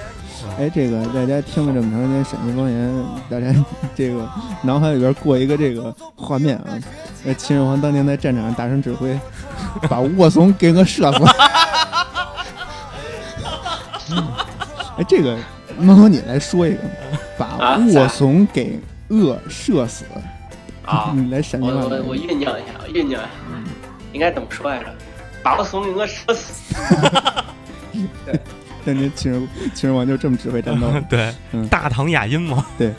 [SPEAKER 2] 哎，这个大家听了这么长时间陕西方言，大家 这个脑海里边过一个这个画面啊，呃，秦始皇当年在战场上大声指挥， 把卧怂给我射死。 哎，这个猫哥你来说一个，把
[SPEAKER 4] 啊
[SPEAKER 2] 卧怂给饿射死，
[SPEAKER 4] 啊，
[SPEAKER 2] 你来陕西
[SPEAKER 4] 我
[SPEAKER 2] 话来
[SPEAKER 4] 我我酝酿一下，我酝酿一下，应该怎么说来着？把我怂恿我射死，
[SPEAKER 2] 当年秦始秦始皇就这么指挥 战斗的，
[SPEAKER 3] 对，
[SPEAKER 2] 嗯
[SPEAKER 3] 大唐雅音嘛。嗯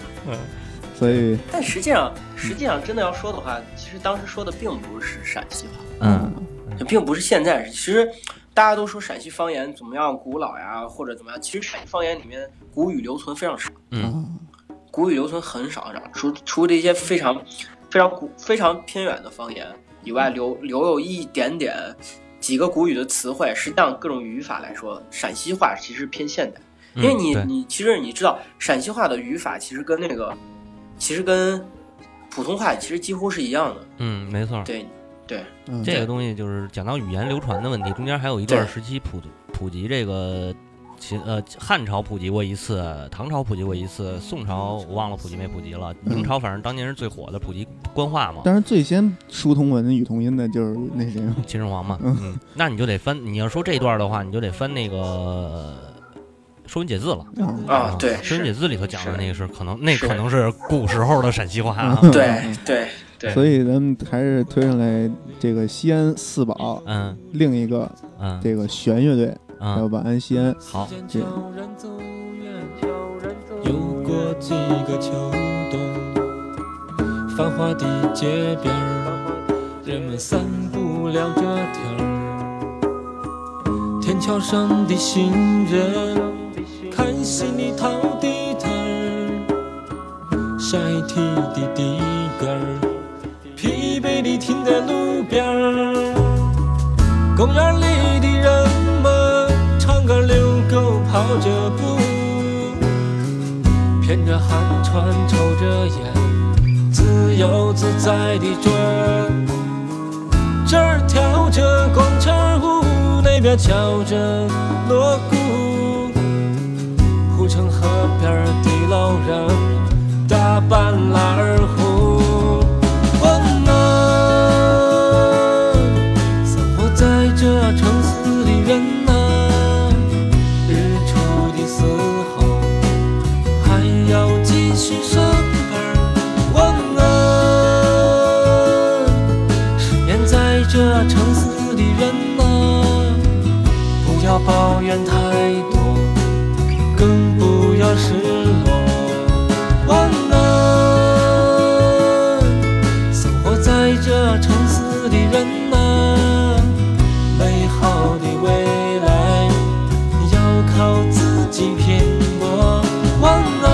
[SPEAKER 2] 所以
[SPEAKER 4] 但实际上，实际上真的要说的话，其实当时说的并不是陕西话，
[SPEAKER 3] 嗯，
[SPEAKER 4] 也并不是现在。其实大家都说陕西方言怎么样古老呀，或者怎么样，其实陕西方言里面古语留存非常少，
[SPEAKER 3] 嗯
[SPEAKER 2] 啊，
[SPEAKER 4] 古语留存很少很少，除除了一些非常非常古非常偏远的方言以外，留留有一点点几个古语的词汇，实际上各种语法来说，陕西话其实偏现代，因为你、
[SPEAKER 3] 嗯对
[SPEAKER 4] 你其实你知道陕西话的语法其实跟那个，其实跟普通话其实几乎是一样的，
[SPEAKER 3] 嗯，没错儿。
[SPEAKER 4] 对对，
[SPEAKER 2] 嗯，
[SPEAKER 3] 这个东西就是讲到语言流传的问题，中间还有一段
[SPEAKER 4] 对
[SPEAKER 3] 时期普普及这个秦呃汉朝普及过一次，唐朝普及过一次，宋朝我忘了普及没普及了，
[SPEAKER 2] 嗯
[SPEAKER 3] 明朝反正当年是最火的普及官话嘛，
[SPEAKER 2] 当然最先疏通文语同音的就是那谁嘛，
[SPEAKER 3] 秦始皇嘛，嗯，那你就得翻，你要说这段的话，你就得翻那个呃《说文解字》了。嗯
[SPEAKER 2] 啊
[SPEAKER 4] 啊对
[SPEAKER 3] 《说文解
[SPEAKER 4] 是，
[SPEAKER 3] 字》里头讲的
[SPEAKER 4] 是
[SPEAKER 3] 那个是可能，那
[SPEAKER 4] 是
[SPEAKER 3] 可能是古时候的陕西话啊。
[SPEAKER 4] 对对对，
[SPEAKER 2] 嗯所以咱们还是推上来这个西安四宝，
[SPEAKER 3] 嗯
[SPEAKER 2] 另一个
[SPEAKER 3] 嗯
[SPEAKER 2] 这个弦乐队，还有
[SPEAKER 3] 嗯，
[SPEAKER 2] 晚安西安，
[SPEAKER 3] 好，
[SPEAKER 2] 这
[SPEAKER 9] 又过几个秋冬，繁华的街边儿，人们散步聊着天儿。天桥上的行人，看戏里淘地摊儿，晒体的地根儿，疲惫地停在路边儿。公园里的人们唱歌、遛狗、跑着步，偏着寒川，抽着烟，自由自在地转。这儿跳着广场舞，那边敲着锣鼓。护城河边儿的老人打扮拉二胡。我们。生活在这城市里人啊，日出的时候还要继续上班儿。我啊，失眠在这城市里人啊，不要抱怨太多，更不要失落。我啊。生活在这城市的人呐，美好的未来要靠自己拼搏。晚安，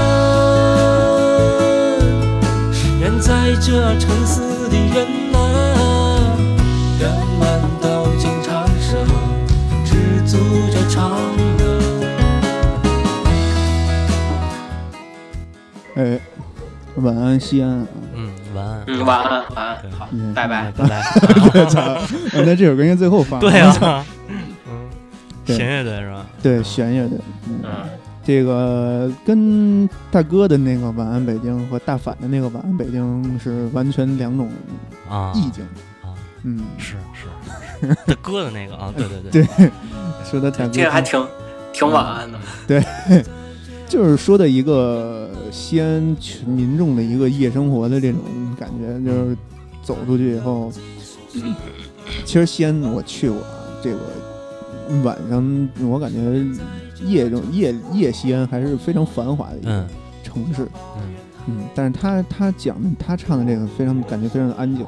[SPEAKER 9] 人在这城市的人呐，人们都经常说，知足着常乐。
[SPEAKER 2] 哎，晚安西安啊，
[SPEAKER 3] 嗯，晚安，
[SPEAKER 4] 嗯，晚安晚安，好，
[SPEAKER 2] 嗯
[SPEAKER 4] 拜拜。
[SPEAKER 3] 拜拜。
[SPEAKER 2] 啊那这首歌应该最后放，
[SPEAKER 3] 对啊，嗯，
[SPEAKER 2] 对
[SPEAKER 3] 弦乐队是吧？
[SPEAKER 2] 对，弦乐队，嗯，
[SPEAKER 4] 嗯，
[SPEAKER 2] 这个跟大哥的那个晚安北京和大反的那个晚安北京是完全两种
[SPEAKER 3] 啊，
[SPEAKER 2] 意境，
[SPEAKER 3] 啊，
[SPEAKER 2] 嗯，
[SPEAKER 3] 是是，这歌的那个 啊，对对对，
[SPEAKER 2] 对，说的大哥
[SPEAKER 4] 这个还挺挺晚
[SPEAKER 2] 嗯
[SPEAKER 4] 安的，
[SPEAKER 2] 就是说的一个西安群民众的一个夜生活的这种感觉，就是走出去以后，
[SPEAKER 3] 嗯
[SPEAKER 2] 其实西安我去过，啊，这个晚上我感觉夜中夜夜西安还是非常繁华的一个
[SPEAKER 3] 嗯
[SPEAKER 2] 城市，
[SPEAKER 3] 嗯，
[SPEAKER 2] 嗯，但是他他讲的他唱的这个非常感觉非常的安静，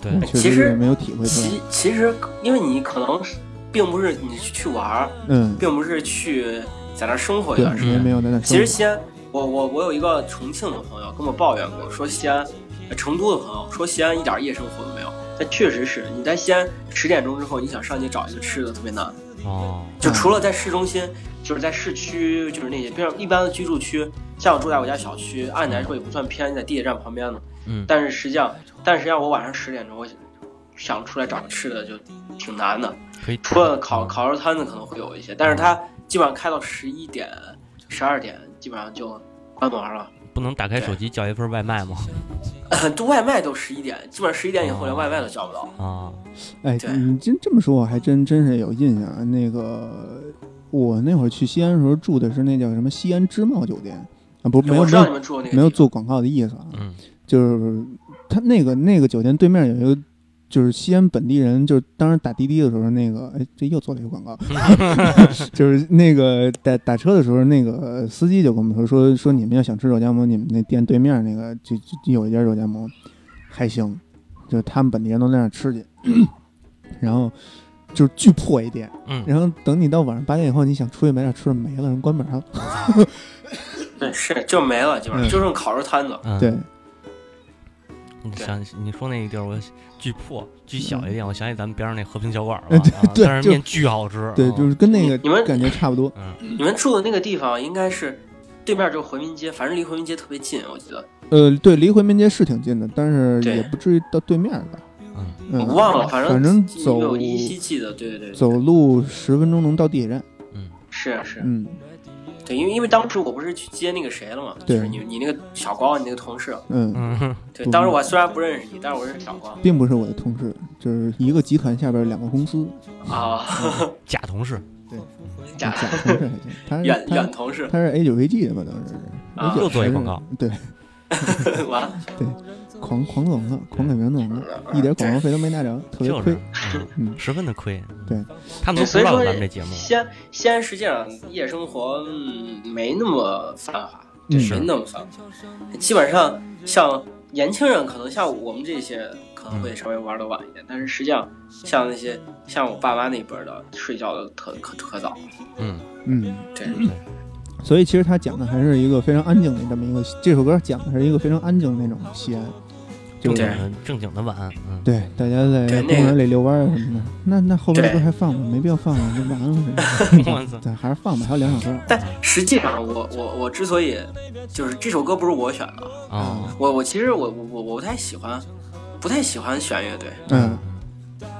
[SPEAKER 3] 对
[SPEAKER 2] 我确实是没有体会出来，
[SPEAKER 4] 其其实因为你可能是并不是你去去玩儿，
[SPEAKER 2] 嗯，
[SPEAKER 4] 并不是去在那儿生活一
[SPEAKER 2] 对，
[SPEAKER 4] 段时
[SPEAKER 2] 没
[SPEAKER 4] 间
[SPEAKER 2] 有。没有在那
[SPEAKER 4] 其实
[SPEAKER 2] 说，
[SPEAKER 4] 西安，我我我有一个重庆的朋友跟我抱怨过，说西安，呃成都的朋友说西安一点夜生活都没有。但确实是你在西安十点钟之后，你想上去找一个吃的特别难，
[SPEAKER 3] 哦，
[SPEAKER 4] 就除了在市中心，就是在市区，就是那些边上一般的居住区，像我住在我家小区，按理来说也不算偏，在地铁站旁边呢。
[SPEAKER 3] 嗯
[SPEAKER 4] 但是实际上，但实际上我晚上十点钟，我想出来找个吃的就挺难的。
[SPEAKER 3] 可以
[SPEAKER 4] 除了烤烤肉摊子可能会有一些，但是它基本上开到十一点、十二点，基本上就关门了。
[SPEAKER 3] 不能打开手机叫一份外卖吗？
[SPEAKER 4] 这外卖都十一点，基本上十一点以后连外卖都叫不到。
[SPEAKER 3] 啊，
[SPEAKER 2] 哎，
[SPEAKER 4] 对
[SPEAKER 2] 你真这么说，我还真真是有印象。啊那个我那会儿去西安的时候住的是那叫什么西安之茂酒店啊，不没有
[SPEAKER 4] 我
[SPEAKER 2] 没
[SPEAKER 4] 知道你
[SPEAKER 2] 有
[SPEAKER 4] 们住的那个
[SPEAKER 2] 没有
[SPEAKER 4] 地方
[SPEAKER 2] 做广告的意思啊，
[SPEAKER 3] 嗯
[SPEAKER 2] 就是他那个那个酒店对面有一个。就是西安本地人，就是当时打滴滴的时候，那个哎，这又做了一个广告， 就是那个打打车的时候，那个司机就跟我们说说说你们要想吃肉夹馍，你们那店对面那个就就有一家肉夹馍，还行，就是他们本地人都在那儿吃去， 然后就是巨破一店，
[SPEAKER 3] 嗯
[SPEAKER 2] 然后等你到晚上八点以后，你想出去买点吃的没了，人关门了，
[SPEAKER 4] 对，是就没了，基本上
[SPEAKER 2] 嗯
[SPEAKER 4] 就剩烤肉摊子。
[SPEAKER 3] 嗯，
[SPEAKER 2] 对，
[SPEAKER 3] 你
[SPEAKER 4] 对
[SPEAKER 3] 想你说那个地儿，我巨破巨小
[SPEAKER 2] 嗯
[SPEAKER 3] 一店，我想起咱们边上那和平小馆儿
[SPEAKER 2] 嗯
[SPEAKER 3] 了
[SPEAKER 2] 对
[SPEAKER 3] 啊，
[SPEAKER 2] 对
[SPEAKER 3] 但是
[SPEAKER 2] 就
[SPEAKER 3] 面巨好吃。嗯
[SPEAKER 2] 对，
[SPEAKER 3] 啊
[SPEAKER 2] 就是跟那个
[SPEAKER 4] 你们
[SPEAKER 2] 感觉差不多。
[SPEAKER 4] 你们住的那个地方应该是对面就是回民街，反正离回民街特别近，我记得
[SPEAKER 2] 呃，对，离回民街是挺近的，但是
[SPEAKER 4] 对
[SPEAKER 2] 也不至于到对面儿吧。
[SPEAKER 3] 嗯
[SPEAKER 2] 嗯，
[SPEAKER 4] 我忘了，
[SPEAKER 2] 反
[SPEAKER 4] 正反
[SPEAKER 2] 走
[SPEAKER 4] 有依稀记得，对对对，
[SPEAKER 2] 走路十分钟能到地铁站。
[SPEAKER 4] 是啊是啊，
[SPEAKER 2] 嗯
[SPEAKER 4] 对，因为因为当时我不是去接那个谁了嘛，
[SPEAKER 2] 对
[SPEAKER 4] 就是你你那个小光，你那个同事，
[SPEAKER 2] 嗯，
[SPEAKER 3] 嗯，
[SPEAKER 4] 对，
[SPEAKER 2] 对
[SPEAKER 4] 当时我虽然不认识你，但是我认识小光
[SPEAKER 2] 并不是我的同事，就是一个集团下边两个公司，
[SPEAKER 4] 啊，
[SPEAKER 3] 嗯 假同事
[SPEAKER 4] 假
[SPEAKER 2] 假同事还行。 他是
[SPEAKER 4] 远
[SPEAKER 2] 他
[SPEAKER 4] 远同事，
[SPEAKER 2] 他是 A 九 AG 的嘛，当时是
[SPEAKER 4] 啊
[SPEAKER 2] A9
[SPEAKER 3] 又做一广告，
[SPEAKER 2] 对，
[SPEAKER 4] 完了，
[SPEAKER 2] 狂狂广告，狂给别人弄广告，一点广告费都没拿着，特别
[SPEAKER 3] 就
[SPEAKER 2] 亏
[SPEAKER 3] 是。，嗯
[SPEAKER 2] 嗯
[SPEAKER 3] 十分的亏。
[SPEAKER 2] 对，
[SPEAKER 3] 他们都不知
[SPEAKER 4] 所以
[SPEAKER 3] 道
[SPEAKER 4] 说
[SPEAKER 3] 咱们这节目。
[SPEAKER 4] 西安西安实际上夜生活嗯没那么繁华，对，
[SPEAKER 2] 嗯
[SPEAKER 4] 没那么繁华，基本上像年轻人可能像我们这些可能会稍微玩的晚一点，但是实际上像那些像我爸妈那辈儿的睡觉的特可可早，
[SPEAKER 3] 嗯，
[SPEAKER 2] 嗯，
[SPEAKER 4] 对，
[SPEAKER 2] 所以其实他讲的还是一个非常安静的这么一个，这首歌讲的是一个非常安静的那种西安，就
[SPEAKER 3] 正
[SPEAKER 2] 是
[SPEAKER 3] 经的正经的晚安，嗯，
[SPEAKER 2] 对，大家在
[SPEAKER 4] 对
[SPEAKER 2] 公
[SPEAKER 4] 那个
[SPEAKER 2] 园里遛弯儿什么的，那那后边
[SPEAKER 4] 对
[SPEAKER 2] 歌还放吗？没必要放了，就完了。
[SPEAKER 3] 我操，
[SPEAKER 2] 咱还是放吧，还有两首歌。
[SPEAKER 4] 但实际上我我我之所以就是这首歌不是我选的，
[SPEAKER 3] 哦，
[SPEAKER 4] 我我其实我我我我不太喜欢，不太喜欢选乐队，
[SPEAKER 2] 嗯，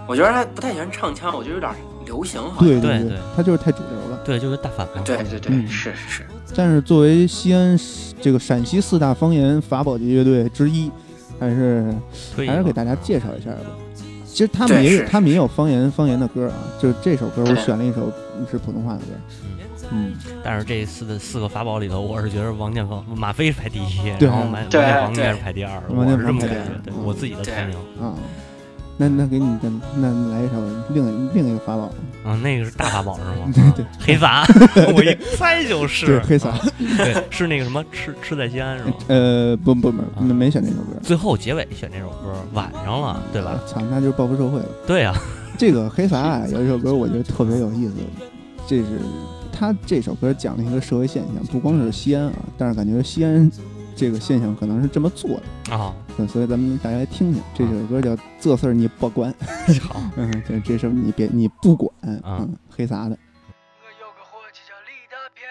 [SPEAKER 4] 我觉得他不太喜欢唱腔，我觉得有点流行好像。
[SPEAKER 2] 对
[SPEAKER 3] 对
[SPEAKER 2] 对
[SPEAKER 3] 对，
[SPEAKER 2] 他就是太主流了。
[SPEAKER 3] 对，就是大反嘛，
[SPEAKER 4] 对对对，
[SPEAKER 2] 嗯
[SPEAKER 4] 是是是，
[SPEAKER 2] 但是作为西安这个陕西四大方言法宝级乐队之一，还是
[SPEAKER 3] 推一
[SPEAKER 2] 还是
[SPEAKER 3] 个
[SPEAKER 2] 给大家介绍一下吧。其实他们
[SPEAKER 4] 对
[SPEAKER 2] 也有
[SPEAKER 4] 是
[SPEAKER 2] 他们也有方言方言的歌啊，就是这首歌我
[SPEAKER 4] 对
[SPEAKER 2] 选了一首是普通话的歌，嗯，
[SPEAKER 3] 但是这四个四个法宝里头，我是觉得王建锋、马飞是排第一，
[SPEAKER 2] 对
[SPEAKER 3] 然后马王
[SPEAKER 4] 对
[SPEAKER 3] 建锋应该是
[SPEAKER 4] 对
[SPEAKER 3] 排第二，
[SPEAKER 2] 王
[SPEAKER 3] 我
[SPEAKER 2] 建
[SPEAKER 3] 是这么
[SPEAKER 2] 锋
[SPEAKER 3] 感
[SPEAKER 2] 排第
[SPEAKER 3] 觉
[SPEAKER 2] 二，
[SPEAKER 3] 对
[SPEAKER 2] 嗯
[SPEAKER 3] 我自己的
[SPEAKER 4] 对
[SPEAKER 3] 排名
[SPEAKER 2] 啊，那那给你再那来一首另另一个法宝，
[SPEAKER 3] 啊，那个是大法宝是 吗？啊
[SPEAKER 2] 对对
[SPEAKER 3] 黑撒， 我一猜就是，
[SPEAKER 2] 对黑撒
[SPEAKER 3] 啊对，是那个什么吃吃在西安是吗？
[SPEAKER 2] 呃，不不不，
[SPEAKER 3] 啊
[SPEAKER 2] 没没选这首歌，
[SPEAKER 3] 最后结尾选这首歌，晚上了，对吧？
[SPEAKER 2] 操，那就是报复社会了。
[SPEAKER 3] 对啊，
[SPEAKER 2] 这个黑撒啊，有一首歌我觉得特别有意思，这是他这首歌讲了一个社会现象，不光是西安啊，但是感觉西安这个现象可能是这么做的，
[SPEAKER 3] 啊，
[SPEAKER 2] 嗯所以咱们大家来听听这首歌叫《这事儿你别管》，
[SPEAKER 3] 好，
[SPEAKER 2] 嗯，这这事儿你别你不管，
[SPEAKER 3] 啊
[SPEAKER 2] 嗯，黑撒的，
[SPEAKER 5] 我有个伙计叫李大偏，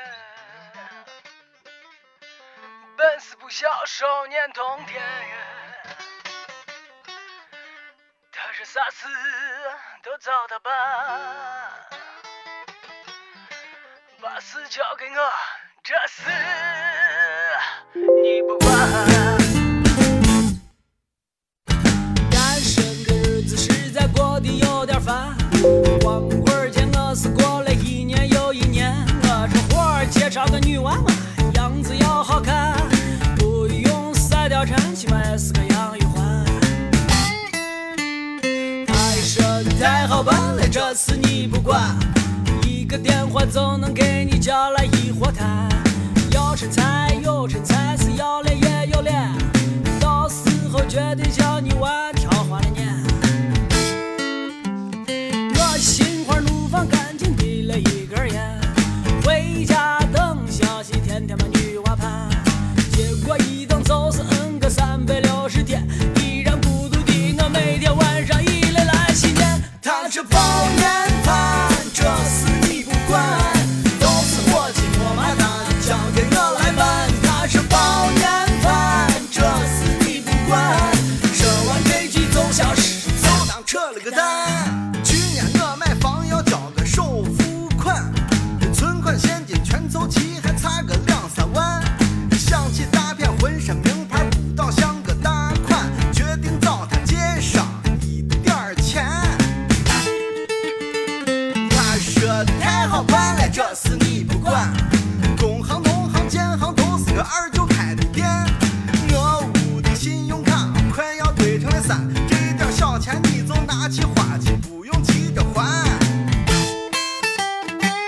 [SPEAKER 5] 本事不小，少年通天。他是啥事都找他办，把事交给我，这事你不管。单身的日子实在过得有点烦，光棍儿节我是过了一年又一年。我这伙儿介绍个女娃娃，样子要好看，不用晒貂蝉，起码也是个杨玉环。他说太好办了，这事你不管，一个电话就能给你叫来一锅汤。有身材有身材是要脸也有脸，到时候绝对叫你玩挑花了眼。我心花怒放，赶紧递了一根烟，回家等消息，天天把女娃盼。结果一等就是摁嗯个三百六十天，依然孤独的我，每天晚上一来来洗脸。他这包年盘，这事你不管，都是我亲我买单，交给我来办。他是包年盘，这事你不管，说完这句就消失，就当扯了个蛋。
[SPEAKER 10] 去年我买房要交个首付款，存款现金全凑齐，还差个两三万。想起大片浑身名牌，不到像个大款，决定找他借上一点儿钱。他说太好办了，这事你不管，工行、农行、建行都是我二舅开的店。我屋的信用卡快要堆成了山，这点小钱你就拿去花去，不用急着还。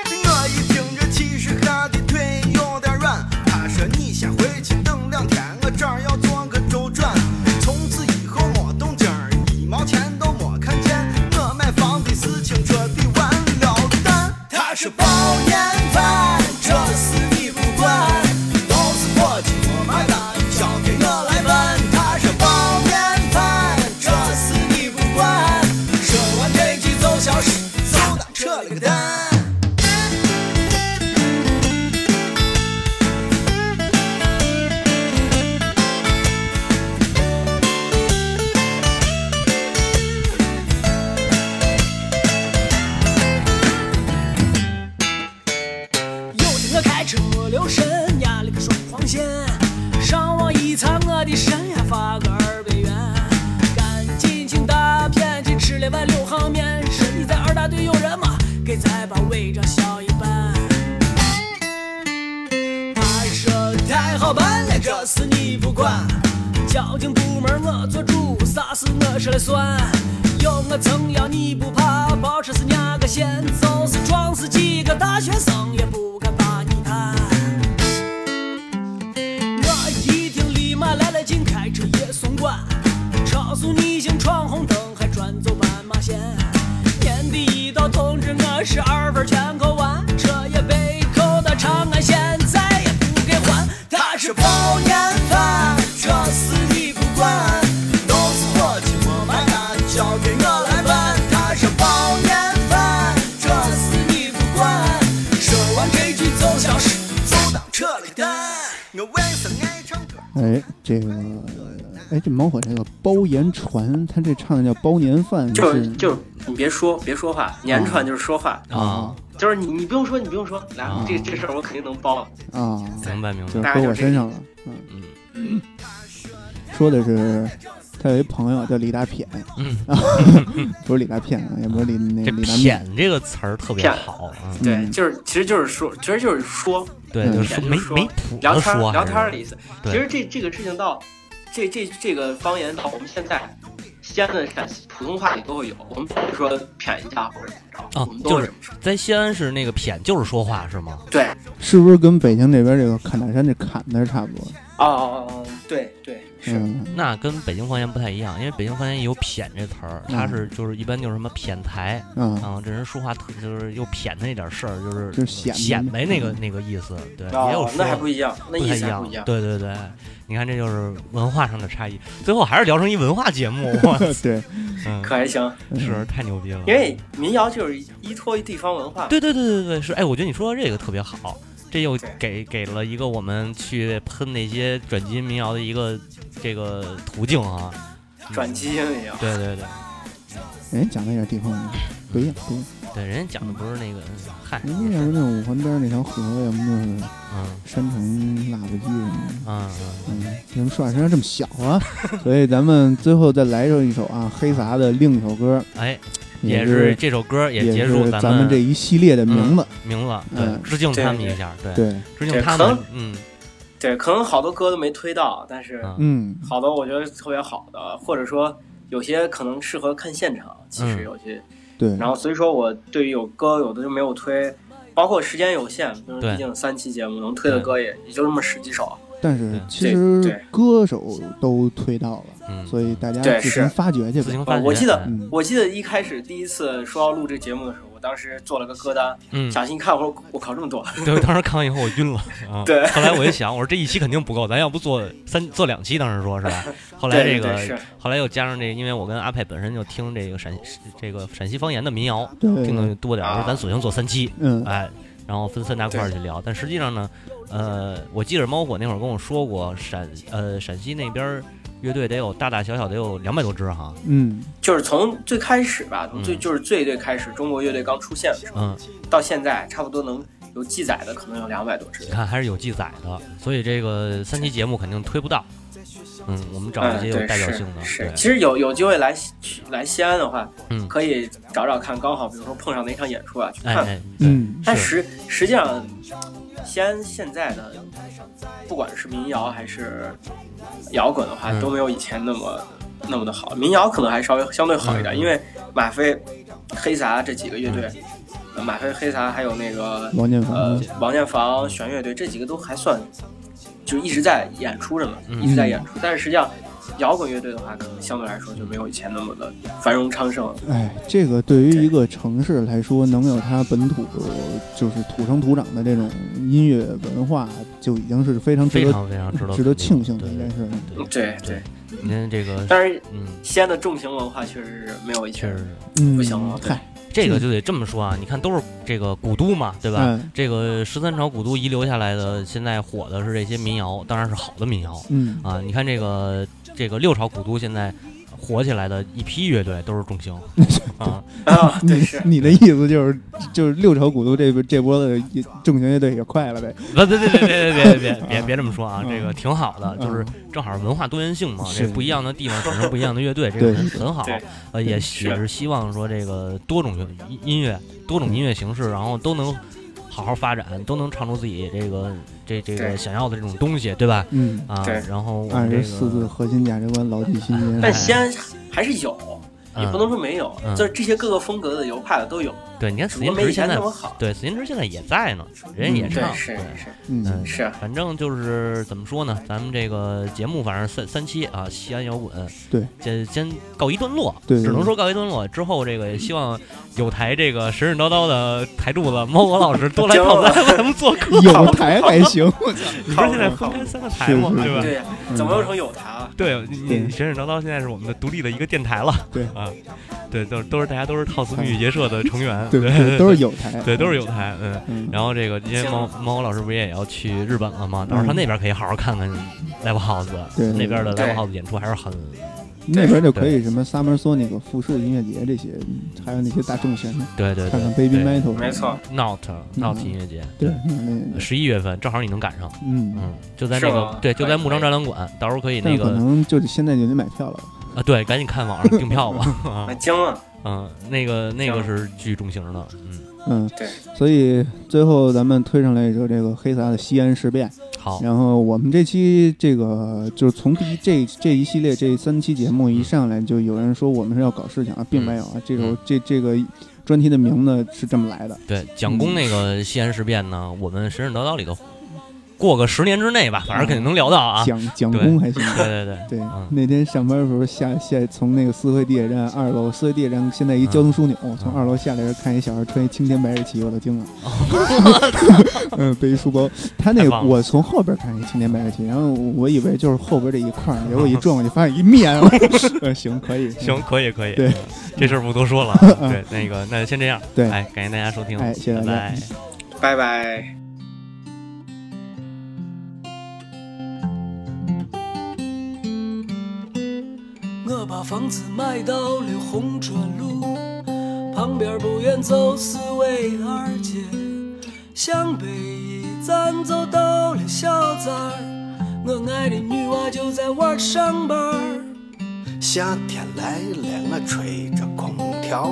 [SPEAKER 10] 我一听这气势吓得腿有点软，他说你先回去等两天，我这儿要做个周转。从此以后没动静儿，一毛钱都没看见。我买房的事情彻底完了蛋。他是包年饭，这事你不管，都是我亲我买单，交给我来办。他是包年
[SPEAKER 5] 死你不管。交警部门我做主，啥事我说了算。有我撑腰你不怕，保持是压个线，就是撞死几个大学生也不敢把你判。我一听立马来了劲，开车也松管，超速逆行闯红灯，还转走斑马线。年底一到，通知我十二分全扣完，车也被扣到长安县，再也不给还。他是包烟犯，这事你不管，都是伙计我买单，交给我来办。他是包烟犯，这事你不管，说完这句就消失，就当扯了个蛋。
[SPEAKER 2] 哎，这个，哎，这猛火这个包盐船，他这唱的叫包年饭，
[SPEAKER 4] 就是
[SPEAKER 2] 是
[SPEAKER 4] 就是你别说别说话，言
[SPEAKER 3] 嗯
[SPEAKER 4] 传就是说话，
[SPEAKER 2] 啊
[SPEAKER 3] 哦
[SPEAKER 4] 就是你你不用说你不用说，来这这事儿我肯定能包。
[SPEAKER 2] 啊，
[SPEAKER 3] 明白明白
[SPEAKER 2] 就。是搁我身上了。嗯嗯，说的是他有一朋友叫李大谝，
[SPEAKER 3] 嗯
[SPEAKER 2] 啊， 不是李大骗啊，也不是李那
[SPEAKER 3] 这
[SPEAKER 2] 个
[SPEAKER 3] “
[SPEAKER 2] 李大面，
[SPEAKER 3] 谝”这个词儿特别
[SPEAKER 4] 骗
[SPEAKER 3] 好啊，
[SPEAKER 4] 对，
[SPEAKER 2] 嗯
[SPEAKER 4] 就是其实就是说，其实就是说
[SPEAKER 3] 对，
[SPEAKER 2] 嗯
[SPEAKER 3] 就是说
[SPEAKER 4] 骗
[SPEAKER 3] 没
[SPEAKER 4] 就是说
[SPEAKER 3] 没谱
[SPEAKER 4] 聊
[SPEAKER 3] 的
[SPEAKER 4] 天
[SPEAKER 3] 说还
[SPEAKER 4] 儿聊
[SPEAKER 3] 是，
[SPEAKER 4] 天儿的意思。
[SPEAKER 3] 对
[SPEAKER 4] 其实这这个事情到这这这个方言到我们现在西安的陕西普通话里都会有，我们不是说谝一下或者怎么着，
[SPEAKER 3] 啊
[SPEAKER 4] 我们都
[SPEAKER 3] 就是在西安是那个“谝”就是说话是吗？
[SPEAKER 4] 对
[SPEAKER 2] 是不是跟北京这边这个砍大山这砍的差不多？
[SPEAKER 4] 哦哦哦，对对是。
[SPEAKER 2] 嗯，
[SPEAKER 3] 那跟北京方言不太一样，因为北京方言也有“谝”这词儿，它
[SPEAKER 2] 嗯
[SPEAKER 3] 是就是一般就是什么谝财
[SPEAKER 2] 啊，
[SPEAKER 3] 啊，这人说话特就是又谝他那点事儿，就是
[SPEAKER 2] 就是显摆
[SPEAKER 3] 显摆那个
[SPEAKER 2] 嗯
[SPEAKER 3] 那个意思，对，也有
[SPEAKER 4] 哦，
[SPEAKER 3] 说
[SPEAKER 4] 那还不一样，那
[SPEAKER 3] 不太
[SPEAKER 4] 意
[SPEAKER 3] 一
[SPEAKER 4] 思还不一
[SPEAKER 3] 样
[SPEAKER 4] 样。，
[SPEAKER 3] 对对对。你看，这就是文化上的差异。最后还是聊成一文化节目，哇
[SPEAKER 2] 对，
[SPEAKER 3] 嗯，
[SPEAKER 4] 可还行，
[SPEAKER 3] 是太牛逼了。
[SPEAKER 4] 因为民谣就是依托于地方文化。
[SPEAKER 3] 对对对对对，是哎，我觉得你说这个特别好，这又给给了一个我们去喷那些转基因民谣的一个这个途径啊。嗯
[SPEAKER 4] 转基因一样。
[SPEAKER 3] 对对对
[SPEAKER 2] 人家哎讲的也是地方 人，不一样，不一样。
[SPEAKER 3] 对，人家讲的不是那个，嗨，
[SPEAKER 2] 人家要是那种五环边儿那条河，要么就是
[SPEAKER 3] 嗯
[SPEAKER 2] 山城腊八鸡什么的。
[SPEAKER 3] 嗯
[SPEAKER 2] 嗯，你们说话声音这么小啊， 所以咱们最后再来一首啊，黑撒的另一首歌，
[SPEAKER 3] 嗯，哎，
[SPEAKER 2] 也
[SPEAKER 3] 也是这首歌也
[SPEAKER 2] 也
[SPEAKER 3] 结束
[SPEAKER 2] 是
[SPEAKER 3] 咱
[SPEAKER 2] 咱们这一系列的名字。
[SPEAKER 3] 名字，对，
[SPEAKER 2] 嗯
[SPEAKER 3] 致敬他们
[SPEAKER 4] 对
[SPEAKER 3] 一下，对，
[SPEAKER 2] 对，
[SPEAKER 3] 致敬
[SPEAKER 4] 对
[SPEAKER 3] 他
[SPEAKER 4] 可
[SPEAKER 3] 们
[SPEAKER 4] 能，
[SPEAKER 3] 嗯
[SPEAKER 4] 对，可能好多歌都没推到，但是
[SPEAKER 3] 嗯
[SPEAKER 2] 嗯，
[SPEAKER 4] 好多我觉得特别好的，或者说有些可能适合看现场。其
[SPEAKER 3] 嗯
[SPEAKER 4] 实有些，
[SPEAKER 2] 对，
[SPEAKER 4] 然后所以说我对于有歌有的就没有推，包括时间有限，就是
[SPEAKER 3] 对
[SPEAKER 4] 毕竟三期节目能推的
[SPEAKER 3] 对
[SPEAKER 4] 歌也也就这么十几首。
[SPEAKER 2] 但是其实歌手都推到了，
[SPEAKER 3] 嗯，
[SPEAKER 2] 所以大家
[SPEAKER 4] 对
[SPEAKER 2] 自行
[SPEAKER 4] 是
[SPEAKER 2] 发掘去
[SPEAKER 3] 自
[SPEAKER 2] 吧。
[SPEAKER 3] 行发掘，
[SPEAKER 4] 我记得
[SPEAKER 2] 嗯
[SPEAKER 4] 我记得一开始第一次说要录这节目的时候，我当时做了个歌单，
[SPEAKER 3] 嗯，
[SPEAKER 4] 小心一看，我说我靠这么多，
[SPEAKER 3] 对，我当时看完以后我晕了啊！
[SPEAKER 4] 对
[SPEAKER 3] 后来我一想，我说这一期肯定不够，咱要不做三做两期，当时说是吧？后来这
[SPEAKER 4] 对对
[SPEAKER 3] 个
[SPEAKER 4] 对是
[SPEAKER 3] 后来又加上这个，因为我跟阿派本身就听这个陕这个陕西方言的民谣，
[SPEAKER 2] 对
[SPEAKER 3] 听
[SPEAKER 4] 啊
[SPEAKER 3] 的多点儿，我说咱索性做三期，
[SPEAKER 2] 嗯
[SPEAKER 3] 哎，然后分三大块儿去聊。但实际上呢，呃，我记着猫火那会儿跟我说过，陕呃陕西那边儿乐队得有大大小小得有两百多支哈，
[SPEAKER 2] 嗯，
[SPEAKER 4] 就是从最开始吧，
[SPEAKER 3] 嗯
[SPEAKER 4] 最就是最最开始中国乐队刚出现的时候，
[SPEAKER 3] 嗯，
[SPEAKER 4] 到现在差不多能有记载的可能有两百多支
[SPEAKER 3] 你。看还是有记载的，所以这个三期节目肯定推不到。嗯，我们找一些
[SPEAKER 4] 嗯，
[SPEAKER 3] 有
[SPEAKER 4] 对，
[SPEAKER 3] 代表
[SPEAKER 4] 是
[SPEAKER 3] 性的，
[SPEAKER 4] 是
[SPEAKER 3] 对，
[SPEAKER 4] 其实有有机会来西去来西安的话，
[SPEAKER 3] 嗯
[SPEAKER 4] 可以找找看，刚好比如说碰上哪场演出啊，去
[SPEAKER 3] 哎
[SPEAKER 4] 看。
[SPEAKER 3] 哎，对
[SPEAKER 2] 嗯
[SPEAKER 4] 但
[SPEAKER 3] 是
[SPEAKER 4] 实实际上，西安现在的不管是民谣还是摇滚的话，
[SPEAKER 3] 嗯
[SPEAKER 4] 都没有以前那么那么的好。民谣可能还稍微相对好一点，
[SPEAKER 3] 嗯
[SPEAKER 4] 因为马飞、黑撒这几个乐队，呃马飞、黑撒还有那个
[SPEAKER 2] 王建
[SPEAKER 4] 呃
[SPEAKER 2] 房，
[SPEAKER 4] 王建房、弦乐队这几个都还算，就一直在演出着嘛，
[SPEAKER 3] 嗯
[SPEAKER 4] 一直在演出。但是实际上，摇滚乐队的话，可能相对来说就没有以前那么的繁荣昌盛了。
[SPEAKER 2] 哎，这个对于一个城市来说，能有它本土就是土生土长的这种音乐文化，就已经是非常值
[SPEAKER 3] 非
[SPEAKER 2] 得
[SPEAKER 3] 常非常值得
[SPEAKER 2] 值得庆幸的
[SPEAKER 3] 对
[SPEAKER 2] 一
[SPEAKER 3] 对
[SPEAKER 2] 件事。
[SPEAKER 3] 对
[SPEAKER 4] 嗯对
[SPEAKER 3] 对
[SPEAKER 4] 对，
[SPEAKER 3] 您这个
[SPEAKER 4] 但是
[SPEAKER 3] 嗯，
[SPEAKER 4] 西安的重型文化确实是没有以
[SPEAKER 3] 确
[SPEAKER 4] 前
[SPEAKER 3] 实。
[SPEAKER 2] 嗯，
[SPEAKER 4] 不行了对
[SPEAKER 2] 嗨，
[SPEAKER 3] 这个就得这么说啊，你看都是这个古都嘛，对吧？
[SPEAKER 2] 嗯
[SPEAKER 3] 这个十三朝古都遗留下来的，现在火的是这些民谣，当然是好的民谣
[SPEAKER 2] 嗯，
[SPEAKER 3] 啊。你看这个这个六朝古都现在火起来的一批乐队都是重型 啊，
[SPEAKER 4] 啊，对是。
[SPEAKER 2] 你的意思就是就是六朝古都这波这波的也重型乐队也快了呗？
[SPEAKER 3] 不，别别别别别别别别这么说啊，
[SPEAKER 2] 嗯
[SPEAKER 3] 这个挺好的，就是正好文化多元性嘛，这
[SPEAKER 2] 是
[SPEAKER 3] 不一样的地方产生不一样的乐队，这
[SPEAKER 2] 对
[SPEAKER 3] 个很很好
[SPEAKER 4] 对。
[SPEAKER 3] 呃，也
[SPEAKER 4] 是
[SPEAKER 3] 也是希望说这个多种乐音乐、多种音乐形式，然后都能好好发展，都能唱出自己这个这这个
[SPEAKER 4] 对
[SPEAKER 3] 想要的这种东西，对吧？
[SPEAKER 2] 嗯，
[SPEAKER 3] 啊，
[SPEAKER 4] 对
[SPEAKER 3] 然后我
[SPEAKER 2] 二
[SPEAKER 3] 们这
[SPEAKER 2] 十
[SPEAKER 3] 个哎
[SPEAKER 2] 四字核心价值观牢记心间。
[SPEAKER 4] 但西安还是有，也不能
[SPEAKER 3] 嗯
[SPEAKER 4] 说没有，
[SPEAKER 3] 嗯
[SPEAKER 4] 就是这些各个风格的流派的都有，
[SPEAKER 3] 对，你看死
[SPEAKER 4] 只不
[SPEAKER 3] 金
[SPEAKER 4] 过没
[SPEAKER 3] 池
[SPEAKER 4] 以前
[SPEAKER 3] 现在
[SPEAKER 4] 那么好。
[SPEAKER 3] 对死金池现在也在呢，人也
[SPEAKER 2] 嗯
[SPEAKER 3] 唱，
[SPEAKER 4] 对，是
[SPEAKER 3] 对
[SPEAKER 4] 是
[SPEAKER 2] 嗯
[SPEAKER 3] 嗯，
[SPEAKER 4] 是，
[SPEAKER 3] 反正就是怎么说呢，咱们这个节目反正三三期啊，西安摇滚，
[SPEAKER 2] 对，
[SPEAKER 3] 先先告一段落，
[SPEAKER 2] 对对
[SPEAKER 3] 只能说告一段落。之后这个也希望有台这个神神叨叨的台柱子猫火老师多来
[SPEAKER 4] 行
[SPEAKER 3] 到
[SPEAKER 4] 了
[SPEAKER 3] 咱们做客。
[SPEAKER 2] 有台还行，我操
[SPEAKER 3] 你不是现在分开三个台吗？
[SPEAKER 2] 是是啊
[SPEAKER 3] 对吧？嗯
[SPEAKER 4] 对，怎么又成有台了？
[SPEAKER 3] 对，呃你你神神叨叨现在是我们的独立的一个电台了。
[SPEAKER 2] 对嗯
[SPEAKER 3] 啊，对，都是都是大家都是套词密语结社的成员，
[SPEAKER 2] 对对，都是有台，
[SPEAKER 3] 对，都是有台，嗯。
[SPEAKER 2] 嗯，
[SPEAKER 3] 然后这个，因为猫猫老师不是也要去日本了吗？到时候他那边可以好好看看 live house，
[SPEAKER 2] 嗯对
[SPEAKER 3] 那边的
[SPEAKER 4] 对
[SPEAKER 3] live house 演出还是很
[SPEAKER 2] 那边就可以什么 Summer Sonic 复数音乐节这些，嗯还有那些大众选，
[SPEAKER 3] 对对
[SPEAKER 2] 看
[SPEAKER 3] 对
[SPEAKER 2] 看 Baby
[SPEAKER 3] 对
[SPEAKER 2] Metal，
[SPEAKER 4] 没错，
[SPEAKER 3] not
[SPEAKER 2] 嗯
[SPEAKER 3] not 音乐节，
[SPEAKER 2] 对，嗯那
[SPEAKER 3] 十一月份正好你能赶上，
[SPEAKER 2] 嗯，
[SPEAKER 3] 嗯，就在那
[SPEAKER 4] 是
[SPEAKER 3] 个
[SPEAKER 4] 吗
[SPEAKER 3] 对，就在
[SPEAKER 4] 可以
[SPEAKER 3] 木张展览馆，到时候可以
[SPEAKER 2] 但
[SPEAKER 3] 那
[SPEAKER 2] 可
[SPEAKER 3] 个
[SPEAKER 2] 能就得现在就得买票了，
[SPEAKER 3] 啊，对，赶紧看网上订票 吧，啊
[SPEAKER 4] 那惊了，
[SPEAKER 3] 嗯，那个那个
[SPEAKER 4] 行
[SPEAKER 3] 是剧中型的，嗯，
[SPEAKER 2] 嗯，
[SPEAKER 4] 对，
[SPEAKER 2] 所以最后咱们推上来一首这个黑撒的西安事变，
[SPEAKER 3] 好，
[SPEAKER 2] 然后我们这期这个就是从第一这这一系列这三期节目一上来就有人说我们是要搞事情啊，
[SPEAKER 3] 嗯
[SPEAKER 2] 并没有啊，这首这这个专题的名字是这么来的，
[SPEAKER 3] 对，蒋公那个
[SPEAKER 2] 嗯
[SPEAKER 3] 西安事变呢，我们神神叨叨里头过个十年之内吧，反正肯定能聊到啊，
[SPEAKER 2] 蒋蒋公还行。
[SPEAKER 3] 对对对，
[SPEAKER 2] 对
[SPEAKER 3] 嗯，
[SPEAKER 2] 那天上班的时候下下从那个四惠地铁站二楼，四惠地铁站现在一交通枢纽，我从二楼下来时候看一小孩穿一青天白日旗，我都 惊了。
[SPEAKER 3] 哦
[SPEAKER 2] 嗯，背一书包，他那
[SPEAKER 3] 太
[SPEAKER 2] 个
[SPEAKER 3] 棒了
[SPEAKER 2] 我从后边看一青天白日旗，然后我以为就是后边这一块儿，结果一转过去发现一面。嗯，行，可以，
[SPEAKER 3] 行，，可以可以，
[SPEAKER 2] 对，
[SPEAKER 3] 嗯这事儿不多说了 啊。对，那个那先这样，
[SPEAKER 2] 对
[SPEAKER 3] 哎，感谢大家收听，
[SPEAKER 2] 哎谢谢大家
[SPEAKER 3] 拜拜。
[SPEAKER 4] 拜拜。
[SPEAKER 5] 我把房子买到了红砖路，旁边不远就是卫二街，向北一站就到了小寨儿，我爱的女娃就在我上班儿。
[SPEAKER 11] 夏天来了，我吹着空调；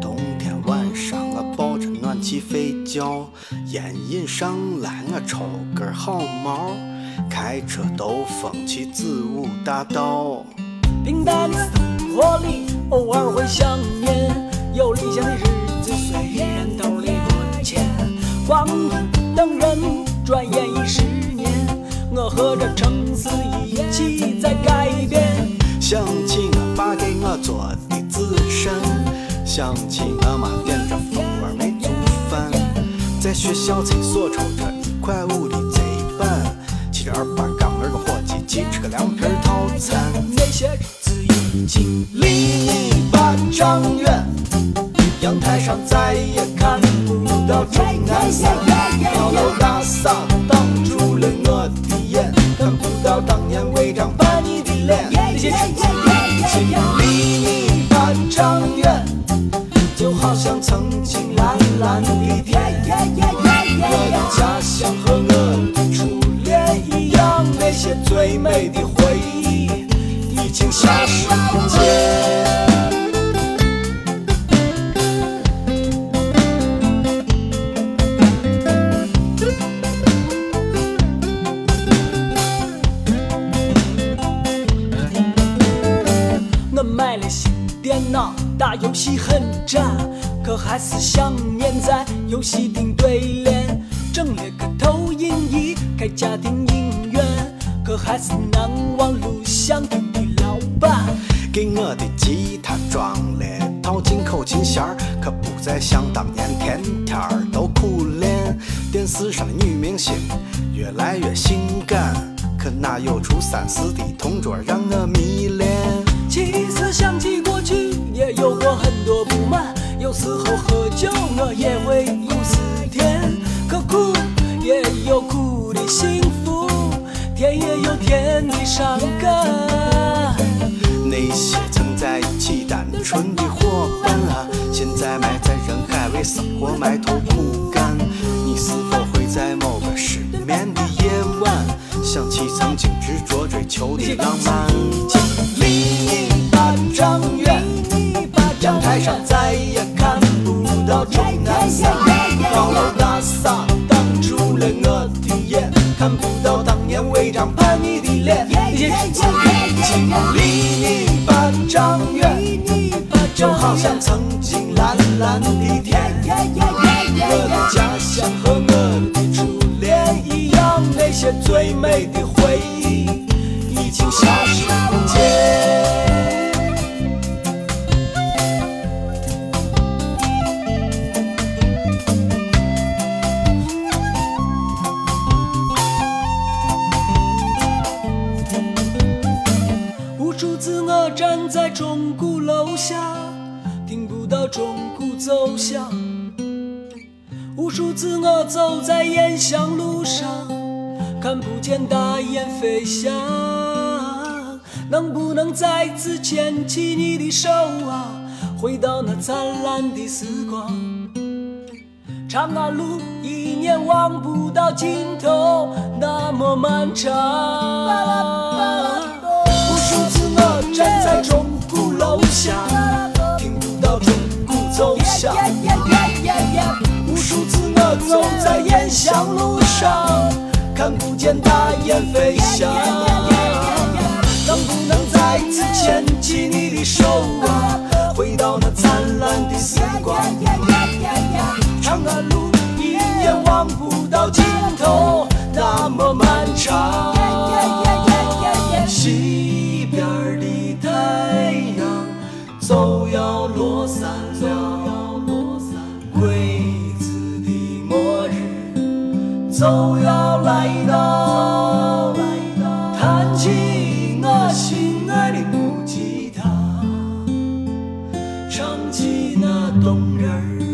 [SPEAKER 11] 冬天晚上，我抱着暖气睡觉。烟瘾上来，我抽根好毛，开车兜风去子午大道。
[SPEAKER 5] 平淡的生活里，偶尔会想念有理想的日子，虽然兜里不钱，光阴等人，转眼已十年，我和这城市一起在改变。
[SPEAKER 11] 想起我爸给我做的紫参，想起我妈点着蜂窝煤做饭，在学校厕所抽着一块五的贼板，骑着二八杠儿个伙计，去吃个凉皮儿套餐。
[SPEAKER 5] 那些日子已经
[SPEAKER 11] 离你半丈远，阳台上再也看不到钟南山，高楼大厦挡住了我的眼，看不到当年违章把你的脸。
[SPEAKER 5] 那些日子已经
[SPEAKER 11] 离你半丈远，就好像曾经蓝蓝的天，我的家乡和我的初恋一样，那些最美的回忆已经消失不见。
[SPEAKER 5] 我买了新电脑，打游戏很渣，可还是想念在游戏厅对联。整了个投影仪，开家庭影院，可还是难忘录像厅的老板。
[SPEAKER 11] 给我的吉他装了套进口琴弦儿，可不再像当年天天儿都苦练。电视上的女明星越来越性感，可哪有初三四的同桌让我迷恋？
[SPEAKER 5] 其实想起过去，也有过很多不满。有时候喝酒，我也会有失甜。可苦也有苦的幸福，甜也有甜的伤感。
[SPEAKER 11] 那些曾在一起单纯的伙伴啊，现在埋在人海为生活埋头苦干。你是否会在某个失眠的夜晚，想起曾经执着追求的浪漫？离你半丈远，阳台上再也看不到钟南山，高楼大厦挡住了我的眼，
[SPEAKER 10] 看不到当年违章叛逆的脸。你眼睛已经离你半丈远，就好像曾经蓝蓝的天，我的家乡和我的初恋一样，那些最美的回忆已经消失不见。无数次我站在钟鼓楼下，听不到钟鼓奏响。无数次我走在烟香路上，看不见大雁飞翔。能不能再次牵起你的手啊，回到那灿烂的时光？长安路一眼望不到尽头，那么漫长。无数次我站在钟鼓楼下，听不到钟鼓奏响。无数次我走在烟香路上，看不见大雁飞翔。能不能再次牵起你的手啊，回到那灿烂的时光？长安路一眼望不到尽头，那么漫长。西边的太阳总要落山了，归子的末日总要来到。弹起我心爱的木吉他，唱起那动人儿。